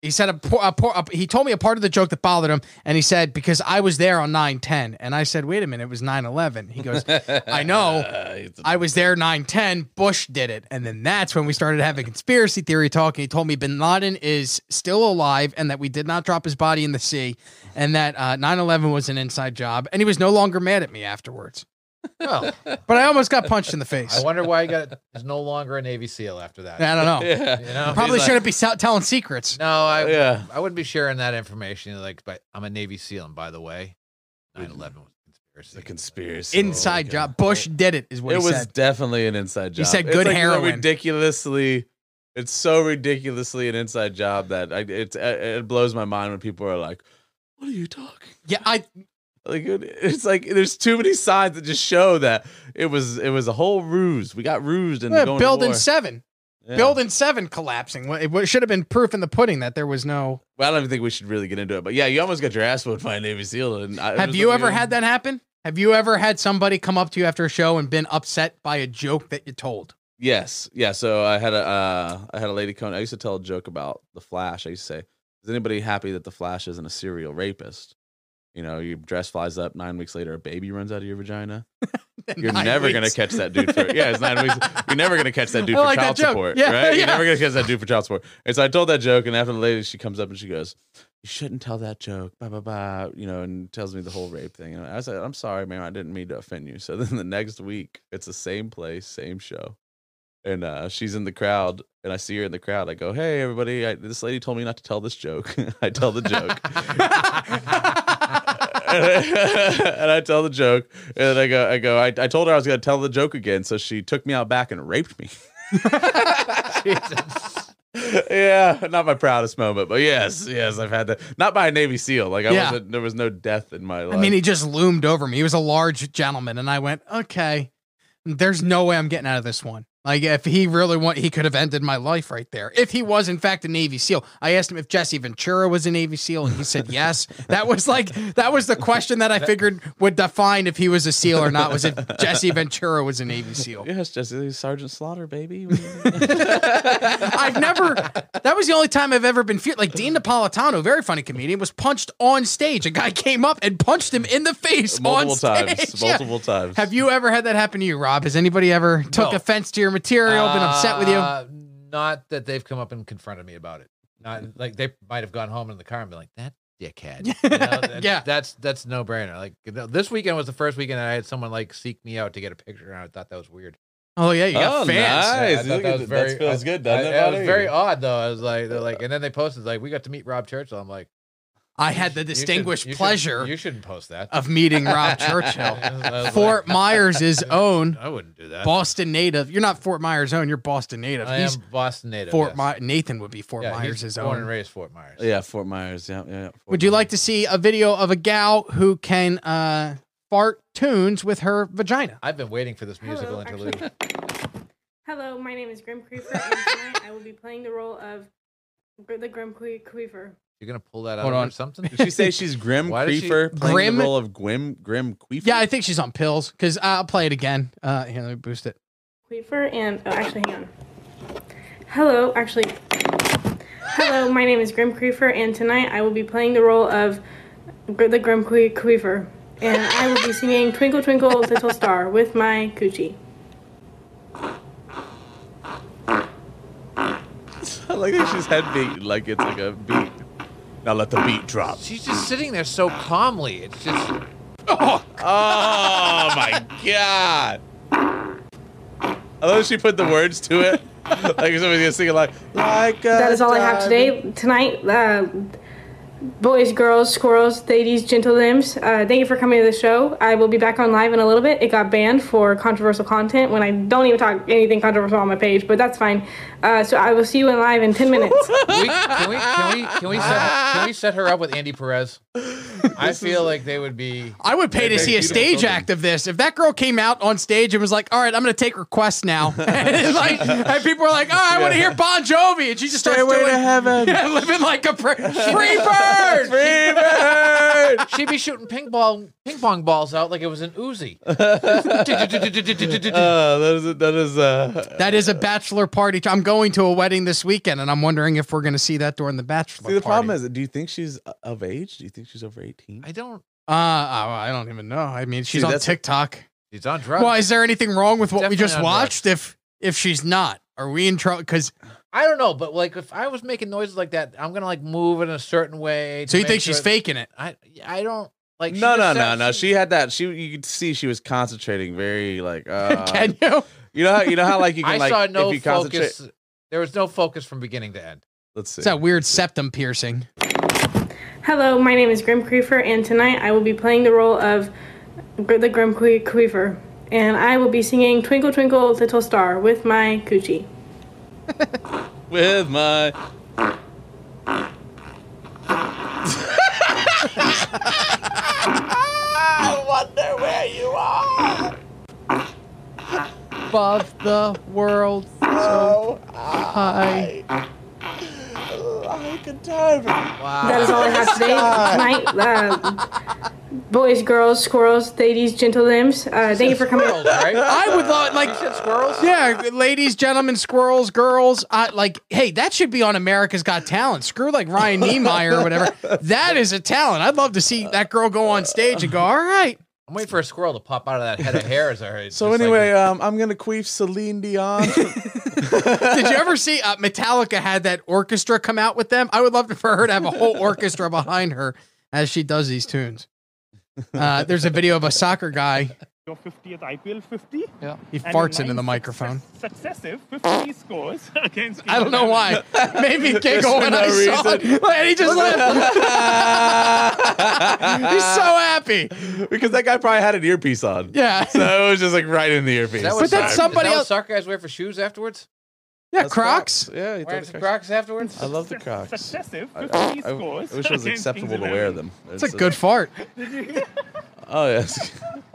[SPEAKER 1] he said a, por- a, por- a he told me a part of the joke that bothered him, and he said because I was there on nine ten, and I said, wait a minute, it was nine eleven. He goes, I know, I was there nine ten. Bush did it, and then that's when we started having conspiracy theory talk. And he told me Bin Laden is still alive, and that we did not drop his body in uh, the sea, and that nine eleven was an inside job, and he was no longer mad at me afterwards.
[SPEAKER 6] Well,
[SPEAKER 1] But I almost got punched in the face.
[SPEAKER 6] I wonder why he got is no longer a Navy SEAL after that.
[SPEAKER 1] I don't know.
[SPEAKER 6] You know?
[SPEAKER 1] Probably
[SPEAKER 6] He's like,
[SPEAKER 1] shouldn't be sell- telling secrets.
[SPEAKER 6] No, I
[SPEAKER 1] Yeah.
[SPEAKER 6] I wouldn't be sharing that information. Like, but I'm a Navy SEAL, and by the way, 9/11 was a conspiracy. A
[SPEAKER 2] conspiracy.
[SPEAKER 1] Inside job. Bush did it, is what
[SPEAKER 2] it
[SPEAKER 1] he
[SPEAKER 2] was
[SPEAKER 1] said.
[SPEAKER 2] definitely an inside job.
[SPEAKER 1] He said
[SPEAKER 2] It's
[SPEAKER 1] good
[SPEAKER 2] like so
[SPEAKER 1] heroin.
[SPEAKER 2] ridiculously, it's so ridiculously an inside job that I, it's eh, it blows my mind when people are like, What are you talking?
[SPEAKER 1] Yeah, I.
[SPEAKER 2] Like it- it's like there's too many signs that just show that it was it was a whole ruse. We got rused and
[SPEAKER 1] Yeah,
[SPEAKER 2] going to
[SPEAKER 1] building
[SPEAKER 2] war.
[SPEAKER 1] seven.
[SPEAKER 2] Yeah.
[SPEAKER 1] Building seven collapsing. Well, It wa- should have been proof in the pudding that there was no.
[SPEAKER 2] Well, I don't even think we should really get into it, but yeah, you almost got your ass whooped by a Navy SEAL. And I,
[SPEAKER 1] Have you ever had that happen? Have you ever had somebody come up to you after a show and been upset by a joke that you told?
[SPEAKER 2] Yes, yeah. So I had a uh, I had a lady come. I used to tell a joke about the Flash. I used to say, "Is anybody happy that the Flash isn't a serial rapist?" You know, your dress flies up. Nine weeks later, a baby runs out of your vagina. You're
[SPEAKER 1] Nine
[SPEAKER 2] never
[SPEAKER 1] weeks.
[SPEAKER 2] gonna catch that dude for yeah. It's nine weeks. You're never gonna catch that dude
[SPEAKER 1] I
[SPEAKER 2] for
[SPEAKER 1] like that
[SPEAKER 2] child
[SPEAKER 1] joke.
[SPEAKER 2] support,
[SPEAKER 1] Yeah,
[SPEAKER 2] right?
[SPEAKER 1] yeah.
[SPEAKER 2] You're never gonna catch that dude for child support. And so I told that joke, and after the lady, she comes up and she goes, "You shouldn't tell that joke." Blah blah blah. You know, and tells me the whole rape thing. And I said, "I'm sorry, ma'am. I didn't mean to offend you." So then the next week, it's the same place, same show and uh, she's in the crowd and i see her in the crowd i go hey everybody I, this lady told me not to tell this joke i tell the joke and i tell the joke and then i go i go I, I told her i was going to tell the joke again so she took me out back and raped me yeah not my proudest moment but yes yes i've had that not by a navy seal like i
[SPEAKER 1] Yeah.
[SPEAKER 2] wasn't there was no death in my life
[SPEAKER 1] I mean, he just loomed over me. He was a large gentleman, and I went, okay, there's no way I'm getting out of this one. Like, if he really want, he could have ended my life right there. If he was, in fact, a Navy SEAL, I asked him if Jesse Ventura was a Navy SEAL, and he said yes. That was like that was the question that I figured would define if he was a SEAL or not. Was if Jesse Ventura was a Navy SEAL?
[SPEAKER 2] Yes, Jesse Sergeant Slaughter, baby.
[SPEAKER 1] I've never. That was the only time I've ever been feared. Like Dean Napolitano, very funny comedian, was punched on stage. A guy came up and punched him in the face
[SPEAKER 2] multiple
[SPEAKER 1] on stage.
[SPEAKER 2] times
[SPEAKER 1] Yeah.
[SPEAKER 2] multiple times
[SPEAKER 1] Have you ever had that happen to you, Rob? Has anybody ever took
[SPEAKER 6] No.
[SPEAKER 1] offense to your material, been upset with you?
[SPEAKER 6] Uh, Not that they've come up and confronted me about it. Not like they might have gone home in the car and been like that dickhead. You know, that's,
[SPEAKER 1] Yeah.
[SPEAKER 6] that's that's no brainer. Like you know, this weekend was the first weekend that I had someone like seek me out to get a picture, and I thought that was weird.
[SPEAKER 1] Oh yeah, you got
[SPEAKER 2] Oh,
[SPEAKER 1] fans.
[SPEAKER 2] nice.
[SPEAKER 6] Yeah, I
[SPEAKER 2] Look
[SPEAKER 6] thought
[SPEAKER 2] at
[SPEAKER 6] that was
[SPEAKER 2] that.
[SPEAKER 6] very.
[SPEAKER 2] That feels
[SPEAKER 6] I-
[SPEAKER 2] good, doesn't
[SPEAKER 6] I-
[SPEAKER 2] it,
[SPEAKER 6] that was
[SPEAKER 2] buddy?
[SPEAKER 6] very odd though. I was like, they're like, and then they posted like, we got to meet Rob Churchill. I'm like,
[SPEAKER 1] I had the
[SPEAKER 6] you should-
[SPEAKER 1] distinguished
[SPEAKER 6] you should-
[SPEAKER 1] pleasure
[SPEAKER 6] you shouldn't post that
[SPEAKER 1] of meeting Rob Churchill, Fort Myers' own.
[SPEAKER 6] I wouldn't do that.
[SPEAKER 1] Boston native. You're not Fort Myers' own. You're Boston native.
[SPEAKER 6] I
[SPEAKER 1] He's
[SPEAKER 6] am Boston native.
[SPEAKER 1] Fort
[SPEAKER 6] yes.
[SPEAKER 1] My- Nathan would be Fort
[SPEAKER 6] Yeah, he's
[SPEAKER 1] Myers'
[SPEAKER 6] born
[SPEAKER 1] own.
[SPEAKER 6] and raised Fort Myers.
[SPEAKER 2] yeah fort myers yeah yeah, yeah.
[SPEAKER 1] Would you like to see a video of a gal who can uh, fart tunes with her vagina?
[SPEAKER 6] I've been waiting for this musical
[SPEAKER 3] Hello,
[SPEAKER 6] interlude.
[SPEAKER 3] Hello, my name is Grim Creeper, and tonight I will be playing the role of Gr- the Grim Cre- Creeper.
[SPEAKER 6] You're gonna pull that out
[SPEAKER 2] Hold
[SPEAKER 6] of
[SPEAKER 2] on.
[SPEAKER 6] something?
[SPEAKER 2] Did she say she's Grim
[SPEAKER 6] Why did she-
[SPEAKER 2] Creeper playing
[SPEAKER 1] Grim-
[SPEAKER 2] the role of Grim Grim Queefer?
[SPEAKER 1] Yeah, I think she's on pills because I'll play it again. Uh, here, let me boost it.
[SPEAKER 3] Creeper, and oh, actually, hang on. Hello, actually. Hello, my name is Grim Creeper, and tonight I will be playing the role of Gr- the Grim Cre- Creeper, and I will be singing "Twinkle Twinkle Little Star" with my coochie.
[SPEAKER 2] I like that she's head beat like it's like a beat. Now let the beat drop.
[SPEAKER 6] She's just sitting there so calmly. It's just
[SPEAKER 2] Oh my god! I love that she put the words to it. Like somebody's gonna sing it like "Ah." like.
[SPEAKER 3] that is all I have today. Tonight, uh, boys, girls, squirrels, ladies, gentle limbs, uh, thank you for coming to the show. I will be back on live in a little bit. It got banned for controversial content when I don't even talk anything controversial on my page, but that's fine. Uh, so I will see you in live in 10 minutes.
[SPEAKER 6] can we can we can we can we set, can we set her up with Andy Perez? I feel like they would be.
[SPEAKER 1] I would pay to
[SPEAKER 6] they'd
[SPEAKER 1] see a
[SPEAKER 6] be
[SPEAKER 1] stage
[SPEAKER 6] children.
[SPEAKER 1] act of this. If that girl came out on stage and was like, "All right, I'm going to take requests now," and, like, and people are like, "Oh, I want to
[SPEAKER 2] Yeah.
[SPEAKER 1] hear Bon Jovi," and she just starts
[SPEAKER 2] Stairway to
[SPEAKER 1] doing
[SPEAKER 2] Heaven.
[SPEAKER 1] Yeah, living like a pre- free bird.
[SPEAKER 2] Free bird.
[SPEAKER 6] She'd be shooting ping pong ping pong balls out like it was an Uzi.
[SPEAKER 2] Uh, that is that is uh.
[SPEAKER 1] That is a bachelor party. I'm going to a wedding this weekend, and I'm wondering if we're going to see that during the bachelor.
[SPEAKER 2] See the
[SPEAKER 1] party.
[SPEAKER 2] problem is, do you think she's of age? Do you think she's over eighteen?
[SPEAKER 6] I don't.
[SPEAKER 1] Uh, oh, I don't even know. I mean, she's
[SPEAKER 2] See,
[SPEAKER 1] on
[SPEAKER 2] that's-
[SPEAKER 1] TikTok.
[SPEAKER 6] She's on drugs.
[SPEAKER 1] Well, is there anything wrong with what we
[SPEAKER 6] Definitely
[SPEAKER 1] just
[SPEAKER 6] on
[SPEAKER 1] watched? If if she's not, are we in trouble? Because
[SPEAKER 6] I don't know, but like if I was making noises like that, I'm gonna like move in a certain way.
[SPEAKER 1] so
[SPEAKER 6] to
[SPEAKER 1] you
[SPEAKER 6] make
[SPEAKER 1] think she's
[SPEAKER 6] sure-
[SPEAKER 1] faking it?
[SPEAKER 6] I I don't. Like she
[SPEAKER 2] no, no,
[SPEAKER 6] just
[SPEAKER 2] no,
[SPEAKER 6] said-
[SPEAKER 2] no. She had that. She you could see she was concentrating very like. Uh,
[SPEAKER 1] Can you?
[SPEAKER 2] You know how you know how like you can
[SPEAKER 6] I
[SPEAKER 2] like
[SPEAKER 6] saw no
[SPEAKER 2] if you concentrate.
[SPEAKER 6] focus. There was no focus from beginning to end.
[SPEAKER 2] Let's see.
[SPEAKER 1] It's that weird septum piercing.
[SPEAKER 3] Hello, my name is Grim Creefer, and tonight I will be playing the role of Gr- the Grim Cre- Creefer, and I will be singing "Twinkle Twinkle Little Star" with my coochie.
[SPEAKER 2] with my.
[SPEAKER 1] I wonder where you are. Above the world so high.
[SPEAKER 5] I can tell. Wow.
[SPEAKER 3] That is all I have today. Tonight, uh, boys, girls, squirrels, ladies, gentle limbs. Uh, thank you for coming.
[SPEAKER 1] I would love like
[SPEAKER 6] squirrels.
[SPEAKER 1] Yeah, ladies, gentlemen, squirrels, girls. I like. Hey, that should be on America's Got Talent. Screw like Ryan Niemeyer or whatever. That is a talent. I'd love to see that girl go on stage and go, "All right."
[SPEAKER 6] I'm waiting for a squirrel to pop out of that head of hair. As I heard.
[SPEAKER 2] So anyway, um, I'm gonna queef Celine Dion.
[SPEAKER 1] Did you ever see uh, Metallica had that orchestra come out with them? I would love for her to have a whole orchestra behind her as she does these tunes. Uh, there's a video of a soccer guy.
[SPEAKER 4] Your 50th IPL 50. Yeah.
[SPEAKER 1] He farts into the microphone.
[SPEAKER 4] Successive 50 scores against.
[SPEAKER 1] I don't know why. Maybe
[SPEAKER 4] Just
[SPEAKER 1] giggle
[SPEAKER 4] for
[SPEAKER 1] when
[SPEAKER 4] no
[SPEAKER 1] I saw it.
[SPEAKER 4] reason.
[SPEAKER 1] And he just laughed. He's so happy
[SPEAKER 2] because that guy probably had an earpiece on.
[SPEAKER 1] Yeah.
[SPEAKER 2] so it was just like right in the earpiece.
[SPEAKER 6] Is that what soccer- is that what soccer guys wear for shoes afterwards?
[SPEAKER 1] Yeah,
[SPEAKER 2] That's
[SPEAKER 1] Crocs.
[SPEAKER 2] Yeah, he
[SPEAKER 6] Wearing
[SPEAKER 2] thought
[SPEAKER 6] some
[SPEAKER 2] it-
[SPEAKER 6] Crocs afterwards.
[SPEAKER 2] I love the Crocs.
[SPEAKER 4] Successive
[SPEAKER 2] I,
[SPEAKER 4] 50
[SPEAKER 2] I- I
[SPEAKER 4] scores.
[SPEAKER 2] wish it was
[SPEAKER 4] against
[SPEAKER 2] acceptable to
[SPEAKER 4] England.
[SPEAKER 2] wear them.
[SPEAKER 1] It's a good fart.
[SPEAKER 4] Did you?
[SPEAKER 2] Oh yes.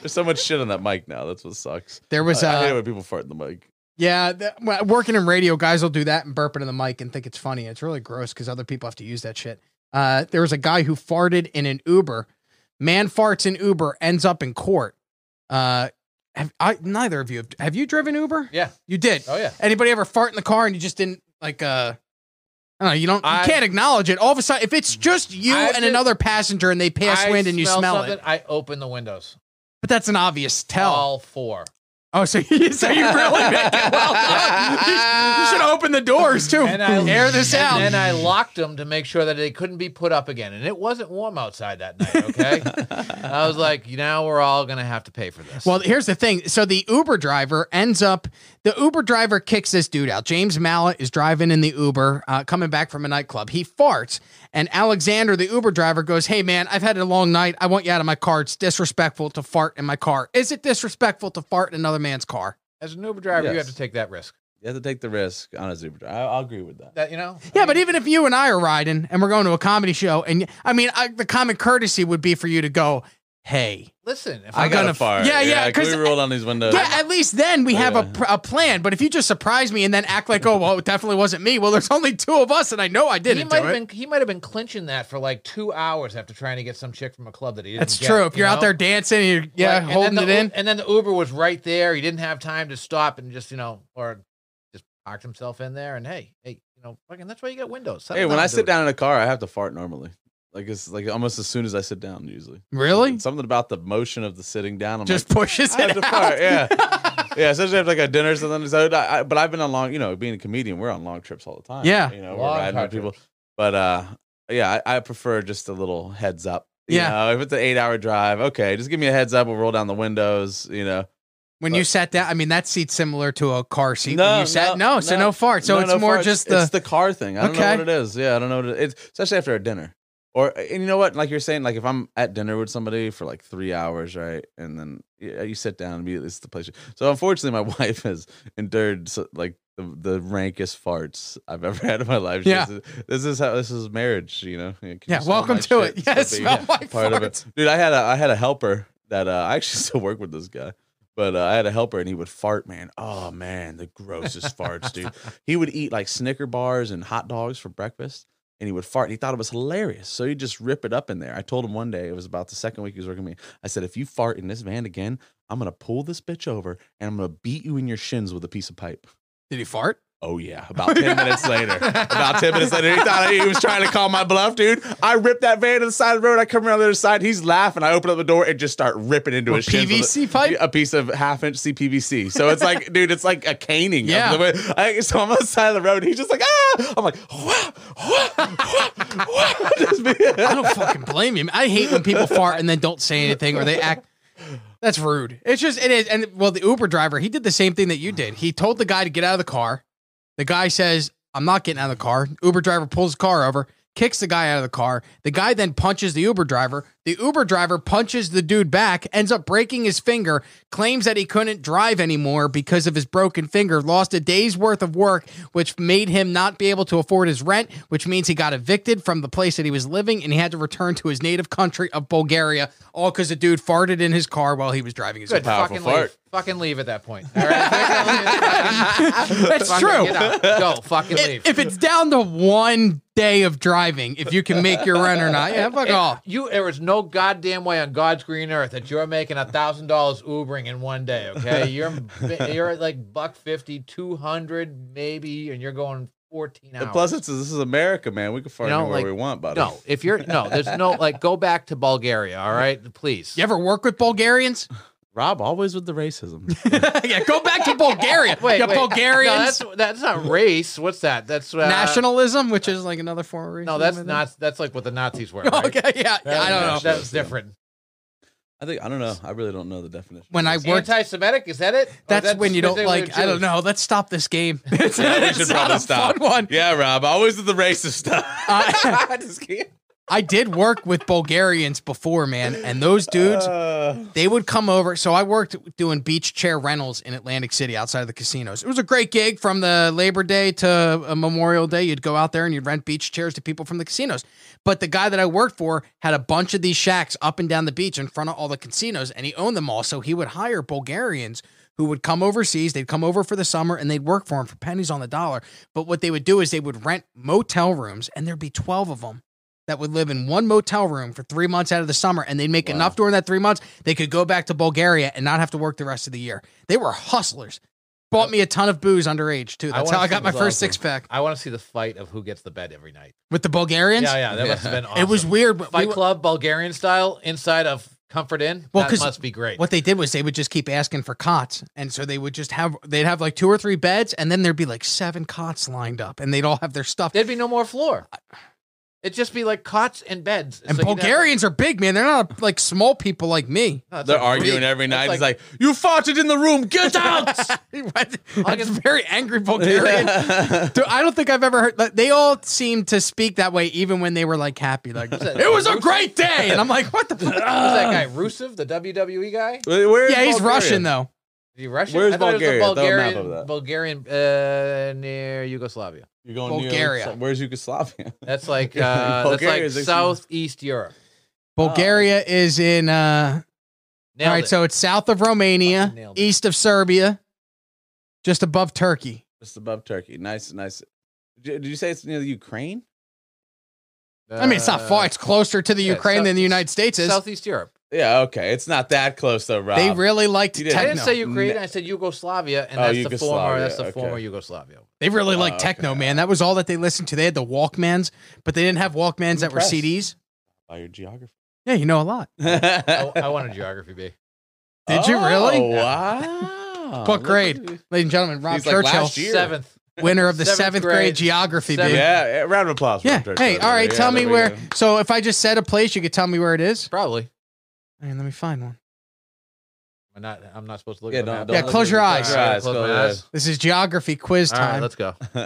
[SPEAKER 2] There's so much shit on that mic now. That's what sucks.
[SPEAKER 1] There was,
[SPEAKER 2] I, I hate
[SPEAKER 1] uh,
[SPEAKER 2] it when people fart in the mic.
[SPEAKER 1] Yeah, that, well, working in radio, guys will do that and burp into the mic and think it's funny. It's really gross because other people have to use that shit. Uh, there was a guy who farted in an Uber. Man farts in Uber, ends up in court. Uh, have I? Neither of you have, have you driven Uber?
[SPEAKER 6] Yeah.
[SPEAKER 1] you did.
[SPEAKER 6] Oh, yeah.
[SPEAKER 1] Anybody ever fart in the car and you just didn't like? uh I don't know. You don't. You
[SPEAKER 6] I- Mm-hmm.
[SPEAKER 1] can't acknowledge it. All of a sudden, if it's just you
[SPEAKER 6] I
[SPEAKER 1] and
[SPEAKER 6] did-
[SPEAKER 1] another passenger and they pass
[SPEAKER 6] I
[SPEAKER 1] wind and you smell
[SPEAKER 6] something,
[SPEAKER 1] it,
[SPEAKER 6] I open the windows.
[SPEAKER 1] but that's an obvious tell.
[SPEAKER 6] All four.
[SPEAKER 1] Oh, so you, so you really make it well done. You, you should open the doors too.
[SPEAKER 6] And I
[SPEAKER 1] Air this
[SPEAKER 6] and
[SPEAKER 1] out.
[SPEAKER 6] then I locked them to make sure that they couldn't be put up again. And it wasn't warm outside that night. Okay, I was like, now we're all gonna have to pay for this.
[SPEAKER 1] Well, here's the thing. So the Uber driver ends up, the Uber driver kicks this dude out. James Mallet is driving in the Uber, uh, coming back from a nightclub. He farts, and Alexander, the Uber driver, goes, Hey, man, I've had a long night. I want you out of my car. It's disrespectful to fart in my car. Is it disrespectful to fart in another man's car?
[SPEAKER 6] As an Uber driver, you
[SPEAKER 2] Yes.
[SPEAKER 6] have to take that risk.
[SPEAKER 2] You have to take the risk on a Uber. I, I'll agree with that.
[SPEAKER 6] That you know,
[SPEAKER 1] Yeah, but even if you and I are riding and we're going to a comedy show, and I mean, I, the common courtesy would be for you to go, Hey,
[SPEAKER 6] listen. If
[SPEAKER 1] I
[SPEAKER 6] I,
[SPEAKER 1] got- gotta- yeah, yeah,
[SPEAKER 2] Can we
[SPEAKER 1] 'cause-
[SPEAKER 2] roll down these windows?
[SPEAKER 1] Yeah, at least then we have a, pr- a plan. But if you just surprise me and then act like, oh, well, it definitely wasn't me. Well, there's only two of us, and I know I
[SPEAKER 6] he
[SPEAKER 1] didn't do
[SPEAKER 6] might have
[SPEAKER 1] it.
[SPEAKER 6] been he might have been clinching that for like two hours after trying to get some chick from a club that he didn't.
[SPEAKER 1] That's
[SPEAKER 6] get,
[SPEAKER 1] true. If
[SPEAKER 6] you
[SPEAKER 1] you're out
[SPEAKER 6] know?
[SPEAKER 1] there dancing, and you're yeah
[SPEAKER 6] Like, and then
[SPEAKER 1] holding
[SPEAKER 6] the
[SPEAKER 1] it
[SPEAKER 6] U-
[SPEAKER 1] in.
[SPEAKER 6] and then the Uber was right there. He didn't have time to stop and just you know, or just parked himself in there. And hey, hey, you know, fucking that's why you got windows. Settle
[SPEAKER 2] hey, when
[SPEAKER 6] down,
[SPEAKER 2] I sit
[SPEAKER 6] dude.
[SPEAKER 2] down in a car, I have to fart normally. Like it's like almost as soon as I sit down, usually.
[SPEAKER 1] Really?
[SPEAKER 2] It's something about the motion of the sitting down. I'm
[SPEAKER 1] Just
[SPEAKER 2] like,
[SPEAKER 1] pushes
[SPEAKER 2] I have
[SPEAKER 1] it
[SPEAKER 2] to
[SPEAKER 1] out.
[SPEAKER 2] fart. Yeah, yeah. Especially after like a dinner or something. So I, I- but I've been on long. You know, being a comedian, we're on long trips all the time.
[SPEAKER 1] Yeah.
[SPEAKER 2] you know,
[SPEAKER 6] Long
[SPEAKER 2] we're riding
[SPEAKER 6] car
[SPEAKER 2] with people. But uh, yeah, I, I prefer just a little heads up. You
[SPEAKER 1] Yeah.
[SPEAKER 2] know, if it's an eight-hour drive, okay, just give me a heads up. We'll roll down the windows. You know,
[SPEAKER 1] when you sat down, I mean, that seat's similar to a car seat.
[SPEAKER 2] No,
[SPEAKER 1] when you sat, no, so no fart. So
[SPEAKER 2] no,
[SPEAKER 1] it's
[SPEAKER 2] no
[SPEAKER 1] more
[SPEAKER 2] farts.
[SPEAKER 1] just the.
[SPEAKER 2] it's the car thing. I don't
[SPEAKER 1] Okay.
[SPEAKER 2] know what it is. Yeah, I don't know what it is. Especially after a dinner. Or and you know what? Like you're saying, like if I'm at dinner with somebody for like three hours, right? And then yeah, you sit down immediately. It's the place. you- So unfortunately, my wife has endured so, like the, the rankest farts I've ever had in my life. She
[SPEAKER 1] Yeah.
[SPEAKER 2] says, this is how this is marriage. You know. Can you
[SPEAKER 1] Yeah,
[SPEAKER 2] smell
[SPEAKER 1] welcome
[SPEAKER 2] my
[SPEAKER 1] to it.
[SPEAKER 2] shit?
[SPEAKER 1] Yeah,
[SPEAKER 2] It's the
[SPEAKER 1] smell my
[SPEAKER 2] part of it, dude. I had a I had a helper that uh, I actually still work with this guy. But uh, I had a helper and he would fart, man. Oh man, the grossest farts, dude. He would eat like Snicker bars and hot dogs for breakfast, and he would fart. And he thought it was hilarious, so he'd just rip it up in there. I told him one day it was about the second week he was working with me. I said, if you fart in this van again, I'm gonna pull this bitch over and I'm gonna beat you in your shins with a piece of pipe.
[SPEAKER 1] did he fart?
[SPEAKER 2] Oh yeah. About ten minutes later. About ten minutes later, he thought he was trying to call my bluff, dude. I ripped that van to the side of the road. I come around the other side. He's laughing. I open up the door and just start ripping into
[SPEAKER 1] With
[SPEAKER 2] his shins with
[SPEAKER 1] PVC
[SPEAKER 2] a,
[SPEAKER 1] pipe?
[SPEAKER 2] a piece of half inch CPVC. So it's like, dude, it's like a caning. of
[SPEAKER 1] Yeah.
[SPEAKER 2] the way- I- so I'm on the side of the road. He's just like, ah. I'm like,
[SPEAKER 1] I don't fucking blame you. I hate when people fart and then don't say anything or they act. That's rude. It's just it is. And well, the Uber driver he did the same thing that you did. He told the guy to get out of the car. The guy says, "I'm not getting out of the car." Uber driver pulls the car over, kicks the guy out of the car. The guy then punches the Uber driver. The Uber driver punches the dude back, ends up breaking his finger. Claims that he couldn't drive anymore because of his broken finger. Lost a day's worth of work, which made him not be able to afford his rent, which means he got evicted from the place that he was living and he had to return to his native country of Bulgaria, all because a dude farted in his car while he was driving his
[SPEAKER 6] Good.
[SPEAKER 1] car.
[SPEAKER 6] Fucking leave. Fucking leave at that point. All right?
[SPEAKER 1] That's
[SPEAKER 6] Fucking
[SPEAKER 1] true.
[SPEAKER 6] get out. Go. Fucking
[SPEAKER 1] If-
[SPEAKER 6] leave.
[SPEAKER 1] If it's down to one day of driving, if you can make your rent or not, yeah, fuck
[SPEAKER 6] It-
[SPEAKER 1] off.
[SPEAKER 6] You, there is no goddamn way on God's green earth that you're making a thousand dollars Ubering in one day. Okay, you're you're at like buck fifty, two hundred maybe, and you're going fourteen hours.
[SPEAKER 2] And plus, it's this is America, man. We can fart
[SPEAKER 6] You know,
[SPEAKER 2] anywhere
[SPEAKER 6] like,
[SPEAKER 2] we want, buddy.
[SPEAKER 6] no, if you're no, there's no like go back to Bulgaria. All right, please.
[SPEAKER 1] You ever work with Bulgarians?
[SPEAKER 2] Rob always with the racism.
[SPEAKER 1] yeah, go back to Bulgaria.
[SPEAKER 6] Wait,
[SPEAKER 1] you
[SPEAKER 6] wait. No,
[SPEAKER 1] Bulgarians.
[SPEAKER 6] that's that's not race. What's that? That's uh,
[SPEAKER 1] Nationalism, which is like another form of racism.
[SPEAKER 6] No,
[SPEAKER 1] I
[SPEAKER 6] that's
[SPEAKER 1] think.
[SPEAKER 6] not. That's like what the Nazis were. Right?
[SPEAKER 1] Okay, yeah, yeah, I don't know.
[SPEAKER 6] That's different.
[SPEAKER 2] I think I don't know. I really don't know the definition.
[SPEAKER 1] When I worked,
[SPEAKER 6] Anti-Semitic is that it? Or
[SPEAKER 1] that's, when you don't
[SPEAKER 6] specifically
[SPEAKER 1] like. I don't
[SPEAKER 6] Jews?
[SPEAKER 1] know. Let's stop this game. It's,
[SPEAKER 2] Yeah, we
[SPEAKER 1] it's
[SPEAKER 2] should
[SPEAKER 1] not
[SPEAKER 2] probably
[SPEAKER 1] a
[SPEAKER 2] stop.
[SPEAKER 1] fun one.
[SPEAKER 2] Yeah, Rob, always with the racist stuff.
[SPEAKER 1] Uh,
[SPEAKER 2] I just can't.
[SPEAKER 1] I did work with Bulgarians before, man, and those dudes, they would come over. So I worked doing beach chair rentals in Atlantic City outside of the casinos. It was a great gig from the Labor Day to uh, Memorial Day. You'd go out there and you'd rent beach chairs to people from the casinos. But the guy that I worked for had a bunch of these shacks up and down the beach in front of all the casinos, and he owned them all. So he would hire Bulgarians who would come overseas. They'd come over for the summer and they'd work for him for pennies on the dollar. But what they would do is they would rent motel rooms, and there'd be 12 of them that would live in one motel room for three months out of the summer and they'd make enough during that three months they could go back to bulgaria and not have to work the rest of the year they were hustlers bought me a ton of booze underage too that's
[SPEAKER 6] wanna
[SPEAKER 1] how i
[SPEAKER 6] see
[SPEAKER 1] got my
[SPEAKER 6] those
[SPEAKER 1] first
[SPEAKER 6] awesome.
[SPEAKER 1] six pack
[SPEAKER 6] I want to see the fight of who gets the bed every night.
[SPEAKER 1] with the bulgarians
[SPEAKER 6] Yeah, yeah, that must have been awesome.
[SPEAKER 1] it was weird but we
[SPEAKER 6] Fight
[SPEAKER 1] were-
[SPEAKER 6] Club Bulgarian style inside of Comfort Inn.
[SPEAKER 1] Well,
[SPEAKER 6] that
[SPEAKER 1] 'cause
[SPEAKER 6] must be great.
[SPEAKER 1] what they did was they would just keep asking for cots and so they would just have they'd have like two or three beds and then there'd be like seven cots lined up and they'd all have their stuff Uh,
[SPEAKER 6] There'd be no more floor. It'd just be like cots and beds.
[SPEAKER 1] and
[SPEAKER 6] So you'd have-
[SPEAKER 1] bulgarians are big man they're not like small people like me
[SPEAKER 6] No, it's
[SPEAKER 2] They're
[SPEAKER 6] like
[SPEAKER 2] arguing
[SPEAKER 6] big.
[SPEAKER 2] every
[SPEAKER 6] It's
[SPEAKER 2] night. He's like, "You farted in the room. Get out!"
[SPEAKER 1] That's very angry Bulgarian. Dude, I don't think I've ever heard. like, They all seemed to speak that way, even when they were like happy. Like it
[SPEAKER 6] that
[SPEAKER 1] was a
[SPEAKER 6] Russian?
[SPEAKER 1] great day, and I'm like, what the? Fuck?
[SPEAKER 6] Who's that guy? Rusev, the WWE guy? Is
[SPEAKER 2] Where- where is
[SPEAKER 1] yeah, he's
[SPEAKER 2] Bulgaria?
[SPEAKER 1] Russian though.
[SPEAKER 6] he Russian?
[SPEAKER 2] Where's
[SPEAKER 6] I thought
[SPEAKER 2] Bulgaria?
[SPEAKER 6] It
[SPEAKER 2] Throw a
[SPEAKER 6] was
[SPEAKER 2] map
[SPEAKER 6] the Bulgarian,
[SPEAKER 2] over that.
[SPEAKER 6] Bulgarian uh, near Yugoslavia.
[SPEAKER 2] You're going
[SPEAKER 1] Bulgaria.
[SPEAKER 2] Near, where's Yugoslavia?
[SPEAKER 6] That's like
[SPEAKER 2] Yeah,
[SPEAKER 6] uh, that's
[SPEAKER 2] Bulgaria
[SPEAKER 6] like
[SPEAKER 2] is actually-
[SPEAKER 6] Southeast Europe.
[SPEAKER 1] Bulgaria is in. uh
[SPEAKER 6] Oh. Nailed
[SPEAKER 1] All right,
[SPEAKER 6] it.
[SPEAKER 1] so it's south of
[SPEAKER 6] Fucking
[SPEAKER 1] Romania,
[SPEAKER 6] nailed it.
[SPEAKER 1] east of Serbia, just above Turkey.
[SPEAKER 2] Just above Turkey. Nice, nice. Did you- did you say it's near the Ukraine?
[SPEAKER 1] I mean, it's not far.
[SPEAKER 6] Uh,
[SPEAKER 1] It's closer to the
[SPEAKER 6] yeah,
[SPEAKER 1] Ukraine
[SPEAKER 6] south-
[SPEAKER 1] than the United States is.
[SPEAKER 6] Southeast Europe.
[SPEAKER 2] Yeah. Okay, it's not that close though, Rob.
[SPEAKER 1] They really liked
[SPEAKER 2] You didn't-
[SPEAKER 6] I
[SPEAKER 1] techno.
[SPEAKER 6] didn't say Ukraine. I said Yugoslavia, and
[SPEAKER 2] Oh,
[SPEAKER 6] that's the former.
[SPEAKER 2] Yugoslavia,
[SPEAKER 6] That's the
[SPEAKER 2] okay.
[SPEAKER 6] former Yugoslavia.
[SPEAKER 1] They really
[SPEAKER 2] Oh,
[SPEAKER 1] like
[SPEAKER 2] okay.
[SPEAKER 1] techno, man. That was all that they listened to. They had the Walkmans, but they didn't have Walkmans that were
[SPEAKER 2] impressed.
[SPEAKER 1] CDs.
[SPEAKER 2] By Oh, your geography.
[SPEAKER 1] Yeah, you know a lot.
[SPEAKER 6] I, I want a geography B.
[SPEAKER 1] Did you really?
[SPEAKER 2] Oh, Wow.
[SPEAKER 1] What
[SPEAKER 2] Look
[SPEAKER 1] grade,
[SPEAKER 2] at you.
[SPEAKER 1] ladies and gentlemen? Rob
[SPEAKER 2] He's like last
[SPEAKER 1] Churchill,
[SPEAKER 2] year.
[SPEAKER 6] Seventh.
[SPEAKER 1] winner of the
[SPEAKER 6] Seventh
[SPEAKER 1] seventh grade,
[SPEAKER 6] grade.
[SPEAKER 1] geography.
[SPEAKER 6] Seventh-
[SPEAKER 1] Baby. Yeah.
[SPEAKER 2] Yeah. yeah, Round of applause. for Churchill
[SPEAKER 1] Hey. All
[SPEAKER 2] there.
[SPEAKER 1] right.
[SPEAKER 2] Yeah,
[SPEAKER 1] tell me
[SPEAKER 2] there we
[SPEAKER 1] where.
[SPEAKER 2] go.
[SPEAKER 1] So if I just said a place, you could tell me where it is.
[SPEAKER 6] Probably.
[SPEAKER 1] And let me find one.
[SPEAKER 6] I'm not. I'm not supposed to look
[SPEAKER 2] Yeah,
[SPEAKER 6] at the
[SPEAKER 2] don't-
[SPEAKER 6] map.
[SPEAKER 2] don't
[SPEAKER 1] Yeah, look close at your it. eyes.
[SPEAKER 6] All right,
[SPEAKER 2] Close your
[SPEAKER 6] my
[SPEAKER 2] eyes.
[SPEAKER 1] This is geography quiz
[SPEAKER 6] All right,
[SPEAKER 1] time.
[SPEAKER 6] let's go.
[SPEAKER 2] we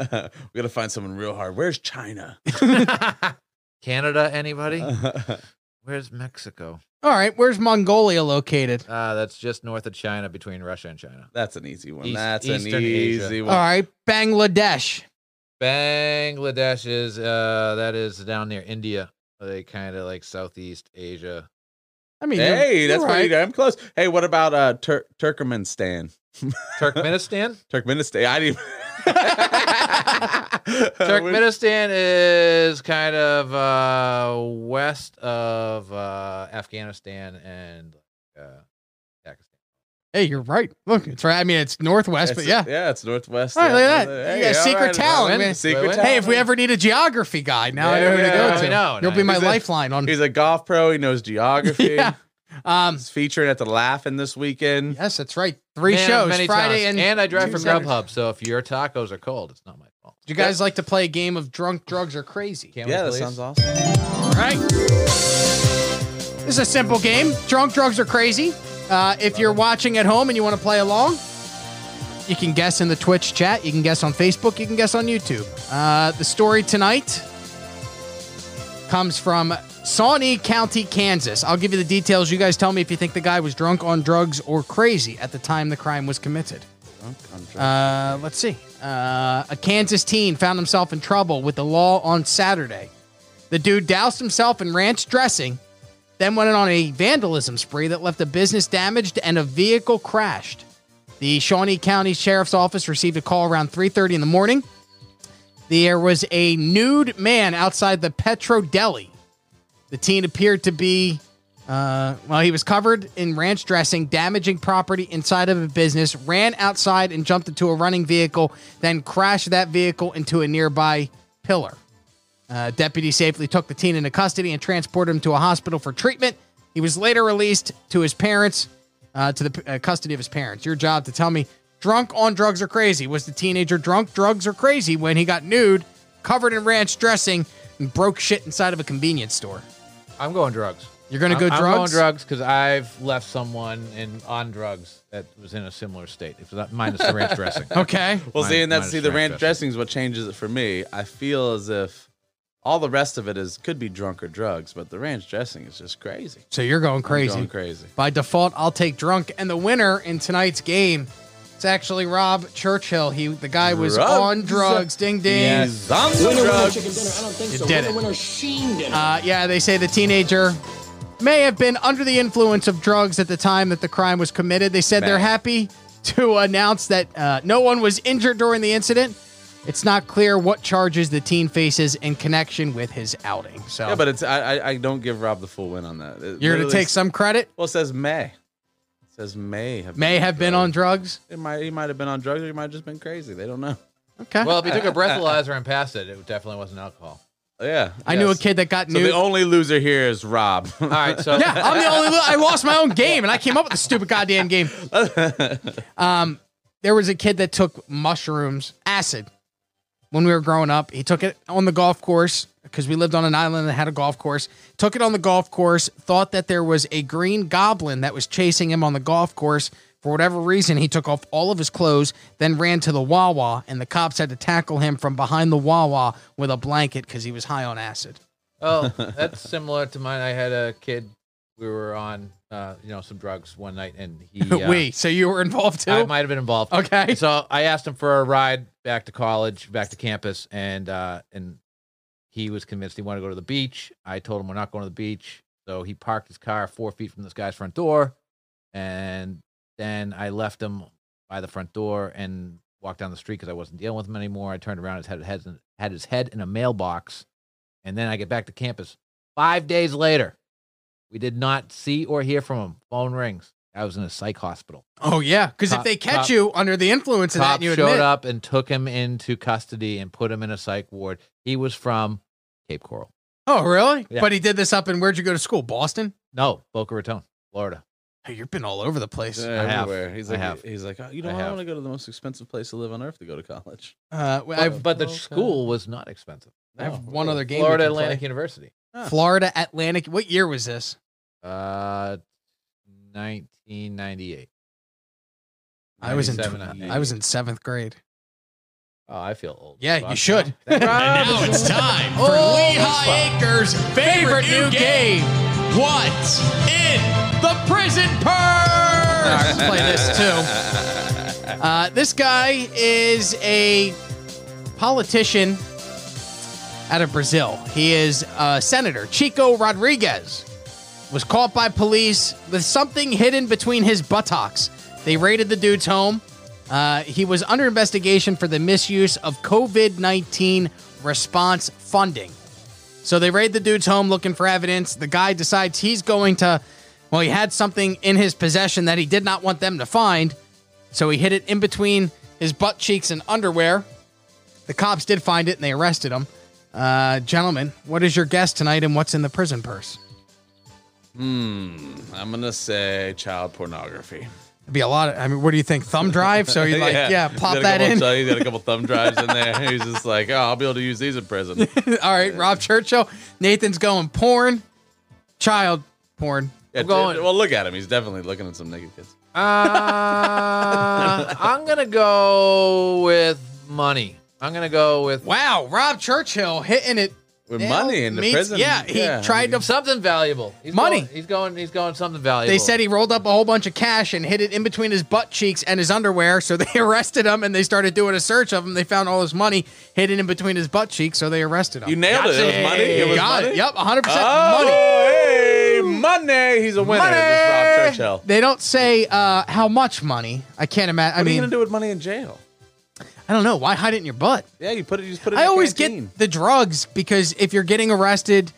[SPEAKER 2] gotta find someone real hard. Where's China?
[SPEAKER 6] Canada, anybody?
[SPEAKER 2] That's
[SPEAKER 6] Where's Mexico?
[SPEAKER 1] all right. Where's Mongolia located?
[SPEAKER 6] Uh, that's just north of China, between Russia and China.
[SPEAKER 2] an easy one.
[SPEAKER 6] East-
[SPEAKER 2] That's
[SPEAKER 6] Eastern
[SPEAKER 2] an
[SPEAKER 6] Asia.
[SPEAKER 2] easy
[SPEAKER 1] All
[SPEAKER 2] one.
[SPEAKER 1] right. Bangladesh.
[SPEAKER 6] Bangladesh is uh, that is down near India. They kind of like Southeast Asia.
[SPEAKER 1] I mean, you're-
[SPEAKER 2] Hey,
[SPEAKER 1] you're
[SPEAKER 2] that's pretty
[SPEAKER 1] right.
[SPEAKER 2] damn close. Hey, what about uh Tur- Turkmenistan?
[SPEAKER 6] Turkmenistan.
[SPEAKER 2] Turkmenistan. I didn't.
[SPEAKER 6] Turkmenistan is kind of uh, west of uh, Afghanistan and uh, Pakistan.
[SPEAKER 1] Hey, you're right. Look, it's right. I mean, it's northwest, but
[SPEAKER 2] It's-
[SPEAKER 1] yeah.
[SPEAKER 2] yeah, it's Northwest.
[SPEAKER 1] All right, look at
[SPEAKER 2] yeah.
[SPEAKER 1] that. you
[SPEAKER 2] Hey,
[SPEAKER 1] got
[SPEAKER 2] all
[SPEAKER 1] secret
[SPEAKER 2] right,
[SPEAKER 1] talent.
[SPEAKER 2] Rowan.
[SPEAKER 1] man.
[SPEAKER 2] Secret talent.
[SPEAKER 1] Hey, if we ever need a geography guy, now I
[SPEAKER 2] Yeah,
[SPEAKER 1] know who to
[SPEAKER 2] yeah,
[SPEAKER 1] go
[SPEAKER 2] I
[SPEAKER 1] to.
[SPEAKER 2] know,
[SPEAKER 1] You'll
[SPEAKER 2] nice.
[SPEAKER 1] be my
[SPEAKER 2] He's a-
[SPEAKER 1] lifeline on.
[SPEAKER 2] He's a golf pro. He knows geography.
[SPEAKER 1] Yeah.
[SPEAKER 2] Um, He's featuring at the Laughing this weekend.
[SPEAKER 1] Yes, that's right.
[SPEAKER 2] Three
[SPEAKER 6] Man of
[SPEAKER 1] shows,
[SPEAKER 6] many
[SPEAKER 1] Friday
[SPEAKER 6] times.
[SPEAKER 1] and
[SPEAKER 6] I drive
[SPEAKER 1] two
[SPEAKER 6] from
[SPEAKER 1] Saturdays.
[SPEAKER 6] Grubhub, so if your tacos are cold, it's not my fault.
[SPEAKER 1] Do you guys like to play a game of drunk drugs or crazy?
[SPEAKER 6] Can we Yeah, that please? sounds
[SPEAKER 1] awesome. All right. This is a simple game. Drunk drugs or crazy. Uh, if you're watching at home and you want to play along, you can guess in the Twitch chat. You can guess on Facebook. You can guess on YouTube. Uh, the story tonight comes from Sawney County, Kansas. I'll give you the details. You guys tell me if you think the guy was drunk on drugs or crazy at the time the crime was committed. Uh, let's see. Uh, a Kansas teen found himself in trouble with the law on Saturday. The dude doused himself in ranch dressing, then went on a vandalism spree that left a business damaged and a vehicle crashed. The Shawnee County Sheriff's Office received a call around 3:30 in the morning. There was a nude man outside the Petro Deli. The teen appeared to be, uh, well, he was covered in ranch dressing, damaging property inside of a business, ran outside and jumped into a running vehicle, then crashed that vehicle into a nearby pillar. Uh, deputy safely took the teen into custody and transported him to a hospital for treatment. He was later released to his parents, uh, to the p- uh, custody of his parents. Your job to tell me drunk on drugs or crazy. Was the teenager drunk, drugs, or crazy when he got nude, covered in ranch dressing, and broke shit inside of a convenience store?
[SPEAKER 6] I'm going drugs.
[SPEAKER 1] You're going to go
[SPEAKER 6] I'm,
[SPEAKER 1] drugs?
[SPEAKER 6] I'm going drugs because I've left someone in on drugs that was in a similar state. If not, minus the ranch dressing.
[SPEAKER 2] Well, see,
[SPEAKER 6] Min-
[SPEAKER 2] and that's
[SPEAKER 6] minus
[SPEAKER 2] see, the ranch dressing is what changes it for me. I feel as if all the rest of it is could be drunk or drugs, but the ranch dressing is just crazy.
[SPEAKER 1] So you're going
[SPEAKER 2] I'm
[SPEAKER 1] crazy.
[SPEAKER 2] going crazy.
[SPEAKER 1] By default, I'll take drunk. And the winner in tonight's game, it's actually Rob Churchill. He the guy was
[SPEAKER 2] Drugs.
[SPEAKER 1] on drugs. Ding ding.
[SPEAKER 2] Yes, on the Winner, winner, drugs. chicken dinner.
[SPEAKER 1] I don't think
[SPEAKER 2] so.
[SPEAKER 1] Did
[SPEAKER 2] Winner,
[SPEAKER 1] it. Uh, yeah, they say the teenager may have been under the influence of drugs at the time that the crime was committed. They said they're
[SPEAKER 2] Man.
[SPEAKER 1] happy to announce that uh, no one was injured during the incident. It's not clear what charges the teen faces in connection with his outing. So
[SPEAKER 2] Yeah, but it's I, I I don't give Rob the full win on that. It
[SPEAKER 1] you're going
[SPEAKER 2] literally
[SPEAKER 1] to take some credit.
[SPEAKER 2] Well, it says may. It says may have
[SPEAKER 1] May
[SPEAKER 2] been
[SPEAKER 1] have been on drugs.
[SPEAKER 2] It might he might have been on drugs or he might have just been crazy. They don't know.
[SPEAKER 1] Okay.
[SPEAKER 6] Well, if you took a breathalyzer and passed it, it definitely wasn't alcohol.
[SPEAKER 2] Yeah.
[SPEAKER 1] I knew a kid that got
[SPEAKER 2] So
[SPEAKER 1] nude-
[SPEAKER 2] the only loser here is Rob. All
[SPEAKER 6] right, so
[SPEAKER 1] Yeah, I'm the only. I lost my own game, and I came up with a stupid goddamn game. Um, there was a kid that took mushrooms, acid, when we were growing up. He took it on the golf course because we lived on an island that had a golf course. Took it on the golf course. Thought that there was a green goblin that was chasing him on the golf course. For whatever reason, he took off all of his clothes, then ran to the Wawa, and the cops had to tackle him from behind the Wawa with a blanket because he was high on acid.
[SPEAKER 6] Oh, that's similar to mine. I had a kid. We were on, uh, you know, some drugs one night, and he. Uh,
[SPEAKER 1] we. So you were involved too.
[SPEAKER 6] I might have been involved.
[SPEAKER 1] Okay.
[SPEAKER 6] So I asked him for a ride back to college, back to campus, and uh, and he was convinced he wanted to go to the beach. I told him we're not going to the beach, so he parked his car four feet from this guy's front door, and then I left him by the front door and walked down the street because I wasn't dealing with him anymore. I turned around, his head had had his head in a mailbox, and then I get back to campus. Five days later, we did not see or hear from him. Phone rings. I was in a psych hospital.
[SPEAKER 1] Oh yeah, because if
[SPEAKER 6] Cop-
[SPEAKER 1] they catch
[SPEAKER 6] cop-
[SPEAKER 1] you under the influence of that,
[SPEAKER 6] Cop
[SPEAKER 1] and you
[SPEAKER 6] showed
[SPEAKER 1] admit
[SPEAKER 6] up and took him into custody and put him in a psych ward. He was from Cape Coral.
[SPEAKER 1] Oh, really?
[SPEAKER 6] Yeah.
[SPEAKER 1] But he did this up in where'd you go to school? Boston?
[SPEAKER 6] No, Boca Raton, Florida.
[SPEAKER 1] Hey, you've been all over the place.
[SPEAKER 2] Yeah,
[SPEAKER 6] I have.
[SPEAKER 2] everywhere. He's
[SPEAKER 6] I
[SPEAKER 2] like
[SPEAKER 6] have.
[SPEAKER 2] he's like, oh, you
[SPEAKER 6] I
[SPEAKER 2] know, what? I
[SPEAKER 6] have.
[SPEAKER 2] want to go to the most expensive place to live on earth to go to college.
[SPEAKER 1] Uh, well,
[SPEAKER 6] But,
[SPEAKER 1] I've,
[SPEAKER 6] but the
[SPEAKER 1] Okay.
[SPEAKER 6] school was not expensive.
[SPEAKER 1] I have
[SPEAKER 6] No.
[SPEAKER 1] one
[SPEAKER 2] Oh,
[SPEAKER 1] other game. we
[SPEAKER 6] Florida
[SPEAKER 1] can play.
[SPEAKER 6] Atlantic University.
[SPEAKER 1] Florida Atlantic. What year was this?
[SPEAKER 6] Uh, 1998.
[SPEAKER 1] I was in.
[SPEAKER 6] 97,
[SPEAKER 1] I was in seventh grade.
[SPEAKER 6] Oh, I feel old.
[SPEAKER 1] Yeah,
[SPEAKER 6] Fuck.
[SPEAKER 1] you should.
[SPEAKER 6] That's right.
[SPEAKER 1] time
[SPEAKER 6] for Lehigh
[SPEAKER 1] Acres' favorite new game. What's in the prison purse? let's play this too. Uh, this guy is a politician out of Brazil. He is uh, Senator Chico Rodriguez. Was caught by police with something hidden between his buttocks. They raided the dude's home. Uh, he was under investigation for the misuse of COVID 19 response funding. So they raid the dude's home looking for evidence. The guy decides he's going to Well, he had something in his possession that he did not want them to find, so he hid it in between his butt cheeks and underwear. The cops did find it and they arrested him. Uh, gentlemen, what is your guess tonight and what's in the prison purse?
[SPEAKER 2] Hmm. I'm gonna say child pornography.
[SPEAKER 1] It'd be a lot of, I mean, what do you think? Thumb drive? So you're like, yeah,
[SPEAKER 2] He's
[SPEAKER 1] pop
[SPEAKER 2] got a
[SPEAKER 1] that
[SPEAKER 2] couple-
[SPEAKER 1] in.
[SPEAKER 2] so he's got a couple thumb drives in there. He's just like, oh, I'll be able to use these in prison.
[SPEAKER 1] All right, Rob Churchill. Nathan's going porn, child porn.
[SPEAKER 2] Yeah,
[SPEAKER 1] I'm going.
[SPEAKER 2] dude, well, look at him. He's definitely looking at some naked kids.
[SPEAKER 6] Uh, I'm gonna go with money. I'm gonna go with
[SPEAKER 1] wow, Rob Churchill hitting it
[SPEAKER 2] with
[SPEAKER 1] nailed money in the meets- prison. yeah, he Yeah. tried to-
[SPEAKER 6] something valuable. He's
[SPEAKER 1] Money.
[SPEAKER 6] going- he's going. He's going something valuable.
[SPEAKER 1] They said he rolled up a whole bunch of cash and hid it in between his butt cheeks and his underwear. So they arrested him and they started doing a search of him. They found all his money hidden in between his butt cheeks. So they arrested him.
[SPEAKER 2] You nailed it. It was money. It was
[SPEAKER 1] Got
[SPEAKER 2] money?
[SPEAKER 1] it. Yep, 100%
[SPEAKER 2] Oh,
[SPEAKER 1] money.
[SPEAKER 2] Hey, money. He's a winner. This is Rob Churchill.
[SPEAKER 1] They don't say uh, how much money. I can't imagine. I
[SPEAKER 2] what are you
[SPEAKER 1] mean,
[SPEAKER 2] gonna do with money in jail?
[SPEAKER 1] I don't know. Why hide it in your butt?
[SPEAKER 2] Yeah, you put it. You just put it.
[SPEAKER 1] I
[SPEAKER 2] in a
[SPEAKER 1] always
[SPEAKER 2] canteen.
[SPEAKER 1] get the drugs because if you're getting arrested,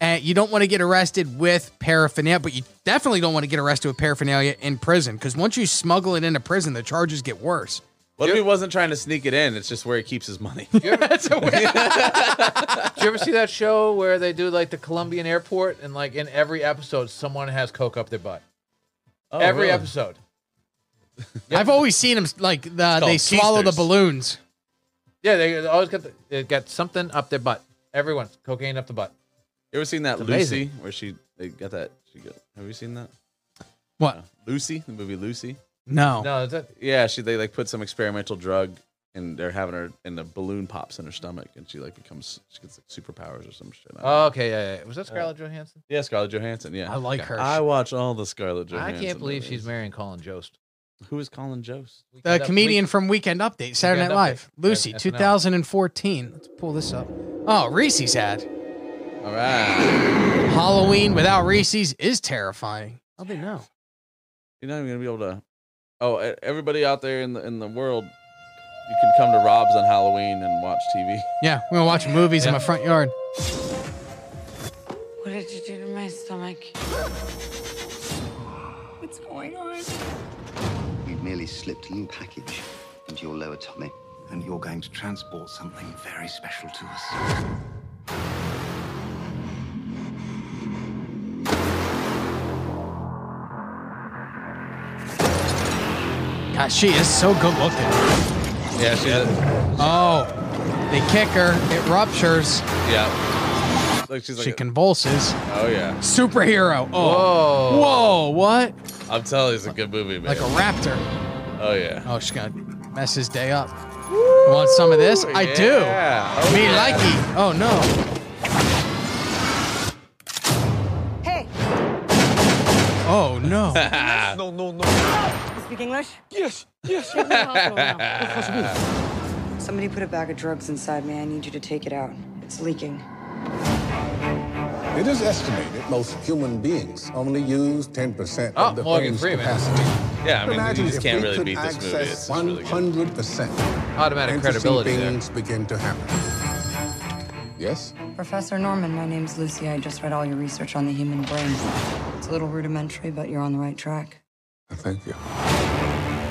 [SPEAKER 1] uh, you don't want to get arrested with paraphernalia, but you definitely don't want to get arrested with paraphernalia in prison because once you smuggle it into prison, the charges get worse.
[SPEAKER 2] What if he wasn't trying to sneak it in? It's just where he keeps his money. Oh,
[SPEAKER 6] Did you ever see that show where they do like the Colombian airport and like in every episode someone has coke up their butt?
[SPEAKER 1] Oh,
[SPEAKER 6] every
[SPEAKER 1] really?
[SPEAKER 6] episode.
[SPEAKER 1] I've always seen them like the, they swallow the
[SPEAKER 6] keisters.
[SPEAKER 1] balloons.
[SPEAKER 6] Yeah, they always got the, they got something up their butt. Everyone cocaine up the butt.
[SPEAKER 2] You ever seen that
[SPEAKER 6] It's
[SPEAKER 2] Lucy
[SPEAKER 6] amazing.
[SPEAKER 2] where she they got that? She go, have you seen that? Uh,
[SPEAKER 1] What?
[SPEAKER 2] Lucy, the movie Lucy.
[SPEAKER 1] No.
[SPEAKER 6] No, is that
[SPEAKER 2] Yeah, she they like put some experimental drug and they're having her and the balloon pops in her stomach and she like becomes she gets like superpowers or some shit. I don't
[SPEAKER 6] Oh,
[SPEAKER 2] know.
[SPEAKER 6] okay, yeah, yeah. Was that Scarlett Johansson?
[SPEAKER 2] Yeah, Scarlett Johansson. Yeah,
[SPEAKER 1] I like her.
[SPEAKER 2] I watch all the Scarlett
[SPEAKER 6] I
[SPEAKER 2] Johansson.
[SPEAKER 6] can't believe
[SPEAKER 2] movies.
[SPEAKER 6] she's marrying Colin Jost.
[SPEAKER 2] Who is Colin Jost?
[SPEAKER 1] The comedian from Weekend Update, Saturday
[SPEAKER 6] Weekend
[SPEAKER 1] Night Live,
[SPEAKER 6] Update.
[SPEAKER 1] Lucy,
[SPEAKER 6] Yes, SNL.
[SPEAKER 1] 2014. Let's pull this up. Oh, Reese's had
[SPEAKER 2] All right,
[SPEAKER 1] Halloween without Reese's is terrifying. How they know?
[SPEAKER 2] you're not even gonna be able to. Oh, e- everybody out there in the in the world, you can come to Rob's on Halloween and watch TV.
[SPEAKER 1] Yeah, we're gonna watch movies in my front yard.
[SPEAKER 7] What did you do to my stomach?
[SPEAKER 5] What's going on?
[SPEAKER 22] We've merely slipped a new package into your lower tummy. And you're going to transport something very special to us.
[SPEAKER 1] God, she is so good looking.
[SPEAKER 2] Yeah, she had,
[SPEAKER 1] Oh, they kick her. It ruptures.
[SPEAKER 2] yeah. Like she's like
[SPEAKER 1] She
[SPEAKER 2] a-
[SPEAKER 1] convulses.
[SPEAKER 2] Oh yeah.
[SPEAKER 1] Superhero.
[SPEAKER 2] Whoa.
[SPEAKER 1] Oh. Whoa, what?
[SPEAKER 2] I'm telling you, it's a good movie, man.
[SPEAKER 1] Like a raptor.
[SPEAKER 2] Oh yeah.
[SPEAKER 1] Oh, she's gonna mess his day up. You want some of this? I do.
[SPEAKER 2] yeah. Oh,
[SPEAKER 1] Me
[SPEAKER 2] yeah.
[SPEAKER 1] likey. Oh no.
[SPEAKER 7] Hey,
[SPEAKER 1] Oh no.
[SPEAKER 2] no,
[SPEAKER 7] no, no. You speak English? Yes, yes. Take me to the hospital now. Somebody put a bag of drugs inside me. I need you to take it out. It's leaking.
[SPEAKER 23] It is estimated most human beings only use 10% of
[SPEAKER 6] Oh,
[SPEAKER 2] Ah,
[SPEAKER 23] the
[SPEAKER 6] Morgan
[SPEAKER 23] brain's
[SPEAKER 6] Freeman.
[SPEAKER 23] capacity.
[SPEAKER 2] Yeah, I mean, you
[SPEAKER 23] Imagine
[SPEAKER 2] just
[SPEAKER 23] if
[SPEAKER 2] can't
[SPEAKER 23] we
[SPEAKER 2] really
[SPEAKER 23] could
[SPEAKER 2] beat this movie.
[SPEAKER 23] access
[SPEAKER 2] It's just really
[SPEAKER 23] 100%.
[SPEAKER 6] Automatic
[SPEAKER 23] Interesting
[SPEAKER 6] credibility there.
[SPEAKER 23] things begin to happen. Yes?
[SPEAKER 7] Professor Norman, my name's Lucy. I just read all your research on the human brain. It's a little rudimentary, but you're on the right track.
[SPEAKER 23] Thank you.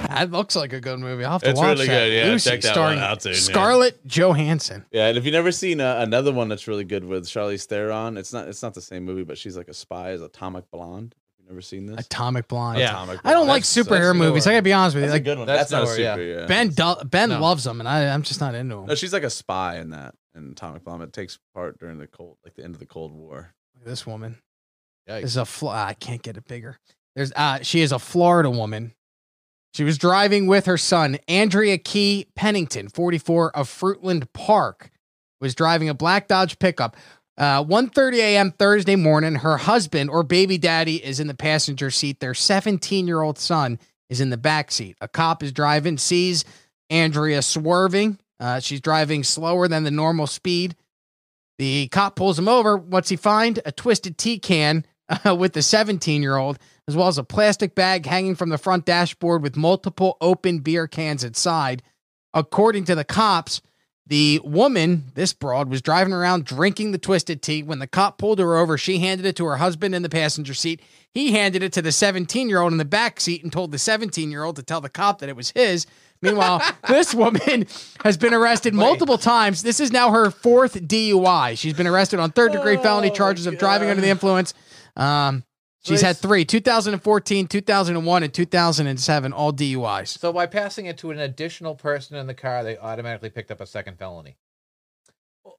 [SPEAKER 1] That looks like a good movie. I'll have to
[SPEAKER 2] It's
[SPEAKER 1] watch
[SPEAKER 2] really
[SPEAKER 1] that.
[SPEAKER 2] good, yeah,
[SPEAKER 1] Lucy
[SPEAKER 2] check that
[SPEAKER 1] starring
[SPEAKER 2] one out soon, yeah.
[SPEAKER 1] Scarlett Johansson.
[SPEAKER 2] Yeah, and if you've never seen uh, another one that's really good with Charlize Theron, it's not it's not the same movie, but she's like a spy as Atomic Blonde. If you've never seen this,
[SPEAKER 1] Atomic Blonde.
[SPEAKER 2] Yeah. Atomic
[SPEAKER 1] I don't
[SPEAKER 2] Blonde.
[SPEAKER 1] like
[SPEAKER 2] That's-
[SPEAKER 1] superhero
[SPEAKER 2] that's the
[SPEAKER 1] movies. I
[SPEAKER 2] one.
[SPEAKER 1] gotta be honest with you.
[SPEAKER 2] That's a
[SPEAKER 1] like
[SPEAKER 2] good one. That's That's not a nowhere, yeah. superhero, yeah.
[SPEAKER 1] Ben do- Ben
[SPEAKER 2] No.
[SPEAKER 1] loves them, and I, I'm just not into them.
[SPEAKER 2] no, she's like a spy in that in Atomic Blonde. It takes part during the cold, like the end of the Cold War.
[SPEAKER 1] This woman. This is a fl- ah, I can't get it bigger. There's uh she is a Florida woman. She was driving with her son, Andrea Key Pennington, 44 of Fruitland Park, was driving a black Dodge pickup. Uh 1:30 a.m. Thursday morning, her husband or baby daddy is in the passenger seat. Their 17-year-old son is in the back seat. A cop is driving, sees Andrea swerving. Uh, she's driving slower than the normal speed. The cop pulls him over. What's he find? A twisted tea can uh, with the 17 year old, as well as a plastic bag hanging from the front dashboard with multiple open beer cans inside. According to the cops, The woman, this broad, was driving around drinking the twisted tea. When the cop pulled her over, she handed it to her husband in the passenger seat. He handed it to the 17 year old in the back seat and told the 17 year old to tell the cop that it was his. Meanwhile, this woman has been arrested multiple times. This is now her fourth DUI. She's been arrested on third degree felony charges of driving under the influence. Um, she's had three 2014, 2001, and 2007, all DUIs.
[SPEAKER 6] So by passing it to an additional person in the car, they automatically picked up a second felony.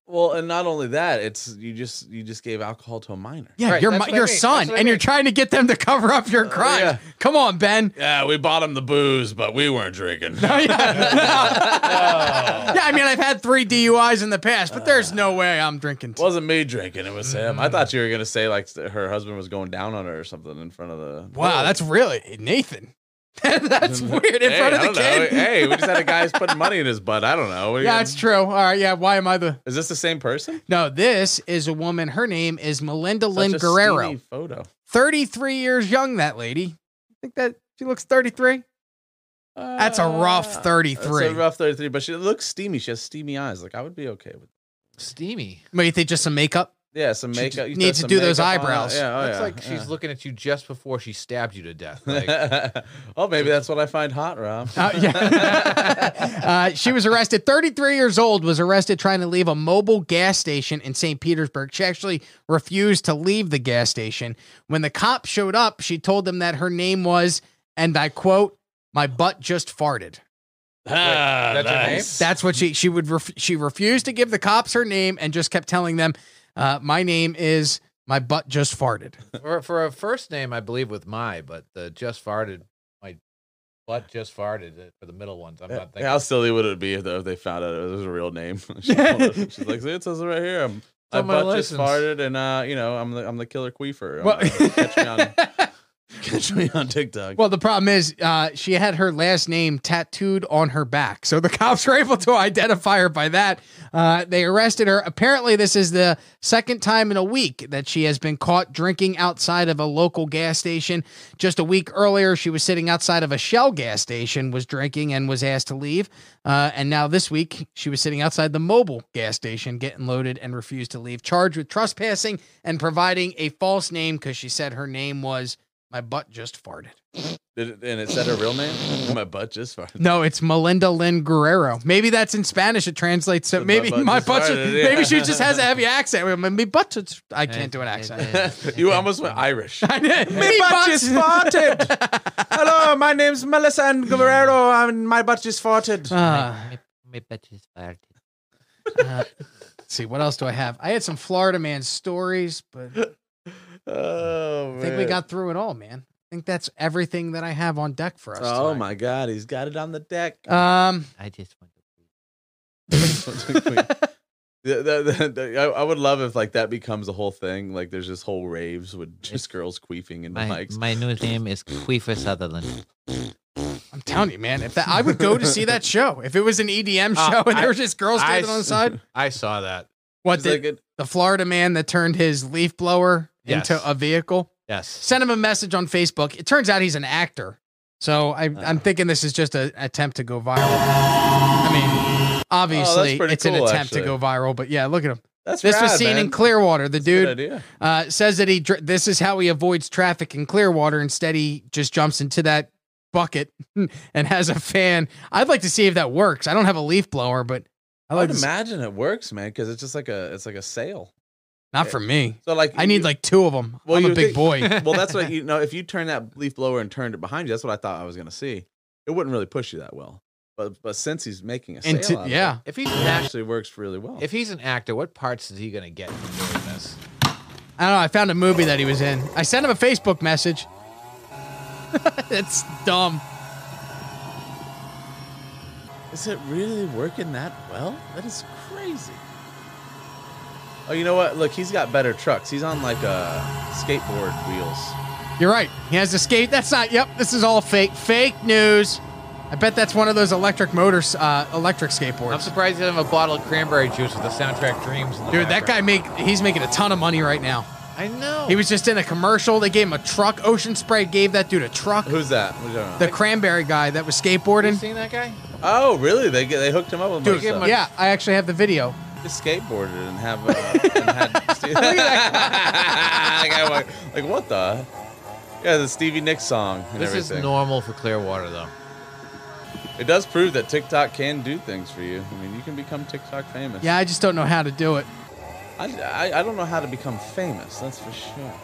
[SPEAKER 2] Well, and not only that, it's you just you just gave alcohol to a minor.
[SPEAKER 1] Yeah, your mi- your son, and you're trying to get them to cover up your crime. Come on, Ben.
[SPEAKER 2] Yeah, we bought him the booze, but we weren't drinking.
[SPEAKER 1] yeah, I mean, I've had three DUIs in the past, but there's no way I'm drinking. Tea.
[SPEAKER 2] Wasn't me drinking. It was him. I thought you were gonna say like her husband was going down on her or something in front of the.
[SPEAKER 1] Wow, that's really Nathan. that's
[SPEAKER 2] Mm-hmm.
[SPEAKER 1] weird in
[SPEAKER 2] Hey,
[SPEAKER 1] front of
[SPEAKER 2] I
[SPEAKER 1] the
[SPEAKER 2] don't know.
[SPEAKER 1] kid.
[SPEAKER 2] Hey, we just had a guy who's putting money in his butt. I don't know. What are you
[SPEAKER 1] yeah,
[SPEAKER 2] gonna-
[SPEAKER 1] it's true. All right, yeah. Why am I the?
[SPEAKER 2] Is this the same person?
[SPEAKER 1] No, this is a woman. Her name is Melinda Lynn
[SPEAKER 2] Such a
[SPEAKER 1] Guerrero.
[SPEAKER 2] steamy Photo.
[SPEAKER 1] 33 years young, that lady. I think that she looks 33. That's a rough 33.
[SPEAKER 2] It's Uh, Ah, a rough 33, but she looks steamy. She has steamy eyes. Like, I would be okay with
[SPEAKER 6] Steamy.
[SPEAKER 1] But you think just some makeup?
[SPEAKER 2] Yeah, some
[SPEAKER 1] She
[SPEAKER 2] makeup.
[SPEAKER 1] ju-
[SPEAKER 2] You throw
[SPEAKER 1] needs to
[SPEAKER 2] some
[SPEAKER 1] do those
[SPEAKER 2] makeup on.
[SPEAKER 1] eyebrows.
[SPEAKER 2] Yeah, oh,
[SPEAKER 6] Looks
[SPEAKER 2] yeah,
[SPEAKER 6] like she's
[SPEAKER 2] yeah.
[SPEAKER 6] looking at you just before she stabbed you to death. Like,
[SPEAKER 2] oh, maybe that's what I find hot, Rob.
[SPEAKER 1] Uh, she was arrested. 33 years old was arrested trying to leave a mobile gas station in St. Petersburg. She actually refused to leave the gas station. When the cop showed up, she told them that her name was, and I quote, "My butt just farted."
[SPEAKER 2] Ah,
[SPEAKER 21] Uh,
[SPEAKER 6] that's her name?
[SPEAKER 1] That's what she she would ref, she refused to give the cops her name and just kept telling them, uh, "My name is my butt just farted."
[SPEAKER 6] for, for a first name, I believe with my, but the just farted, my butt just farted uh, for the middle ones. I'm not thinking.
[SPEAKER 2] How silly would it be if, though, if they found out it was a real name? She pulled it- She's like, "See, it says it right here. I'm, I
[SPEAKER 6] on my
[SPEAKER 2] butt just
[SPEAKER 6] license."
[SPEAKER 2] farted, and uh, you know, I'm the I'm the killer queefer. I'm,
[SPEAKER 1] Well-
[SPEAKER 2] uh, catch, me on, catch me on TikTok.
[SPEAKER 1] Well, the problem is uh, she had her last name tattooed on her back, so the cops were able to identify her by that. Uh, they arrested her. Apparently, this is the second time in a week that she has been caught drinking outside of a local gas station. Just a week earlier, she was sitting outside of a Shell gas station, was drinking, and was asked to leave. Uh, and now this week, she was sitting outside the mobile gas station, getting loaded, and refused to leave, charged with trespassing and providing a false name because she said her name was. My butt just farted.
[SPEAKER 2] Did it, and it said her real name. My butt just farted.
[SPEAKER 1] No, it's Melinda Lynn Guerrero. Maybe that's in Spanish. It translates to maybe
[SPEAKER 2] butt
[SPEAKER 1] my
[SPEAKER 2] just
[SPEAKER 1] butt.
[SPEAKER 2] farted, yeah.
[SPEAKER 1] Maybe she just has a heavy accent. Well, My butt. just- I can't do an accent.
[SPEAKER 2] you almost went Irish.
[SPEAKER 1] I did.
[SPEAKER 2] Me butt just farted. Hello, my name's Melissa Guerrero, and my butt just farted.
[SPEAKER 1] Ah.
[SPEAKER 12] Uh, My butt is fired.
[SPEAKER 1] Uh, let's see what else do I have? I had some Florida man stories, but
[SPEAKER 2] Oh,
[SPEAKER 1] I think we got through it all, man. I think that's everything that I have on deck for us.
[SPEAKER 2] Oh my God, he's got it on the deck.
[SPEAKER 1] Um,
[SPEAKER 12] I just want
[SPEAKER 2] The- the- the- the- I, I would love if like that becomes a whole thing. Like there's just whole raves with just girls queefing into
[SPEAKER 12] my,
[SPEAKER 2] mics.
[SPEAKER 12] my new name is Queefer Sutherland.
[SPEAKER 1] I'm telling you, man. If that, I would go to see that show. If it was an EDM
[SPEAKER 6] Uh,
[SPEAKER 1] show and
[SPEAKER 6] I-
[SPEAKER 1] there was just girls
[SPEAKER 6] I
[SPEAKER 1] standing on the
[SPEAKER 6] s-
[SPEAKER 1] side.
[SPEAKER 6] I saw that.
[SPEAKER 1] What
[SPEAKER 6] It's
[SPEAKER 1] the,
[SPEAKER 6] like it-
[SPEAKER 1] the Florida man that turned his leaf blower
[SPEAKER 6] Yes.
[SPEAKER 1] into a vehicle?
[SPEAKER 6] Yes.
[SPEAKER 1] Sent him a message on Facebook. It turns out he's an actor. So I,
[SPEAKER 2] Oh.
[SPEAKER 1] I'm thinking this is just an attempt to go viral. I mean, obviously,
[SPEAKER 2] Oh, pretty
[SPEAKER 1] it's an
[SPEAKER 2] cool,
[SPEAKER 1] attempt to
[SPEAKER 2] actually.
[SPEAKER 1] go viral, but yeah, look at him.
[SPEAKER 2] That's
[SPEAKER 1] this was
[SPEAKER 2] rad,
[SPEAKER 1] seen in
[SPEAKER 2] man.
[SPEAKER 1] Clearwater. The
[SPEAKER 2] good
[SPEAKER 1] dude
[SPEAKER 2] idea.
[SPEAKER 1] uh, says that he dr- this is how he avoids traffic in Clearwater. Instead, he just jumps into that bucket and has a fan. I'd like to see if that works. I don't have a leaf blower, but I
[SPEAKER 2] I
[SPEAKER 1] like
[SPEAKER 2] would
[SPEAKER 1] to s-
[SPEAKER 2] imagine it works, man, because it's just like a it's like a sale.
[SPEAKER 1] Not for me.
[SPEAKER 2] So like
[SPEAKER 1] I need like two of them. I'm a
[SPEAKER 2] you
[SPEAKER 1] big
[SPEAKER 2] think-
[SPEAKER 1] boy.
[SPEAKER 2] well, that's what you know. If you turn that leaf blower and turned it behind you, that's what I thought I was gonna see. It wouldn't really push you that well, but but since he's making a sale,
[SPEAKER 1] Into-
[SPEAKER 2] out of it,
[SPEAKER 1] yeah.
[SPEAKER 6] If he's
[SPEAKER 2] it actually works really well.
[SPEAKER 6] If he's an actor, what parts is he going to get from doing this?
[SPEAKER 1] I don't know. I found a movie that he was in. I sent him a Facebook message. it's dumb.
[SPEAKER 2] Is it really working that well? That is crazy. Oh, you know what? Look, he's got better trucks. He's on like a skateboard wheels.
[SPEAKER 1] You're right. He has a skate. That's not. Yep. This is all fake. Fake news. I bet that's one of those electric motors, uh, electric
[SPEAKER 6] I'm
[SPEAKER 1] skateboards.
[SPEAKER 6] surprised he doesn't have a bottle of cranberry juice with the soundtrack Dreams. in the
[SPEAKER 1] Dude, that guy
[SPEAKER 6] background.
[SPEAKER 1] make. He's making a ton of money right now.
[SPEAKER 6] I know.
[SPEAKER 1] He was just in a commercial. They gave him a truck. Ocean Spray gave that dude a truck.
[SPEAKER 2] Who's that? What are you talking about?
[SPEAKER 1] The cranberry guy that was skateboarding.
[SPEAKER 6] seen that guy?
[SPEAKER 2] Oh, really? They they hooked him up with
[SPEAKER 1] Dude,
[SPEAKER 2] more stuff.
[SPEAKER 1] yeah, I actually have the video.
[SPEAKER 2] Just skateboarded and have. Uh, and had Like, I'm like, like, what the? Yeah, the Stevie Nicks song. And
[SPEAKER 6] This is
[SPEAKER 2] everything.
[SPEAKER 6] normal for Clearwater, though.
[SPEAKER 2] It does prove that TikTok can do things for you. I mean, you can become TikTok famous.
[SPEAKER 1] Yeah, I just don't know how to do it.
[SPEAKER 2] I, I, I don't know how to become famous. That's for sure.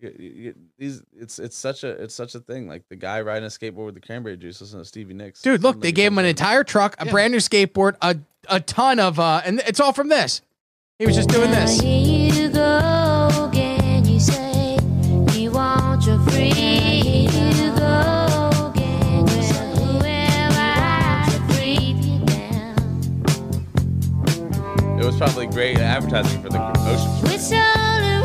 [SPEAKER 2] You- you- you- these it's it's such a it's such a thing. Like the guy riding a skateboard with the cranberry juice, listen to Stevie Nicks.
[SPEAKER 1] Dude, look, they gave him an entire truck, a brand new skateboard, a a ton of uh and it's all from this. He was just doing this.
[SPEAKER 8] you go again. You say you want your freedom. You go again. You say where I breathe you down.
[SPEAKER 2] It was probably great advertising for the ocean.
[SPEAKER 8] It's all around.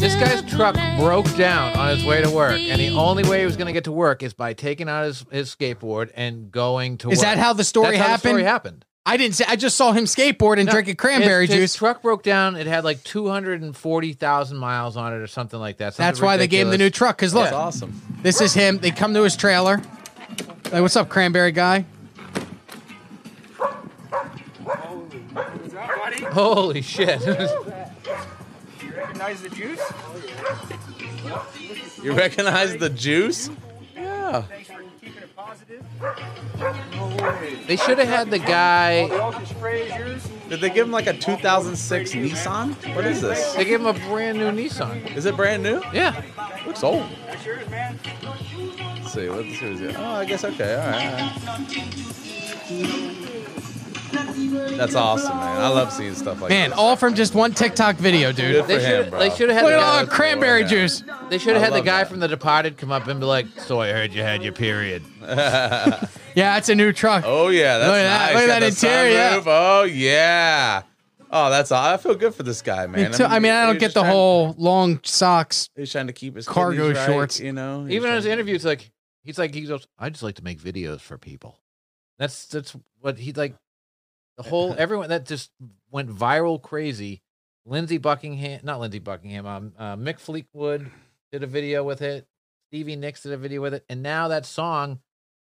[SPEAKER 6] This guy's truck broke down on his way to work, and the only way he was going to get to work is by taking out his, his skateboard and going to work.
[SPEAKER 1] Is that how the story
[SPEAKER 6] That's how
[SPEAKER 1] happened?
[SPEAKER 6] story happened.
[SPEAKER 1] I didn't say I just saw him skateboard and
[SPEAKER 6] No,
[SPEAKER 1] drinking cranberry
[SPEAKER 6] his- His
[SPEAKER 1] juice.
[SPEAKER 6] truck broke down. It had like 240,000 miles on it or something like that. something
[SPEAKER 1] That's why they gave him the new
[SPEAKER 6] ridiculous.
[SPEAKER 1] truck. Cause look,
[SPEAKER 6] That's awesome.
[SPEAKER 1] This is him. They come to his trailer. Like, what's up, cranberry guy?
[SPEAKER 6] Holy shit.
[SPEAKER 4] You recognize the juice?
[SPEAKER 2] You recognize the juice? Yeah.
[SPEAKER 6] They should have had the guy.
[SPEAKER 2] Did they give him like a 2006 Nissan? What is this?
[SPEAKER 6] They gave him a brand new Nissan.
[SPEAKER 2] Is it brand new?
[SPEAKER 6] Yeah.
[SPEAKER 2] Looks old. Let's see. Let's see what he's got. Oh, I guess okay. All right. all right. That's awesome, man. I love seeing stuff like
[SPEAKER 1] Man,
[SPEAKER 2] this.
[SPEAKER 1] all from just one TikTok video, dude.
[SPEAKER 2] Good for They him, should- bro.
[SPEAKER 6] They should have had
[SPEAKER 1] Look
[SPEAKER 6] the
[SPEAKER 1] at
[SPEAKER 6] guy
[SPEAKER 1] all
[SPEAKER 6] with
[SPEAKER 1] the
[SPEAKER 6] the
[SPEAKER 1] cranberry
[SPEAKER 6] board.
[SPEAKER 1] juice.
[SPEAKER 6] They should
[SPEAKER 1] I
[SPEAKER 6] have had the
[SPEAKER 1] love
[SPEAKER 6] guy from The Departed come up and be like, "So I heard you had your period."
[SPEAKER 1] Yeah, it's a new truck.
[SPEAKER 2] Oh yeah, that's
[SPEAKER 1] Look at that.
[SPEAKER 2] nice.
[SPEAKER 1] Look at
[SPEAKER 2] Got
[SPEAKER 1] that
[SPEAKER 2] the
[SPEAKER 1] interior. yeah.
[SPEAKER 2] sunroof. Oh yeah. Oh, that's all. I feel good for this guy, man.
[SPEAKER 1] Me too. I mean, I
[SPEAKER 2] he
[SPEAKER 1] don't
[SPEAKER 2] was
[SPEAKER 1] get
[SPEAKER 2] just
[SPEAKER 1] the
[SPEAKER 2] trying-
[SPEAKER 1] whole long socks.
[SPEAKER 2] He's trying to keep his
[SPEAKER 1] cargo
[SPEAKER 2] kidneys right,
[SPEAKER 1] shorts.
[SPEAKER 2] You know, He's
[SPEAKER 6] Even in
[SPEAKER 2] trying-
[SPEAKER 6] his interview, it's like he's like he goes, "I just like to make videos for people." That's that's what he like. The whole everyone that just went viral crazy. Lindsey Buckingham, not Lindsey Buckingham, um, uh, Mick Fleetwood did a video with it. Stevie Nicks did a video with it, and now that song,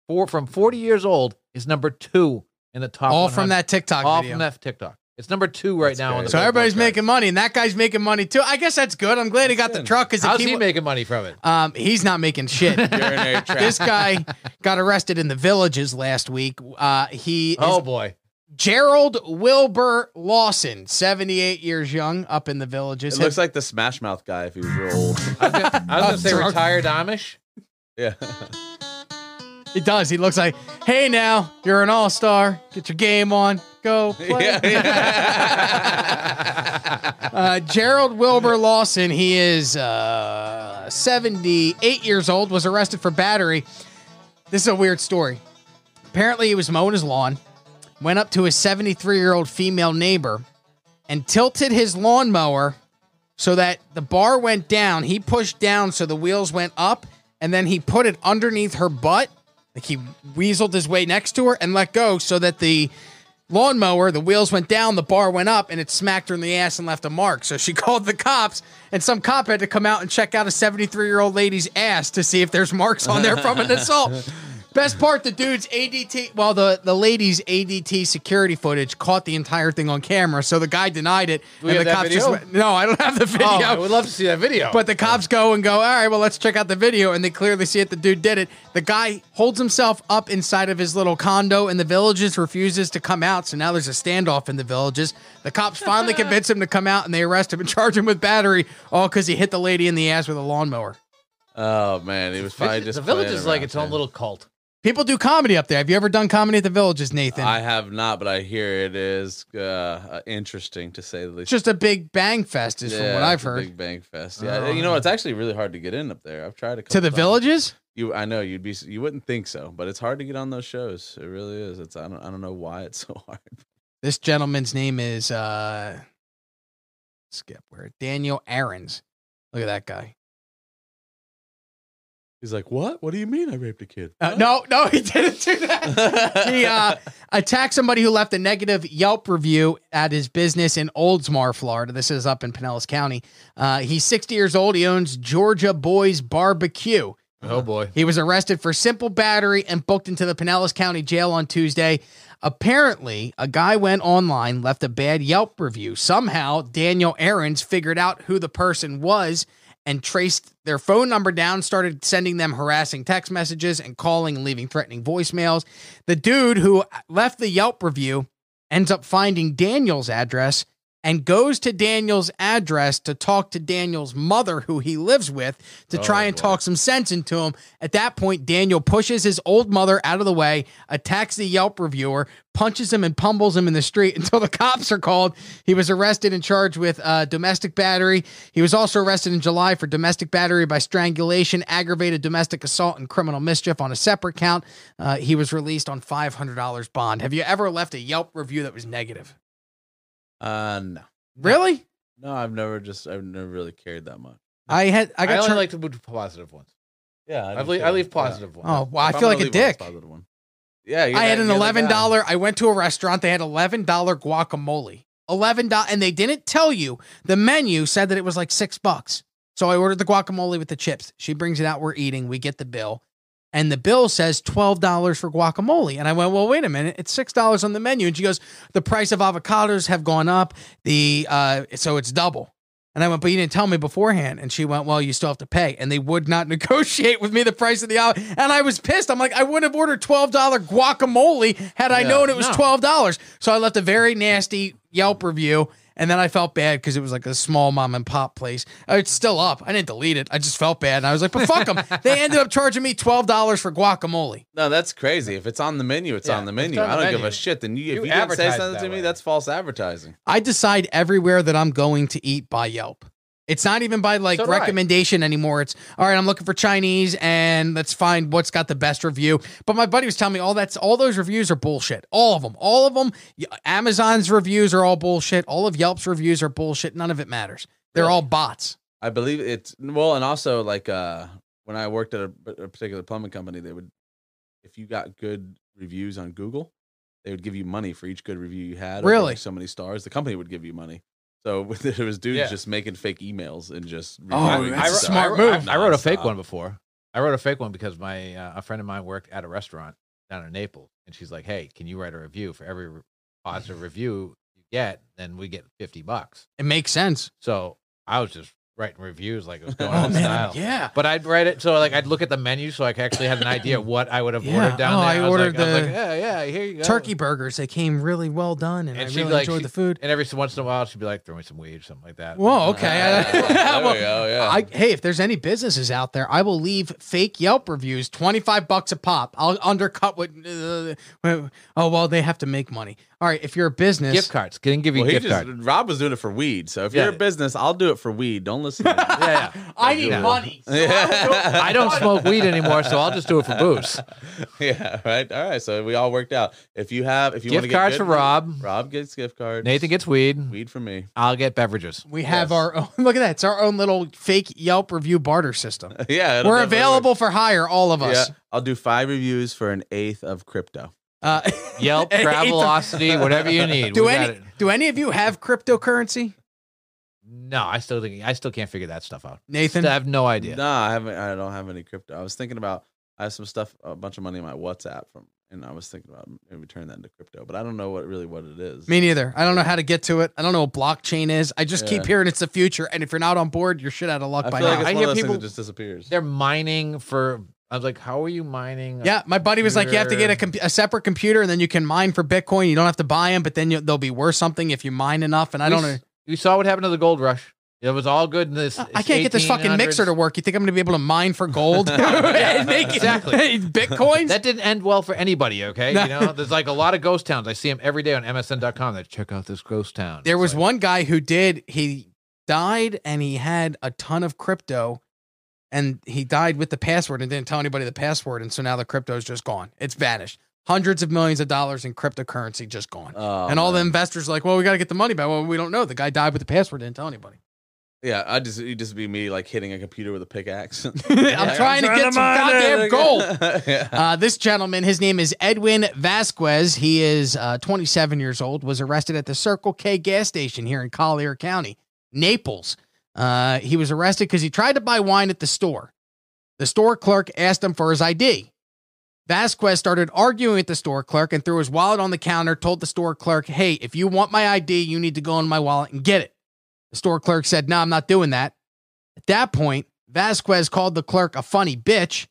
[SPEAKER 6] for from forty years old, is number two in the top.
[SPEAKER 1] All from
[SPEAKER 6] 100.
[SPEAKER 1] that TikTok
[SPEAKER 6] All
[SPEAKER 1] video.
[SPEAKER 6] from that TikTok. It's number two right now. On the
[SPEAKER 1] So
[SPEAKER 6] Billboard
[SPEAKER 1] everybody's
[SPEAKER 6] chart.
[SPEAKER 1] making money, and that guy's making money too. I guess that's good. I'm glad he got the truck because
[SPEAKER 6] How's he making money from it?
[SPEAKER 1] Um, he's not making shit.
[SPEAKER 6] Urinary tract.
[SPEAKER 1] this guy got arrested in the villages last week. Uh, he
[SPEAKER 6] Oh
[SPEAKER 1] is-
[SPEAKER 6] boy,
[SPEAKER 1] Gerald Wilbur Lawson, 78 years young, up in the
[SPEAKER 2] It
[SPEAKER 1] villages.
[SPEAKER 2] looks like the Smash Mouth guy if he was real old.
[SPEAKER 6] I was
[SPEAKER 1] Uh,
[SPEAKER 6] gonna say
[SPEAKER 1] drunk.
[SPEAKER 6] retired Amish.
[SPEAKER 2] yeah.
[SPEAKER 1] he does. He looks like, hey, now you're an all star. Get your game on. Go play.
[SPEAKER 2] Yeah,
[SPEAKER 1] uh, Gerald Wilbur Lawson, he is uh, 78 years old, was arrested for battery. This is a weird story. Apparently, he was mowing his lawn, went up to his 73 year old female neighbor, and tilted his lawnmower so that the bar went down. He pushed down so the wheels went up, and then he put it underneath her butt. Like he weaseled his way next to her and let go so that the lawnmower, the wheels went down, the bar went up, and it smacked her in the ass and left a mark. So she called the cops, and some cop had to come out and check out a 73 year old lady's ass to see if there's marks on there from an assault. Best part, the dude's ADT, well, the, the lady's ADT security footage caught the entire thing on camera. So the guy denied it.
[SPEAKER 6] Do we
[SPEAKER 1] and
[SPEAKER 6] have
[SPEAKER 1] the
[SPEAKER 6] that
[SPEAKER 1] cops
[SPEAKER 6] video?
[SPEAKER 1] just went, no, I don't have the video.
[SPEAKER 6] Oh, I would love to see that video.
[SPEAKER 1] But the cops go and go, all right, well, let's check out the video. And they clearly see it. The dude did it. The guy holds himself up inside of his little condo, and the villages refuses to come out. So now there's a standoff in the villages. The cops finally convince him to come out, and they arrest him and charge him with battery, all because he hit the lady in the ass with a lawnmower.
[SPEAKER 2] Oh man, he was probably just.
[SPEAKER 6] the village
[SPEAKER 2] playing
[SPEAKER 6] is like
[SPEAKER 2] around,
[SPEAKER 6] its own
[SPEAKER 2] man.
[SPEAKER 6] little cult.
[SPEAKER 1] People do comedy up there. Have you ever done comedy at the villages, Nathan?
[SPEAKER 2] I have not, but I hear it is uh, uh, interesting to say the least.
[SPEAKER 1] it's just a big bang fest, is from
[SPEAKER 2] Yeah,
[SPEAKER 1] what I've
[SPEAKER 2] it's a
[SPEAKER 1] heard.
[SPEAKER 2] Big Bang Fest. Yeah,
[SPEAKER 1] Oh.
[SPEAKER 2] you know it's actually really hard to get in up there. I've tried a couple
[SPEAKER 1] to the
[SPEAKER 2] times.
[SPEAKER 1] villages?
[SPEAKER 2] You, I know you'd be, you wouldn't think so, but it's hard to get on those shows. It really is. It's I don't, I don't know why it's so hard.
[SPEAKER 1] This gentleman's name is uh skip where Daniel Aarons. Look at that guy.
[SPEAKER 2] He's like, what? What do you mean I raped a kid?
[SPEAKER 1] Uh, no, no, he didn't do that. he uh, attacked somebody who left a negative Yelp review at his business in Oldsmar, Florida. This is up in Pinellas County. Uh, he's 60 years old. He owns Georgia Boys Barbecue.
[SPEAKER 6] Oh boy.
[SPEAKER 1] He was arrested for simple battery and booked into the Pinellas County Jail on Tuesday. Apparently, a guy went online, left a bad Yelp review. Somehow, Daniel Aarons figured out who the person was and traced their phone number down, started sending them harassing text messages and calling and leaving threatening voicemails. The dude who left the Yelp review ends up finding Daniel's address and goes to Daniel's address to talk to Daniel's mother, who he lives with, to
[SPEAKER 6] Oh,
[SPEAKER 1] try and
[SPEAKER 6] boy.
[SPEAKER 1] talk some sense into him. At that point, Daniel pushes his old mother out of the way, attacks the Yelp reviewer, punches him, and pummels him in the street until the cops are called. He was arrested and charged with uh, domestic battery. He was also arrested in July for domestic battery by strangulation, aggravated domestic assault, and criminal mischief on a separate count. Uh, he was released on $500 bond. Have you ever left a Yelp review that was negative?
[SPEAKER 2] Uh, no,
[SPEAKER 1] Really?
[SPEAKER 2] no, I've never just, I've never really cared that much.
[SPEAKER 1] I had I got
[SPEAKER 6] only
[SPEAKER 1] turned-
[SPEAKER 6] like to move positive ones.
[SPEAKER 2] Yeah,
[SPEAKER 6] I,
[SPEAKER 2] just
[SPEAKER 6] leave, I
[SPEAKER 2] don't-
[SPEAKER 6] leave
[SPEAKER 2] yeah.
[SPEAKER 6] positive ones.
[SPEAKER 1] Oh, well, I
[SPEAKER 2] If I'm
[SPEAKER 1] feel like
[SPEAKER 2] gonna
[SPEAKER 1] a
[SPEAKER 2] leave, I'll leave
[SPEAKER 1] dick.
[SPEAKER 2] positive one. Yeah, you're
[SPEAKER 1] I had
[SPEAKER 2] that-
[SPEAKER 1] an
[SPEAKER 2] you're that
[SPEAKER 1] eleven
[SPEAKER 2] guy.
[SPEAKER 1] dollar. I went to a restaurant. They had eleven dollar guacamole. Eleven dollar, and they didn't tell you. The menu said that it was like six bucks. So I ordered the guacamole with the chips. She brings it out. We're eating. We get the bill, and the bill says twelve dollars for guacamole. And I went, well, wait a minute. It's six dollars on the menu. And she goes, the price of avocados have gone up. The uh, so it's double. And I went, but you didn't tell me beforehand. And she went, well, you still have to pay. And they would not negotiate with me the price of the hour. And I was pissed. I'm like, I wouldn't have ordered $12 guacamole had I
[SPEAKER 6] Yeah,
[SPEAKER 1] known it was
[SPEAKER 6] no.
[SPEAKER 1] $12. So I left a very nasty Yelp review. And then I felt bad because it was like a small mom and pop place. Uh, It's still up. I didn't delete it. I just felt bad. And I was like, but fuck them. they ended up charging me $12 for guacamole.
[SPEAKER 2] No, that's crazy. If it's on the menu, it's
[SPEAKER 6] Yeah,
[SPEAKER 2] on the
[SPEAKER 6] it's
[SPEAKER 2] menu.
[SPEAKER 6] on the
[SPEAKER 2] I don't give
[SPEAKER 6] menu.
[SPEAKER 2] a shit. Then you, if
[SPEAKER 6] You
[SPEAKER 2] you, didn't say
[SPEAKER 6] advertise
[SPEAKER 2] something
[SPEAKER 6] that
[SPEAKER 2] to
[SPEAKER 6] way.
[SPEAKER 2] me, that's false advertising.
[SPEAKER 1] I decide everywhere that I'm going to eat by Yelp. It's not even by like
[SPEAKER 2] So do I.
[SPEAKER 1] recommendation anymore. It's all right. I'm looking for Chinese, and let's find what's got the best review. But my buddy was telling me all that's all those reviews are bullshit. All of them. All of them. Amazon's reviews are all bullshit. All of Yelp's reviews are bullshit. None of it matters. They're all bots.
[SPEAKER 2] I believe it's well, and also like uh when I worked at a, a particular plumbing company, they would if you got good reviews on Google, they would give you money for each good review you had. or
[SPEAKER 1] Really?
[SPEAKER 2] like so many stars, the company would give you money. So there was dudes
[SPEAKER 6] Yeah.
[SPEAKER 2] just making fake emails and just.
[SPEAKER 1] Oh,
[SPEAKER 6] I-
[SPEAKER 2] reviewing
[SPEAKER 6] I, wrote-
[SPEAKER 2] stuff.
[SPEAKER 6] I wrote- I, I wrote a fake
[SPEAKER 2] Nonstop.
[SPEAKER 6] one before. I wrote a fake one because my uh, a friend of mine worked at a restaurant down in Naples, and she's like, "Hey, can you write a review for every re- positive review you get? Then we get fifty bucks."
[SPEAKER 1] It makes sense.
[SPEAKER 6] So I was just writing reviews like it was going
[SPEAKER 1] Oh,
[SPEAKER 6] on
[SPEAKER 1] man,
[SPEAKER 6] style.
[SPEAKER 1] yeah.
[SPEAKER 6] But I'd write it so like I'd look at the menu so I could actually have an idea what I would have
[SPEAKER 1] Yeah.
[SPEAKER 6] ordered down
[SPEAKER 1] Oh,
[SPEAKER 6] there.
[SPEAKER 1] I
[SPEAKER 6] was
[SPEAKER 1] ordered
[SPEAKER 6] like, I was
[SPEAKER 1] the-
[SPEAKER 6] like, yeah, yeah, here you go.
[SPEAKER 1] Turkey burgers. They came really well done, and,
[SPEAKER 6] And
[SPEAKER 1] I
[SPEAKER 6] she
[SPEAKER 1] really
[SPEAKER 6] like
[SPEAKER 1] enjoyed
[SPEAKER 6] she-
[SPEAKER 1] the food.
[SPEAKER 6] And every so once in a while, she'd be like, "Throw me some weed," or something like that.
[SPEAKER 1] Whoa, okay.
[SPEAKER 6] there
[SPEAKER 1] Well,
[SPEAKER 6] we go, yeah.
[SPEAKER 1] I, hey, if there's any businesses out there, I will leave fake Yelp reviews, twenty five bucks a pop. I'll undercut what. Uh, oh well, they have to make money. All right, if you're a business,
[SPEAKER 6] Gift cards. Can give you
[SPEAKER 2] Well, he
[SPEAKER 6] gift
[SPEAKER 2] just,
[SPEAKER 6] card.
[SPEAKER 2] Rob was doing it for weed. So if
[SPEAKER 6] Yeah.
[SPEAKER 2] you're a business, I'll do it for weed. Don't listen. To me.
[SPEAKER 6] Yeah, yeah.
[SPEAKER 1] I need
[SPEAKER 2] Yeah.
[SPEAKER 1] money.
[SPEAKER 6] I don't smoke weed anymore, so I'll just do it for booze.
[SPEAKER 2] yeah, right. All right. So we all worked out. If you have, if you
[SPEAKER 6] Gift
[SPEAKER 2] want to get
[SPEAKER 6] cards
[SPEAKER 2] good-
[SPEAKER 6] for Rob.
[SPEAKER 2] Rob gets gift cards.
[SPEAKER 6] Nathan gets weed.
[SPEAKER 2] weed for me.
[SPEAKER 6] I'll get beverages.
[SPEAKER 1] We have our own. Look at that. It's our own little fake Yelp review barter system.
[SPEAKER 2] Yeah, it'll
[SPEAKER 1] We're
[SPEAKER 2] definitely
[SPEAKER 1] available for hire, all of us.
[SPEAKER 2] Yeah, I'll do five reviews for an eighth of crypto.
[SPEAKER 1] Uh,
[SPEAKER 6] Yelp,
[SPEAKER 1] Eighth of-
[SPEAKER 6] Travelocity, whatever you need.
[SPEAKER 1] do
[SPEAKER 6] we got
[SPEAKER 1] any
[SPEAKER 6] it.
[SPEAKER 1] do any of you have cryptocurrency?
[SPEAKER 6] No, I still think I still can't figure that stuff out.
[SPEAKER 1] Nathan?
[SPEAKER 6] Still have no idea.
[SPEAKER 2] No, I haven't. I don't have any crypto. I was thinking about. I have some stuff, a bunch of money in my WhatsApp from, and I was thinking about maybe turn that into crypto, but I don't know what really what it is.
[SPEAKER 1] Me neither. I don't know how to get to it. I don't know what blockchain is. I just keep
[SPEAKER 2] Yeah.
[SPEAKER 1] hearing it's the future, and if you're not on board, you're shit out of luck
[SPEAKER 2] I
[SPEAKER 1] by
[SPEAKER 2] feel like
[SPEAKER 1] now.
[SPEAKER 2] it's
[SPEAKER 6] I
[SPEAKER 2] one
[SPEAKER 6] hear
[SPEAKER 2] of those
[SPEAKER 6] people-
[SPEAKER 2] things that just disappears.
[SPEAKER 6] They're mining for. I was like, how are you mining? a
[SPEAKER 1] Yeah, my buddy was like, you have to get a,
[SPEAKER 6] computer?"
[SPEAKER 1] comp- a separate computer, and then you can mine for Bitcoin. You don't have to buy them, but then you, they'll be worth something if you mine enough. And I
[SPEAKER 6] We
[SPEAKER 1] don't know.
[SPEAKER 6] s- You saw what happened to the gold rush. It was all good in this.
[SPEAKER 1] I can't get this fucking mixer to work. You think I'm going to be able to mine for gold? and make
[SPEAKER 6] Exactly.
[SPEAKER 1] Bitcoins?
[SPEAKER 6] That didn't end well for anybody. Okay,
[SPEAKER 1] No.
[SPEAKER 6] you know, there's like a lot of ghost towns. I see them every day on MSN.com. That check out this ghost town.
[SPEAKER 1] There was one guy who did. He died and he had a ton of crypto, and he died with the password and didn't tell anybody the password. And so now the crypto is just gone. It's vanished. Hundreds of millions of dollars in cryptocurrency just gone.
[SPEAKER 2] Oh,
[SPEAKER 1] and all the
[SPEAKER 2] man.
[SPEAKER 1] investors are like, well, we got to get the money back. Well, we don't know. The guy died with the password, didn't tell anybody.
[SPEAKER 2] Yeah, I just it'd just be me like hitting a computer with a pickaxe.
[SPEAKER 1] I'm trying to get some goddamn gold. Uh, this gentleman, his name is Edwin Vasquez. He is uh, 27 years old, was arrested at the Circle K gas station here in Collier County, Naples. Uh, he was arrested because he tried to buy wine at the store. The store clerk asked him for his ID. Vasquez started arguing with the store clerk and threw his wallet on the counter, told the store clerk, Hey, if you want my ID, you need to go in my wallet and get it. The store clerk said, No, I'm not doing that. At that point, Vasquez called the clerk a funny bitch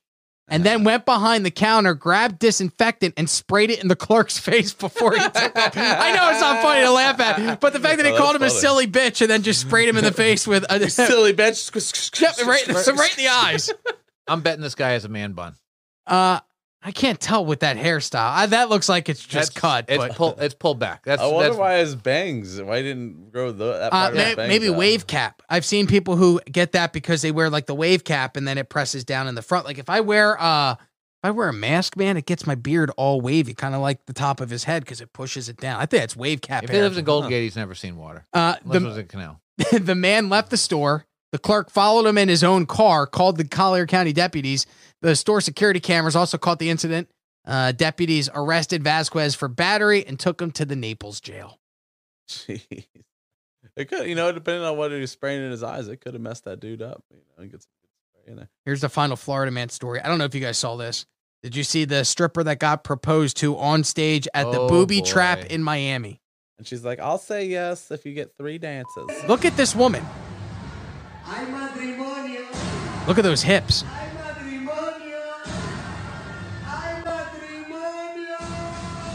[SPEAKER 1] and then went behind the counter, grabbed disinfectant, and sprayed it in the clerk's face before he took off. I know it's not funny to laugh at, but the fact that he
[SPEAKER 2] Oh,
[SPEAKER 1] called him
[SPEAKER 2] that's
[SPEAKER 1] a
[SPEAKER 2] funny.
[SPEAKER 1] silly bitch and then just sprayed him in the face with a
[SPEAKER 2] silly bitch.
[SPEAKER 1] Yep, right, so right in the eyes.
[SPEAKER 6] I'm betting this guy has a man bun.
[SPEAKER 1] Uh, I can't tell with that hairstyle. I, that looks like it's just cut.
[SPEAKER 6] It's
[SPEAKER 1] but
[SPEAKER 6] pull, it's pulled back. That's
[SPEAKER 2] I wonder
[SPEAKER 6] that's
[SPEAKER 2] why his bangs. Why he didn't grow the, that
[SPEAKER 1] Uh,
[SPEAKER 2] part of
[SPEAKER 1] may-
[SPEAKER 2] his bangs
[SPEAKER 1] maybe
[SPEAKER 2] out.
[SPEAKER 1] wave cap. I've seen people who get that because they wear like the wave cap and then it presses down in the front. Like if I wear uh if I wear a mask, man, it gets my beard all wavy, kind of like the top of his head because it pushes it down. I think that's wave cap.
[SPEAKER 6] If he lives
[SPEAKER 1] hair.
[SPEAKER 6] in Gold Gate, he's never seen water.
[SPEAKER 1] Uh,
[SPEAKER 6] Unless
[SPEAKER 1] the-
[SPEAKER 6] it was in Canal.
[SPEAKER 1] the man left the store. The clerk followed him in his own car, called the Collier County deputies. The store security cameras also caught the incident. Uh, deputies arrested Vasquez for battery and took him to the Naples jail.
[SPEAKER 2] Jeez. It could, you know, depending on what he was spraying in his eyes, it could have messed that dude up. You know, he gets in there.
[SPEAKER 1] Here's the final Florida man story. I don't know if you guys saw this. Did you see the stripper that got proposed to on stage at the
[SPEAKER 2] Oh,
[SPEAKER 1] booby trap
[SPEAKER 2] boy.
[SPEAKER 1] in Miami?
[SPEAKER 2] And she's like, "I'll say yes if you get three dances."
[SPEAKER 1] Look at this woman. Look at those hips.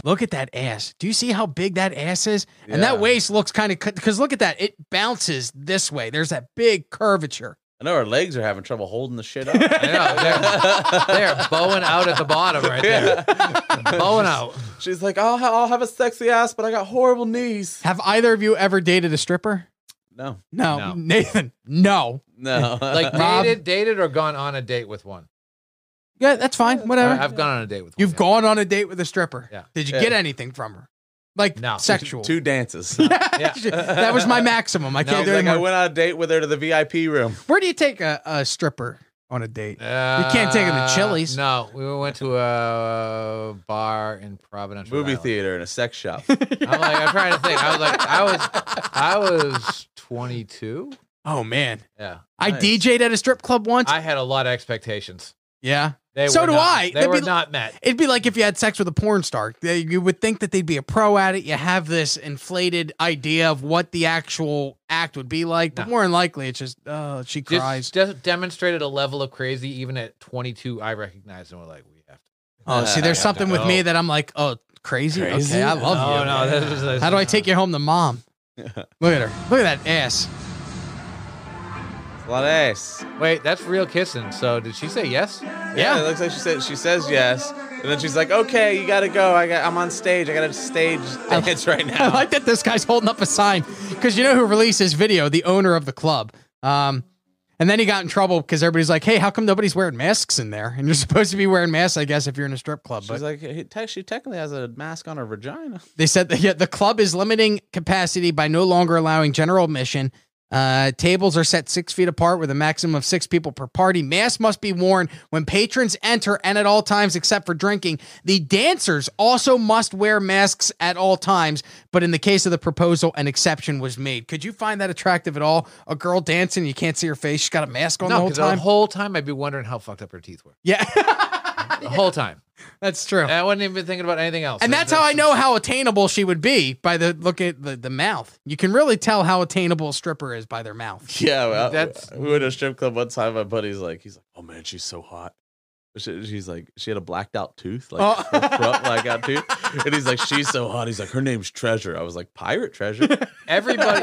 [SPEAKER 1] Look at that ass. Do you see how big that ass is? And that
[SPEAKER 2] Yeah.
[SPEAKER 1] waist looks kind of because look at that. It bounces this way. There's that big curvature.
[SPEAKER 2] I know her legs are having trouble holding the shit up. I
[SPEAKER 6] know they're, they're bowing out at the bottom right there. Bowing out.
[SPEAKER 2] She's like, "I'll ha- I'll have a sexy ass, but I got horrible knees."
[SPEAKER 1] Have either of you ever dated a stripper?
[SPEAKER 2] No,
[SPEAKER 1] No, Nathan. No.
[SPEAKER 2] No.
[SPEAKER 6] Like
[SPEAKER 1] Rob?
[SPEAKER 6] dated, dated, or gone on a date with one.
[SPEAKER 1] Yeah, that's fine. Whatever.
[SPEAKER 6] I've gone on a date with.
[SPEAKER 1] You've gone on a date with a stripper.
[SPEAKER 6] Yeah.
[SPEAKER 1] Did you
[SPEAKER 6] Yeah.
[SPEAKER 1] get anything from her? Like
[SPEAKER 6] No.
[SPEAKER 1] sexual.
[SPEAKER 2] two dances.
[SPEAKER 1] that was my maximum. I
[SPEAKER 2] No,
[SPEAKER 1] can't
[SPEAKER 2] it's
[SPEAKER 1] do
[SPEAKER 2] like
[SPEAKER 1] anything.
[SPEAKER 2] I went on a date with her to the VIP room.
[SPEAKER 1] Where do you take a, a stripper on a date? you can't take them to Chili's.
[SPEAKER 6] Uh, No, we went to a bar in Providence. Rhode
[SPEAKER 2] Movie
[SPEAKER 6] Island.
[SPEAKER 2] theater and a sex shop.
[SPEAKER 6] I'm like, I'm trying to think. I was like, I was, I was 22.
[SPEAKER 1] Oh man,
[SPEAKER 6] Yeah.
[SPEAKER 1] I
[SPEAKER 6] Nice.
[SPEAKER 1] DJ'd at a strip club once.
[SPEAKER 6] I had a lot of expectations.
[SPEAKER 1] yeah.
[SPEAKER 6] They
[SPEAKER 1] so
[SPEAKER 6] were
[SPEAKER 1] do
[SPEAKER 6] not-
[SPEAKER 1] I.
[SPEAKER 6] They
[SPEAKER 1] That'd
[SPEAKER 6] were
[SPEAKER 1] be-
[SPEAKER 6] not met.
[SPEAKER 1] It'd be like if you had sex with a porn star. They- You would think that they'd be a pro at it. You have this inflated idea of what the actual act would be like, but more than likely, it's just oh, she
[SPEAKER 6] Just
[SPEAKER 1] cries.
[SPEAKER 6] de- demonstrated a level of crazy even at 22. I recognized and we're like, we have to.
[SPEAKER 1] Oh, see, there's
[SPEAKER 6] Yeah.
[SPEAKER 1] something with
[SPEAKER 6] No.
[SPEAKER 1] me that I'm like, oh, crazy.
[SPEAKER 6] Uh, Crazy?
[SPEAKER 1] Okay, I love
[SPEAKER 6] No,
[SPEAKER 1] you.
[SPEAKER 6] Oh, no, this is- this
[SPEAKER 1] How do I take you home to mom? Look at her. Look at that ass.
[SPEAKER 2] It's a lot of ass.
[SPEAKER 6] Wait, that's real kissing. So did she say yes?
[SPEAKER 2] Yeah, it looks like she said she says yes, and then she's like, "Okay, you gotta go. I got I'm on stage. I got a stage dance right
[SPEAKER 1] I
[SPEAKER 2] now."
[SPEAKER 1] like that this guy's holding up a sign because you know who released his video? The owner of the club. Um, and then he got in trouble because everybody's like, hey, how come nobody's wearing masks in there? And you're supposed to be wearing masks, I guess, if you're in a strip club. But
[SPEAKER 2] She's like, he te- she technically has a mask on her vagina.
[SPEAKER 1] They said that yeah, the club is limiting capacity by no longer allowing general admission. Uh, tables are set six feet apart with a maximum of six people per party. Masks must be worn when patrons enter and at all times, except for drinking. The dancers also must wear masks at all times, but in the case of the proposal, an exception was made. Could you find that attractive at all? A girl dancing, you can't see her face. She's got a mask on the
[SPEAKER 6] no,
[SPEAKER 1] whole
[SPEAKER 6] because the
[SPEAKER 1] time.
[SPEAKER 6] whole time I'd be wondering how fucked up her teeth were.
[SPEAKER 1] Yeah.
[SPEAKER 6] The whole time.
[SPEAKER 1] That's true.
[SPEAKER 6] I wasn't even thinking about anything else.
[SPEAKER 1] And that's how I know how attainable she would be by the look at the, the mouth. You can really tell how attainable a stripper is by their mouth.
[SPEAKER 2] Yeah, well,
[SPEAKER 1] That's-
[SPEAKER 2] we went to a strip club one time. My buddy's like, he's like, "Oh man, she's so hot." She- she's like, she had a blacked out tooth, like
[SPEAKER 1] Oh.
[SPEAKER 2] her front blacked out tooth, and he's like, "She's so hot." He's like, "Her name's Treasure." I was like, "Pirate Treasure."
[SPEAKER 6] Everybody,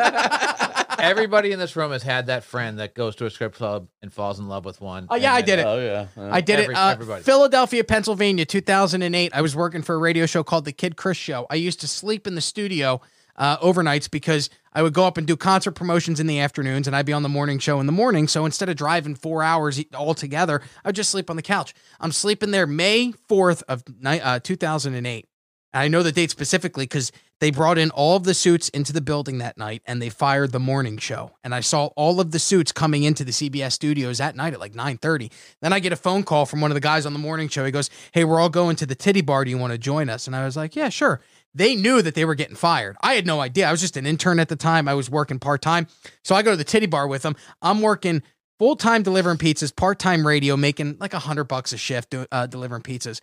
[SPEAKER 6] everybody in this room has had that friend that goes to a strip club and falls in love with one.
[SPEAKER 1] Oh, yeah,
[SPEAKER 6] and
[SPEAKER 1] I did
[SPEAKER 6] then-
[SPEAKER 1] it. Oh,
[SPEAKER 2] yeah.
[SPEAKER 1] I did
[SPEAKER 6] Every-
[SPEAKER 1] it. Uh,
[SPEAKER 6] everybody.
[SPEAKER 1] Philadelphia, Pennsylvania, 2008. I was working for a radio show called The Kid Chris Show. I used to sleep in the studio uh, overnights because I would go up and do concert promotions in the afternoons and I'd be on the morning show in the morning. So instead of driving four hours e- altogether, I'd just sleep on the couch. I'm sleeping there May 4th of ni- uh, 2008. And I know the date specifically because they brought in all of the suits into the building that night and they fired the morning show. And I saw all of the suits coming into the CBS studios that night at like 9:30. Then I get a phone call from one of the guys on the morning show. He goes, Hey, we're all going to the titty bar. Do you want to join us? And I was like, Yeah, sure. They knew that they were getting fired. I had no idea. I was just an intern at the time. I was working part-time. So I go to the titty bar with them. I'm working full time delivering pizzas, part time radio, making like a hundred bucks a shift do, uh, delivering pizzas.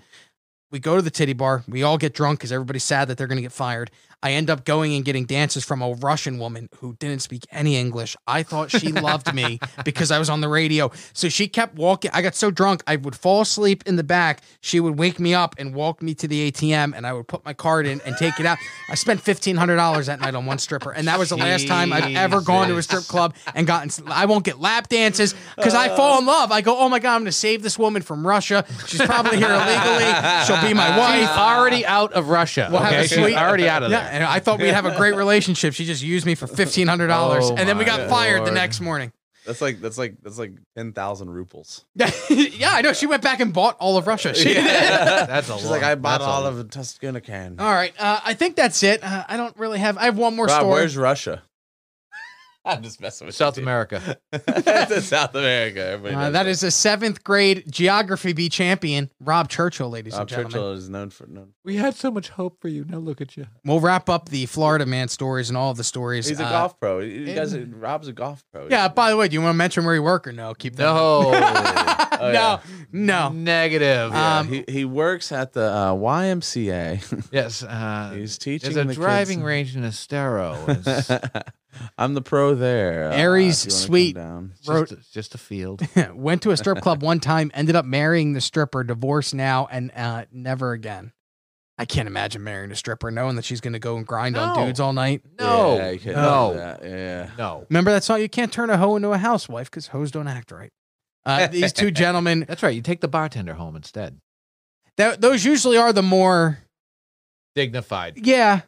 [SPEAKER 1] We go to the titty bar. We all get drunk because everybody's sad that they're going to get fired. I end up going and getting dances from a Russian woman who didn't speak any English. I thought she loved me because I was on the radio. So she kept walking. I got so drunk, I would fall asleep in the back. She would wake me up and walk me to the ATM, and I would put my card in and take it out. I spent $1,500 that night on one stripper, and that was the last time I've ever gone to a strip club and gotten. I won't get lap dances because I fall in love. I go, oh my God, I'm going to save this woman from Russia. She's probably here illegally. She'll be my wife.
[SPEAKER 6] She's already out of Russia.
[SPEAKER 1] We'll have
[SPEAKER 6] okay,
[SPEAKER 1] a sweet-
[SPEAKER 6] she's already out of
[SPEAKER 1] Yeah,
[SPEAKER 6] there.
[SPEAKER 1] and I thought we'd have a great relationship. She just used me for fifteen hundred dollars,
[SPEAKER 6] Oh
[SPEAKER 1] and then we
[SPEAKER 6] my
[SPEAKER 1] got fired the
[SPEAKER 2] Lord.
[SPEAKER 1] next morning.
[SPEAKER 2] That's like that's like that's like ten thousand ruples.
[SPEAKER 1] yeah, I know. She went back and bought all of Russia. She
[SPEAKER 2] that's a. She's like
[SPEAKER 1] lot.
[SPEAKER 2] I bought
[SPEAKER 1] That's a
[SPEAKER 2] all
[SPEAKER 1] lot.
[SPEAKER 2] of Tuscana can.
[SPEAKER 1] All right, uh, I think that's it. Uh, I don't really have. I have one more
[SPEAKER 2] Rob,
[SPEAKER 1] story.
[SPEAKER 2] where's Russia? I'm just messing with
[SPEAKER 6] South America.
[SPEAKER 2] That's in South America. Everybody
[SPEAKER 1] Uh,
[SPEAKER 2] knows
[SPEAKER 1] that is a seventh grade geography B champion, Rob Churchill, ladies
[SPEAKER 2] Rob
[SPEAKER 1] and gentlemen.
[SPEAKER 2] Uh, Churchill is known for known.
[SPEAKER 6] We had so much hope for you. Now look at you.
[SPEAKER 1] We'll wrap up the Florida man stories and all of the stories.
[SPEAKER 2] He's a
[SPEAKER 1] uh,
[SPEAKER 2] golf pro. You
[SPEAKER 1] in-
[SPEAKER 2] guys, Rob's a golf pro.
[SPEAKER 1] Yeah. By the way, do you want to mention where you work or no? Keep that.
[SPEAKER 6] No.
[SPEAKER 2] Oh,
[SPEAKER 1] no, no.
[SPEAKER 6] Negative.
[SPEAKER 2] Yeah,
[SPEAKER 1] Um,
[SPEAKER 2] he, he works at the uh, YMCA.
[SPEAKER 6] Yes. Uh,
[SPEAKER 2] He's teaching
[SPEAKER 6] There's a
[SPEAKER 2] the kids.
[SPEAKER 6] driving range in Estero. It's, it's
[SPEAKER 2] I'm the pro there. Uh,
[SPEAKER 1] Aries
[SPEAKER 2] if you wanna come
[SPEAKER 1] Sweet
[SPEAKER 2] down.
[SPEAKER 1] wrote-
[SPEAKER 6] just, it's just a field.
[SPEAKER 1] went to a strip club one time, ended up marrying the stripper, divorced now, and uh, never again. I can't imagine marrying a stripper, knowing that she's going to go and grind on
[SPEAKER 6] No.
[SPEAKER 1] dudes all night.
[SPEAKER 6] No.
[SPEAKER 2] Yeah, you can't
[SPEAKER 6] no.
[SPEAKER 2] do Oh, that. Yeah.
[SPEAKER 6] No.
[SPEAKER 1] Remember that song? You can't turn a hoe into a housewife because hoes don't act right. Uh, these two gentlemen,
[SPEAKER 6] That's right. You take the bartender home instead.
[SPEAKER 1] that, those usually are the more,
[SPEAKER 6] Dignified.
[SPEAKER 1] yeah,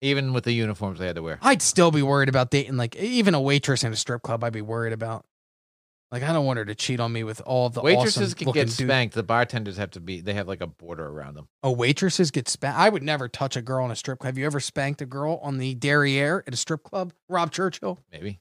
[SPEAKER 6] Even with the uniforms they had to wear.
[SPEAKER 1] I'd still be worried about dating, like e-, even a waitress in a strip club, I'd be worried about. Like, I don't want her to cheat on me with all the
[SPEAKER 6] Waitresses
[SPEAKER 1] awesome
[SPEAKER 6] can get
[SPEAKER 1] looking dude-
[SPEAKER 6] spanked. The bartenders have to be, they have like a border around them.
[SPEAKER 1] Oh, waitresses get spanked. I would never touch a girl in a strip club. Have you ever spanked a girl on the derriere at a strip club, Rob Churchill?
[SPEAKER 6] Maybe.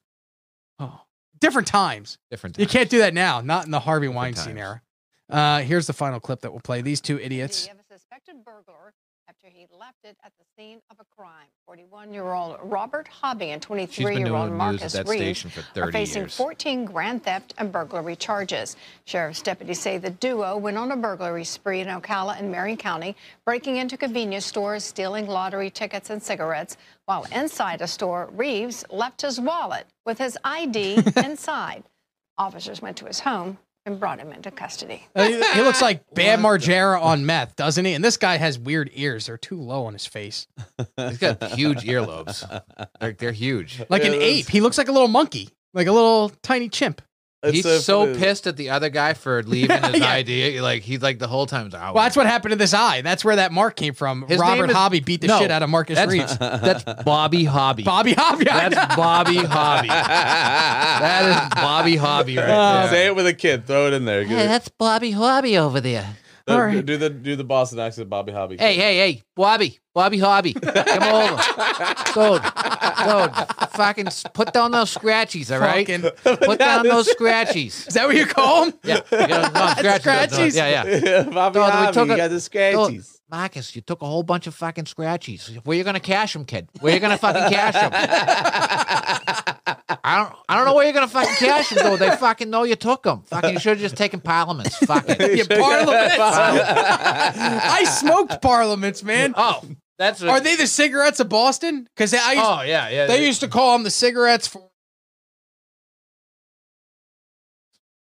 [SPEAKER 1] Oh, different times.
[SPEAKER 6] Different.
[SPEAKER 1] You can't do that now. Not in the Harvey
[SPEAKER 6] Different
[SPEAKER 1] Weinstein
[SPEAKER 6] times.
[SPEAKER 1] era. Uh, here's the final clip that we'll play. These two idiots.
[SPEAKER 9] of a suspected burglar after he left it at the scene of a crime. 41-year-old Robert Hobby and
[SPEAKER 6] She's been doing the
[SPEAKER 9] 23-year-old
[SPEAKER 6] news at
[SPEAKER 9] Marcus
[SPEAKER 6] that
[SPEAKER 9] Reeves
[SPEAKER 6] station for 30
[SPEAKER 9] are facing
[SPEAKER 6] years.
[SPEAKER 9] 14 grand theft and burglary charges. Sheriff's deputies say the duo went on a burglary spree in Ocala and Marion County, breaking into convenience stores, stealing lottery tickets and cigarettes. While inside a store, Reeves left his wallet with his ID inside. Officers went to his home and brought him into custody.
[SPEAKER 1] Uh, he he looks like Bam Margera on meth, doesn't he? And this guy has weird ears. They're too low on his face.
[SPEAKER 6] He's got huge earlobes. They're, they're huge.
[SPEAKER 1] Like an
[SPEAKER 2] Yeah,
[SPEAKER 1] ape. He looks like a little monkey, like a little tiny chimp.
[SPEAKER 2] It's
[SPEAKER 6] he's so
[SPEAKER 2] funny.
[SPEAKER 6] pissed at the other guy for leaving his
[SPEAKER 1] Yeah.
[SPEAKER 6] idea. Like he's like the whole time. he's like, "Oh,
[SPEAKER 1] Well, that's what happened to this eye. That's where that mark came from.
[SPEAKER 6] His
[SPEAKER 1] Robert
[SPEAKER 6] name is-
[SPEAKER 1] Hobby beat the
[SPEAKER 6] No,
[SPEAKER 1] shit out of Marcus
[SPEAKER 6] that's-
[SPEAKER 1] Reeves.
[SPEAKER 6] That's Bobby Hobby.
[SPEAKER 1] Bobby Hobby. I know.
[SPEAKER 6] That's Bobby Hobby. That is Bobby Hobby right
[SPEAKER 1] Uh,
[SPEAKER 6] there.
[SPEAKER 2] Say it with a kid. Throw it in there. Give it-
[SPEAKER 6] Bobby Hobby over there.
[SPEAKER 2] the-
[SPEAKER 1] all right.
[SPEAKER 2] Do the do the Boston accent, Bobby Hobby.
[SPEAKER 6] Hey, hey, hey, Bobby, Bobby Hobby, come over, dude, dude, fucking s- put down those scratchies, all right?
[SPEAKER 1] Fucking-
[SPEAKER 6] Put down those scratchies.
[SPEAKER 1] Is that what you call him?
[SPEAKER 6] Yeah, you know, no, scratchies. uh,
[SPEAKER 1] Scratchies.
[SPEAKER 6] Yeah, yeah.
[SPEAKER 2] Bobby
[SPEAKER 6] Dude, we
[SPEAKER 2] Hobby.
[SPEAKER 6] took
[SPEAKER 2] you
[SPEAKER 6] a-
[SPEAKER 2] got the
[SPEAKER 6] Dude,
[SPEAKER 2] scratchies.
[SPEAKER 6] Marcus, you took a whole bunch of fucking scratchies. Where you gonna cash them, kid? Where you gonna fucking cash them? I don't, I don't know where you're gonna fucking cash them, though. They fucking know you took them. Fucking, you should have just taken parliaments. Fucking.
[SPEAKER 1] You parliaments. I smoked parliaments, man.
[SPEAKER 6] Oh, that's what,
[SPEAKER 1] Are they the cigarettes of Boston? Because I used,
[SPEAKER 6] Oh yeah, yeah.
[SPEAKER 1] they used to call them the cigarettes for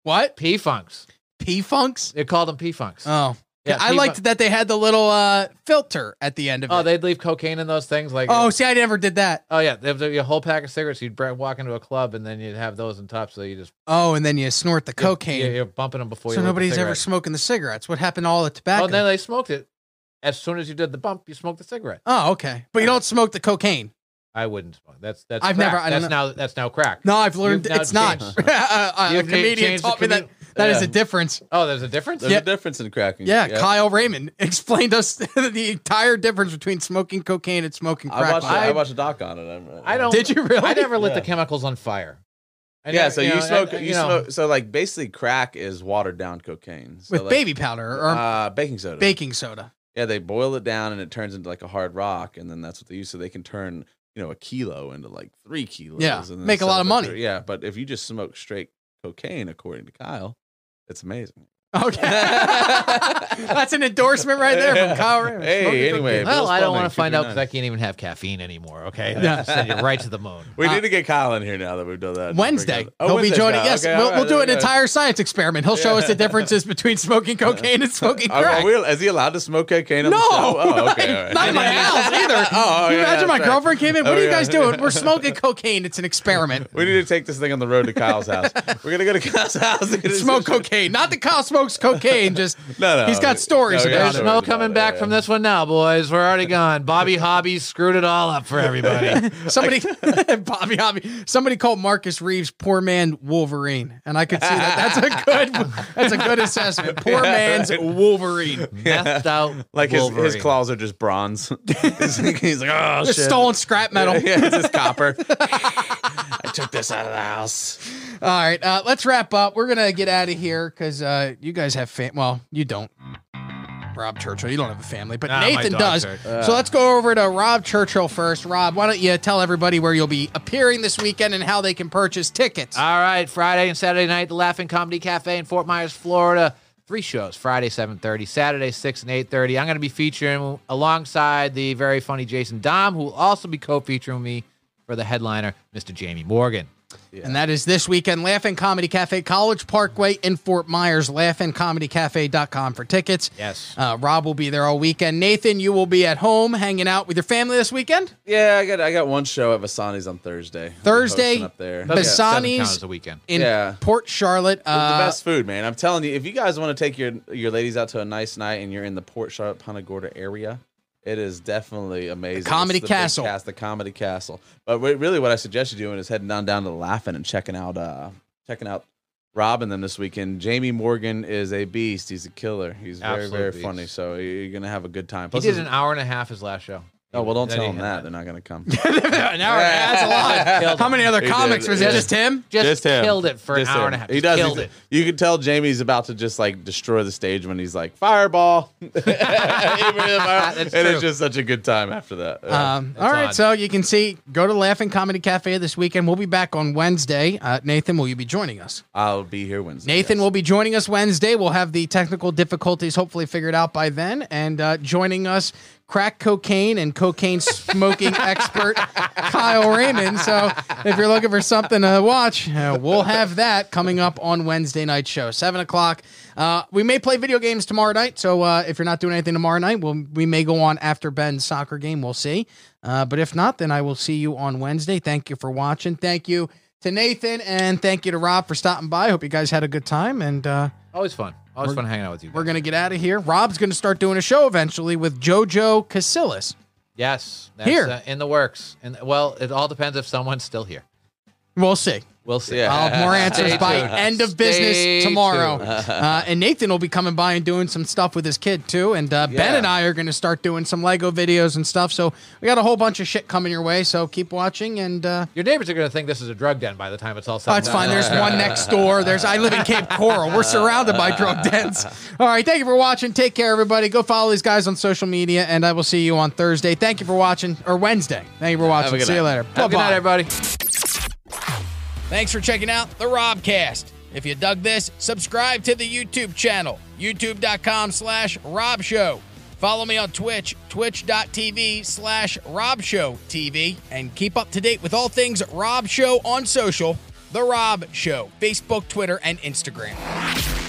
[SPEAKER 1] what
[SPEAKER 6] P funks.
[SPEAKER 1] P Funks.
[SPEAKER 6] They called them P funks.
[SPEAKER 1] Oh,
[SPEAKER 6] Yeah,
[SPEAKER 1] I
[SPEAKER 6] P-funk.
[SPEAKER 1] liked that they had the little uh, filter at the end of
[SPEAKER 6] oh,
[SPEAKER 1] it.
[SPEAKER 6] they'd leave cocaine in those things. Like uh,
[SPEAKER 1] oh, see, I never did that.
[SPEAKER 6] oh yeah, they have a whole pack of cigarettes. You'd br- walk into a club and then you'd have those on top, so you just
[SPEAKER 1] Oh, and then you snort the
[SPEAKER 6] Yeah,
[SPEAKER 1] cocaine.
[SPEAKER 6] you're bumping them before.
[SPEAKER 1] so
[SPEAKER 6] you lit the
[SPEAKER 1] nobody's ever
[SPEAKER 6] cigarette.
[SPEAKER 1] smoking the cigarettes. What happened to all the tobacco?
[SPEAKER 6] Oh, then they smoked it. As soon as you did the bump, you smoked the cigarette.
[SPEAKER 1] oh, okay. But you don't smoke the cocaine.
[SPEAKER 6] I wouldn't smoke. That's that's.
[SPEAKER 1] I've
[SPEAKER 6] crack.
[SPEAKER 1] never- I don't
[SPEAKER 6] that's now that's now crack.
[SPEAKER 1] No, I've learned
[SPEAKER 6] You've now
[SPEAKER 1] it's not.
[SPEAKER 6] changed.
[SPEAKER 1] Uh, uh, a
[SPEAKER 6] You've cha-
[SPEAKER 1] comedian
[SPEAKER 6] changed the
[SPEAKER 1] taught me that
[SPEAKER 6] commu-
[SPEAKER 1] that is
[SPEAKER 2] Yeah.
[SPEAKER 1] a difference.
[SPEAKER 6] Oh, there's a difference.
[SPEAKER 2] There's
[SPEAKER 1] Yeah.
[SPEAKER 2] a difference in cracking.
[SPEAKER 1] Yeah, Kyle Raymond explained us the entire difference between smoking cocaine and smoking crack.
[SPEAKER 2] I watched. a- I,
[SPEAKER 1] I-
[SPEAKER 2] watched a doc on it. I'm- uh,
[SPEAKER 6] I don't.
[SPEAKER 1] Did you really?
[SPEAKER 6] I never lit
[SPEAKER 2] Yeah.
[SPEAKER 6] the chemicals on fire. I
[SPEAKER 2] yeah,
[SPEAKER 6] never-
[SPEAKER 2] so you,
[SPEAKER 6] know,
[SPEAKER 2] smoke.
[SPEAKER 6] I-
[SPEAKER 2] you
[SPEAKER 6] know,
[SPEAKER 2] smoke. So like basically, crack is watered down cocaine so
[SPEAKER 1] with
[SPEAKER 2] like,
[SPEAKER 1] baby powder or
[SPEAKER 2] uh, baking soda.
[SPEAKER 1] baking soda.
[SPEAKER 2] Yeah, they boil it down and it turns into like a hard rock, and then that's what they use. So they can turn you know a kilo into like three kilos.
[SPEAKER 1] Yeah,
[SPEAKER 2] and then
[SPEAKER 1] make a
[SPEAKER 2] sell
[SPEAKER 1] lot
[SPEAKER 2] it
[SPEAKER 1] of
[SPEAKER 2] for
[SPEAKER 1] money.
[SPEAKER 2] three- Yeah, but if you just smoke straight cocaine, according to Kyle. It's amazing.
[SPEAKER 1] That's an endorsement right there from Kyle Rayner.
[SPEAKER 2] Hey,
[SPEAKER 1] Smoking
[SPEAKER 2] anyway,
[SPEAKER 1] cookies.
[SPEAKER 6] Well, I don't
[SPEAKER 2] funny,
[SPEAKER 6] want to find out because
[SPEAKER 2] 229.
[SPEAKER 6] I can't even have caffeine anymore. Okay,
[SPEAKER 2] Yeah.
[SPEAKER 6] yeah. send you right to the moon.
[SPEAKER 2] We need to get Kyle in here now that we've done that.
[SPEAKER 1] Uh, Wednesday.
[SPEAKER 2] Oh,
[SPEAKER 1] He'll
[SPEAKER 2] Wednesday's
[SPEAKER 1] be joining.
[SPEAKER 2] Kyle.
[SPEAKER 1] Yes,
[SPEAKER 2] Okay,
[SPEAKER 1] we'll,
[SPEAKER 2] all right,
[SPEAKER 1] we'll do an
[SPEAKER 2] okay.
[SPEAKER 1] entire science experiment. He'll show us the differences between smoking cocaine and smoking
[SPEAKER 2] Are-
[SPEAKER 1] crack.
[SPEAKER 2] Are we, Oh, is he allowed to smoke cocaine? On
[SPEAKER 1] No,
[SPEAKER 2] the show? oh,
[SPEAKER 1] like,
[SPEAKER 2] okay, all right.
[SPEAKER 1] not in my house either.
[SPEAKER 2] oh,
[SPEAKER 1] Can you
[SPEAKER 2] yeah,
[SPEAKER 1] imagine my
[SPEAKER 2] that's right.
[SPEAKER 1] girlfriend came in. What
[SPEAKER 2] Oh,
[SPEAKER 1] are you
[SPEAKER 2] yeah.
[SPEAKER 1] guys doing? We're smoking cocaine. It's an experiment.
[SPEAKER 2] We need to take this thing on the road to Kyle's house. We're gonna go to Kyle's house. And
[SPEAKER 1] Smoke cocaine. Not that Kyle smokes cocaine. Just
[SPEAKER 2] No, no.
[SPEAKER 1] he's got stories
[SPEAKER 2] No, we got
[SPEAKER 1] about
[SPEAKER 6] There's
[SPEAKER 1] it.
[SPEAKER 6] no coming back from this one now, boys. We're already gone. Bobby Hobby screwed it all up for everybody.
[SPEAKER 1] Somebody, Bobby Hobby, somebody called Marcus Reeves "Poor Man Wolverine," and I could see that. That's a good. That's a good assessment. Poor
[SPEAKER 2] Yeah,
[SPEAKER 1] man's
[SPEAKER 2] right.
[SPEAKER 1] Wolverine.
[SPEAKER 6] Methed out
[SPEAKER 2] Like his, his
[SPEAKER 6] Wolverine.
[SPEAKER 2] claws are just bronze. he's, like, oh
[SPEAKER 1] Just
[SPEAKER 2] shit.
[SPEAKER 1] stolen scrap metal.
[SPEAKER 2] Yeah, yeah, it's just copper. I took this out of the house.
[SPEAKER 1] All right, uh, let's wrap up. We're gonna get out of here because uh, you guys have fam. Well, you don't. Rob Churchill, you don't have a family, but
[SPEAKER 6] Nah, my
[SPEAKER 1] Nathan
[SPEAKER 6] dog
[SPEAKER 1] does.
[SPEAKER 6] does.
[SPEAKER 1] so let's go over to Rob Churchill first. Rob, why don't you tell everybody where you'll be appearing this weekend and how they can purchase tickets?
[SPEAKER 6] All right, Friday and Saturday night, the Laughing Comedy Cafe in Fort Myers, Florida. Three shows: Friday 7:30, Saturday 6 and 8:30. I'm going to be featuring alongside the very funny Jason Dom, who will also be co-featuring with me for the headliner, Mr. Jamie Morgan.
[SPEAKER 1] And that is this weekend, Laughing Comedy Cafe, College Parkway in Fort Myers, laughingcomedycafe.com for tickets.
[SPEAKER 6] Yes.
[SPEAKER 1] Uh, Rob will be there all weekend. Nathan, you will be at home hanging out with your family this weekend?
[SPEAKER 2] Yeah, I got I got one show at Vasani's on Thursday. I'll be
[SPEAKER 1] Thursday,
[SPEAKER 2] hosting up there.
[SPEAKER 1] Bassani's
[SPEAKER 6] a weekend.
[SPEAKER 1] in
[SPEAKER 2] Yeah.
[SPEAKER 1] Port Charlotte. Uh,
[SPEAKER 2] the best food, man. I'm telling you, if you guys want to take your your ladies out to a nice night and you're in the Port Charlotte Punta Gorda area, it is definitely amazing.
[SPEAKER 1] Comedy
[SPEAKER 2] It's the big
[SPEAKER 1] Castle.
[SPEAKER 2] cast, the Comedy Castle. But what- really, what I suggest you doing is heading on down to Laughing and checking out uh checking out Rob and them this weekend. Jamie Morgan is a beast. He's a killer. He's very
[SPEAKER 6] Absolute
[SPEAKER 2] very
[SPEAKER 6] beast.
[SPEAKER 2] funny. So you're gonna have a good time.
[SPEAKER 6] He
[SPEAKER 2] Plus
[SPEAKER 6] did
[SPEAKER 2] his-
[SPEAKER 6] an hour and a half his last show.
[SPEAKER 2] Oh well, don't
[SPEAKER 6] Then
[SPEAKER 2] tell
[SPEAKER 6] he
[SPEAKER 2] them
[SPEAKER 6] had
[SPEAKER 2] that. They're not gonna come.
[SPEAKER 1] an hour and a half, that's a lot. How many other
[SPEAKER 2] He did,
[SPEAKER 1] comics was it?
[SPEAKER 2] yeah.
[SPEAKER 1] Just him?
[SPEAKER 6] Just,
[SPEAKER 2] just him.
[SPEAKER 6] killed it for
[SPEAKER 2] Just
[SPEAKER 6] an hour
[SPEAKER 2] him.
[SPEAKER 6] and a half.
[SPEAKER 2] He
[SPEAKER 6] Just
[SPEAKER 2] does.
[SPEAKER 6] killed
[SPEAKER 2] He's-
[SPEAKER 6] it.
[SPEAKER 2] You can tell Jamie's about to just like destroy the stage when he's like fireball.
[SPEAKER 6] That's
[SPEAKER 2] and it's
[SPEAKER 6] true.
[SPEAKER 2] just such a good time after that. Yeah.
[SPEAKER 1] Um, all right,
[SPEAKER 6] odd.
[SPEAKER 1] so you can see, go to Laughing Comedy Cafe this weekend. We'll be back on Wednesday. Uh, Nathan, will you be joining us?
[SPEAKER 2] I'll be here Wednesday.
[SPEAKER 1] Nathan will be joining us Wednesday. We'll have the technical difficulties hopefully figured out by then. And uh, joining us, crack cocaine and cocaine smoking expert Kyle Raymond. So if you're looking for something to watch, uh, we'll have that coming up on Wednesday night show, seven o'clock. Uh, we may play video games tomorrow night. So uh, if you're not doing anything tomorrow night, we'll, we may go on after Ben's soccer game. We'll see. Uh, but if not, then I will see you on Wednesday. Thank you for watching. Thank you to Nathan and thank you to Rob for stopping by. Hope you guys had a good time and uh,
[SPEAKER 6] Always fun. Always fun hanging out with you.
[SPEAKER 1] we're
[SPEAKER 6] Guys.
[SPEAKER 1] gonna get out of here. Rob's gonna start doing a show eventually with JoJo Casillas.
[SPEAKER 6] Yes, that's,
[SPEAKER 1] Here.
[SPEAKER 6] uh, in the works. And well, it all depends if someone's still here.
[SPEAKER 1] We'll see.
[SPEAKER 6] We'll see.
[SPEAKER 1] I'll have more answers
[SPEAKER 6] Stay
[SPEAKER 1] by
[SPEAKER 6] tuned.
[SPEAKER 1] end of business
[SPEAKER 6] Stay
[SPEAKER 1] tomorrow.
[SPEAKER 6] tuned.
[SPEAKER 1] Uh, and Nathan will be coming by and doing some stuff with his kid too. And uh, Ben
[SPEAKER 2] Yeah.
[SPEAKER 1] and I are gonna start doing some Lego videos and stuff. So we got a whole bunch of shit coming your way. So keep watching and. Uh,
[SPEAKER 6] Your neighbors are going to think this is a drug den by the time it's all said.
[SPEAKER 1] Oh,
[SPEAKER 6] and
[SPEAKER 1] it's
[SPEAKER 6] done.
[SPEAKER 1] fine. There's one next door. There's I live in Cape Coral. We're surrounded by drug dens. All right. Thank you for watching. Take care, everybody. Go follow these guys on social media, and I will see you on Thursday. Thank you for watching, or Wednesday. Thank you for watching.
[SPEAKER 2] good
[SPEAKER 1] See you
[SPEAKER 2] night.
[SPEAKER 1] later.
[SPEAKER 6] Have a
[SPEAKER 1] Bye
[SPEAKER 6] good night,
[SPEAKER 1] bye.
[SPEAKER 6] everybody.
[SPEAKER 1] Thanks for checking out the Robcast. If you dug this, subscribe to the YouTube channel, youtube.com slash Rob Show. Follow me on Twitch, twitch.tv slash Rob Show TV, and keep up to date with all things Rob Show on social, The Rob Show, Facebook, Twitter, and Instagram.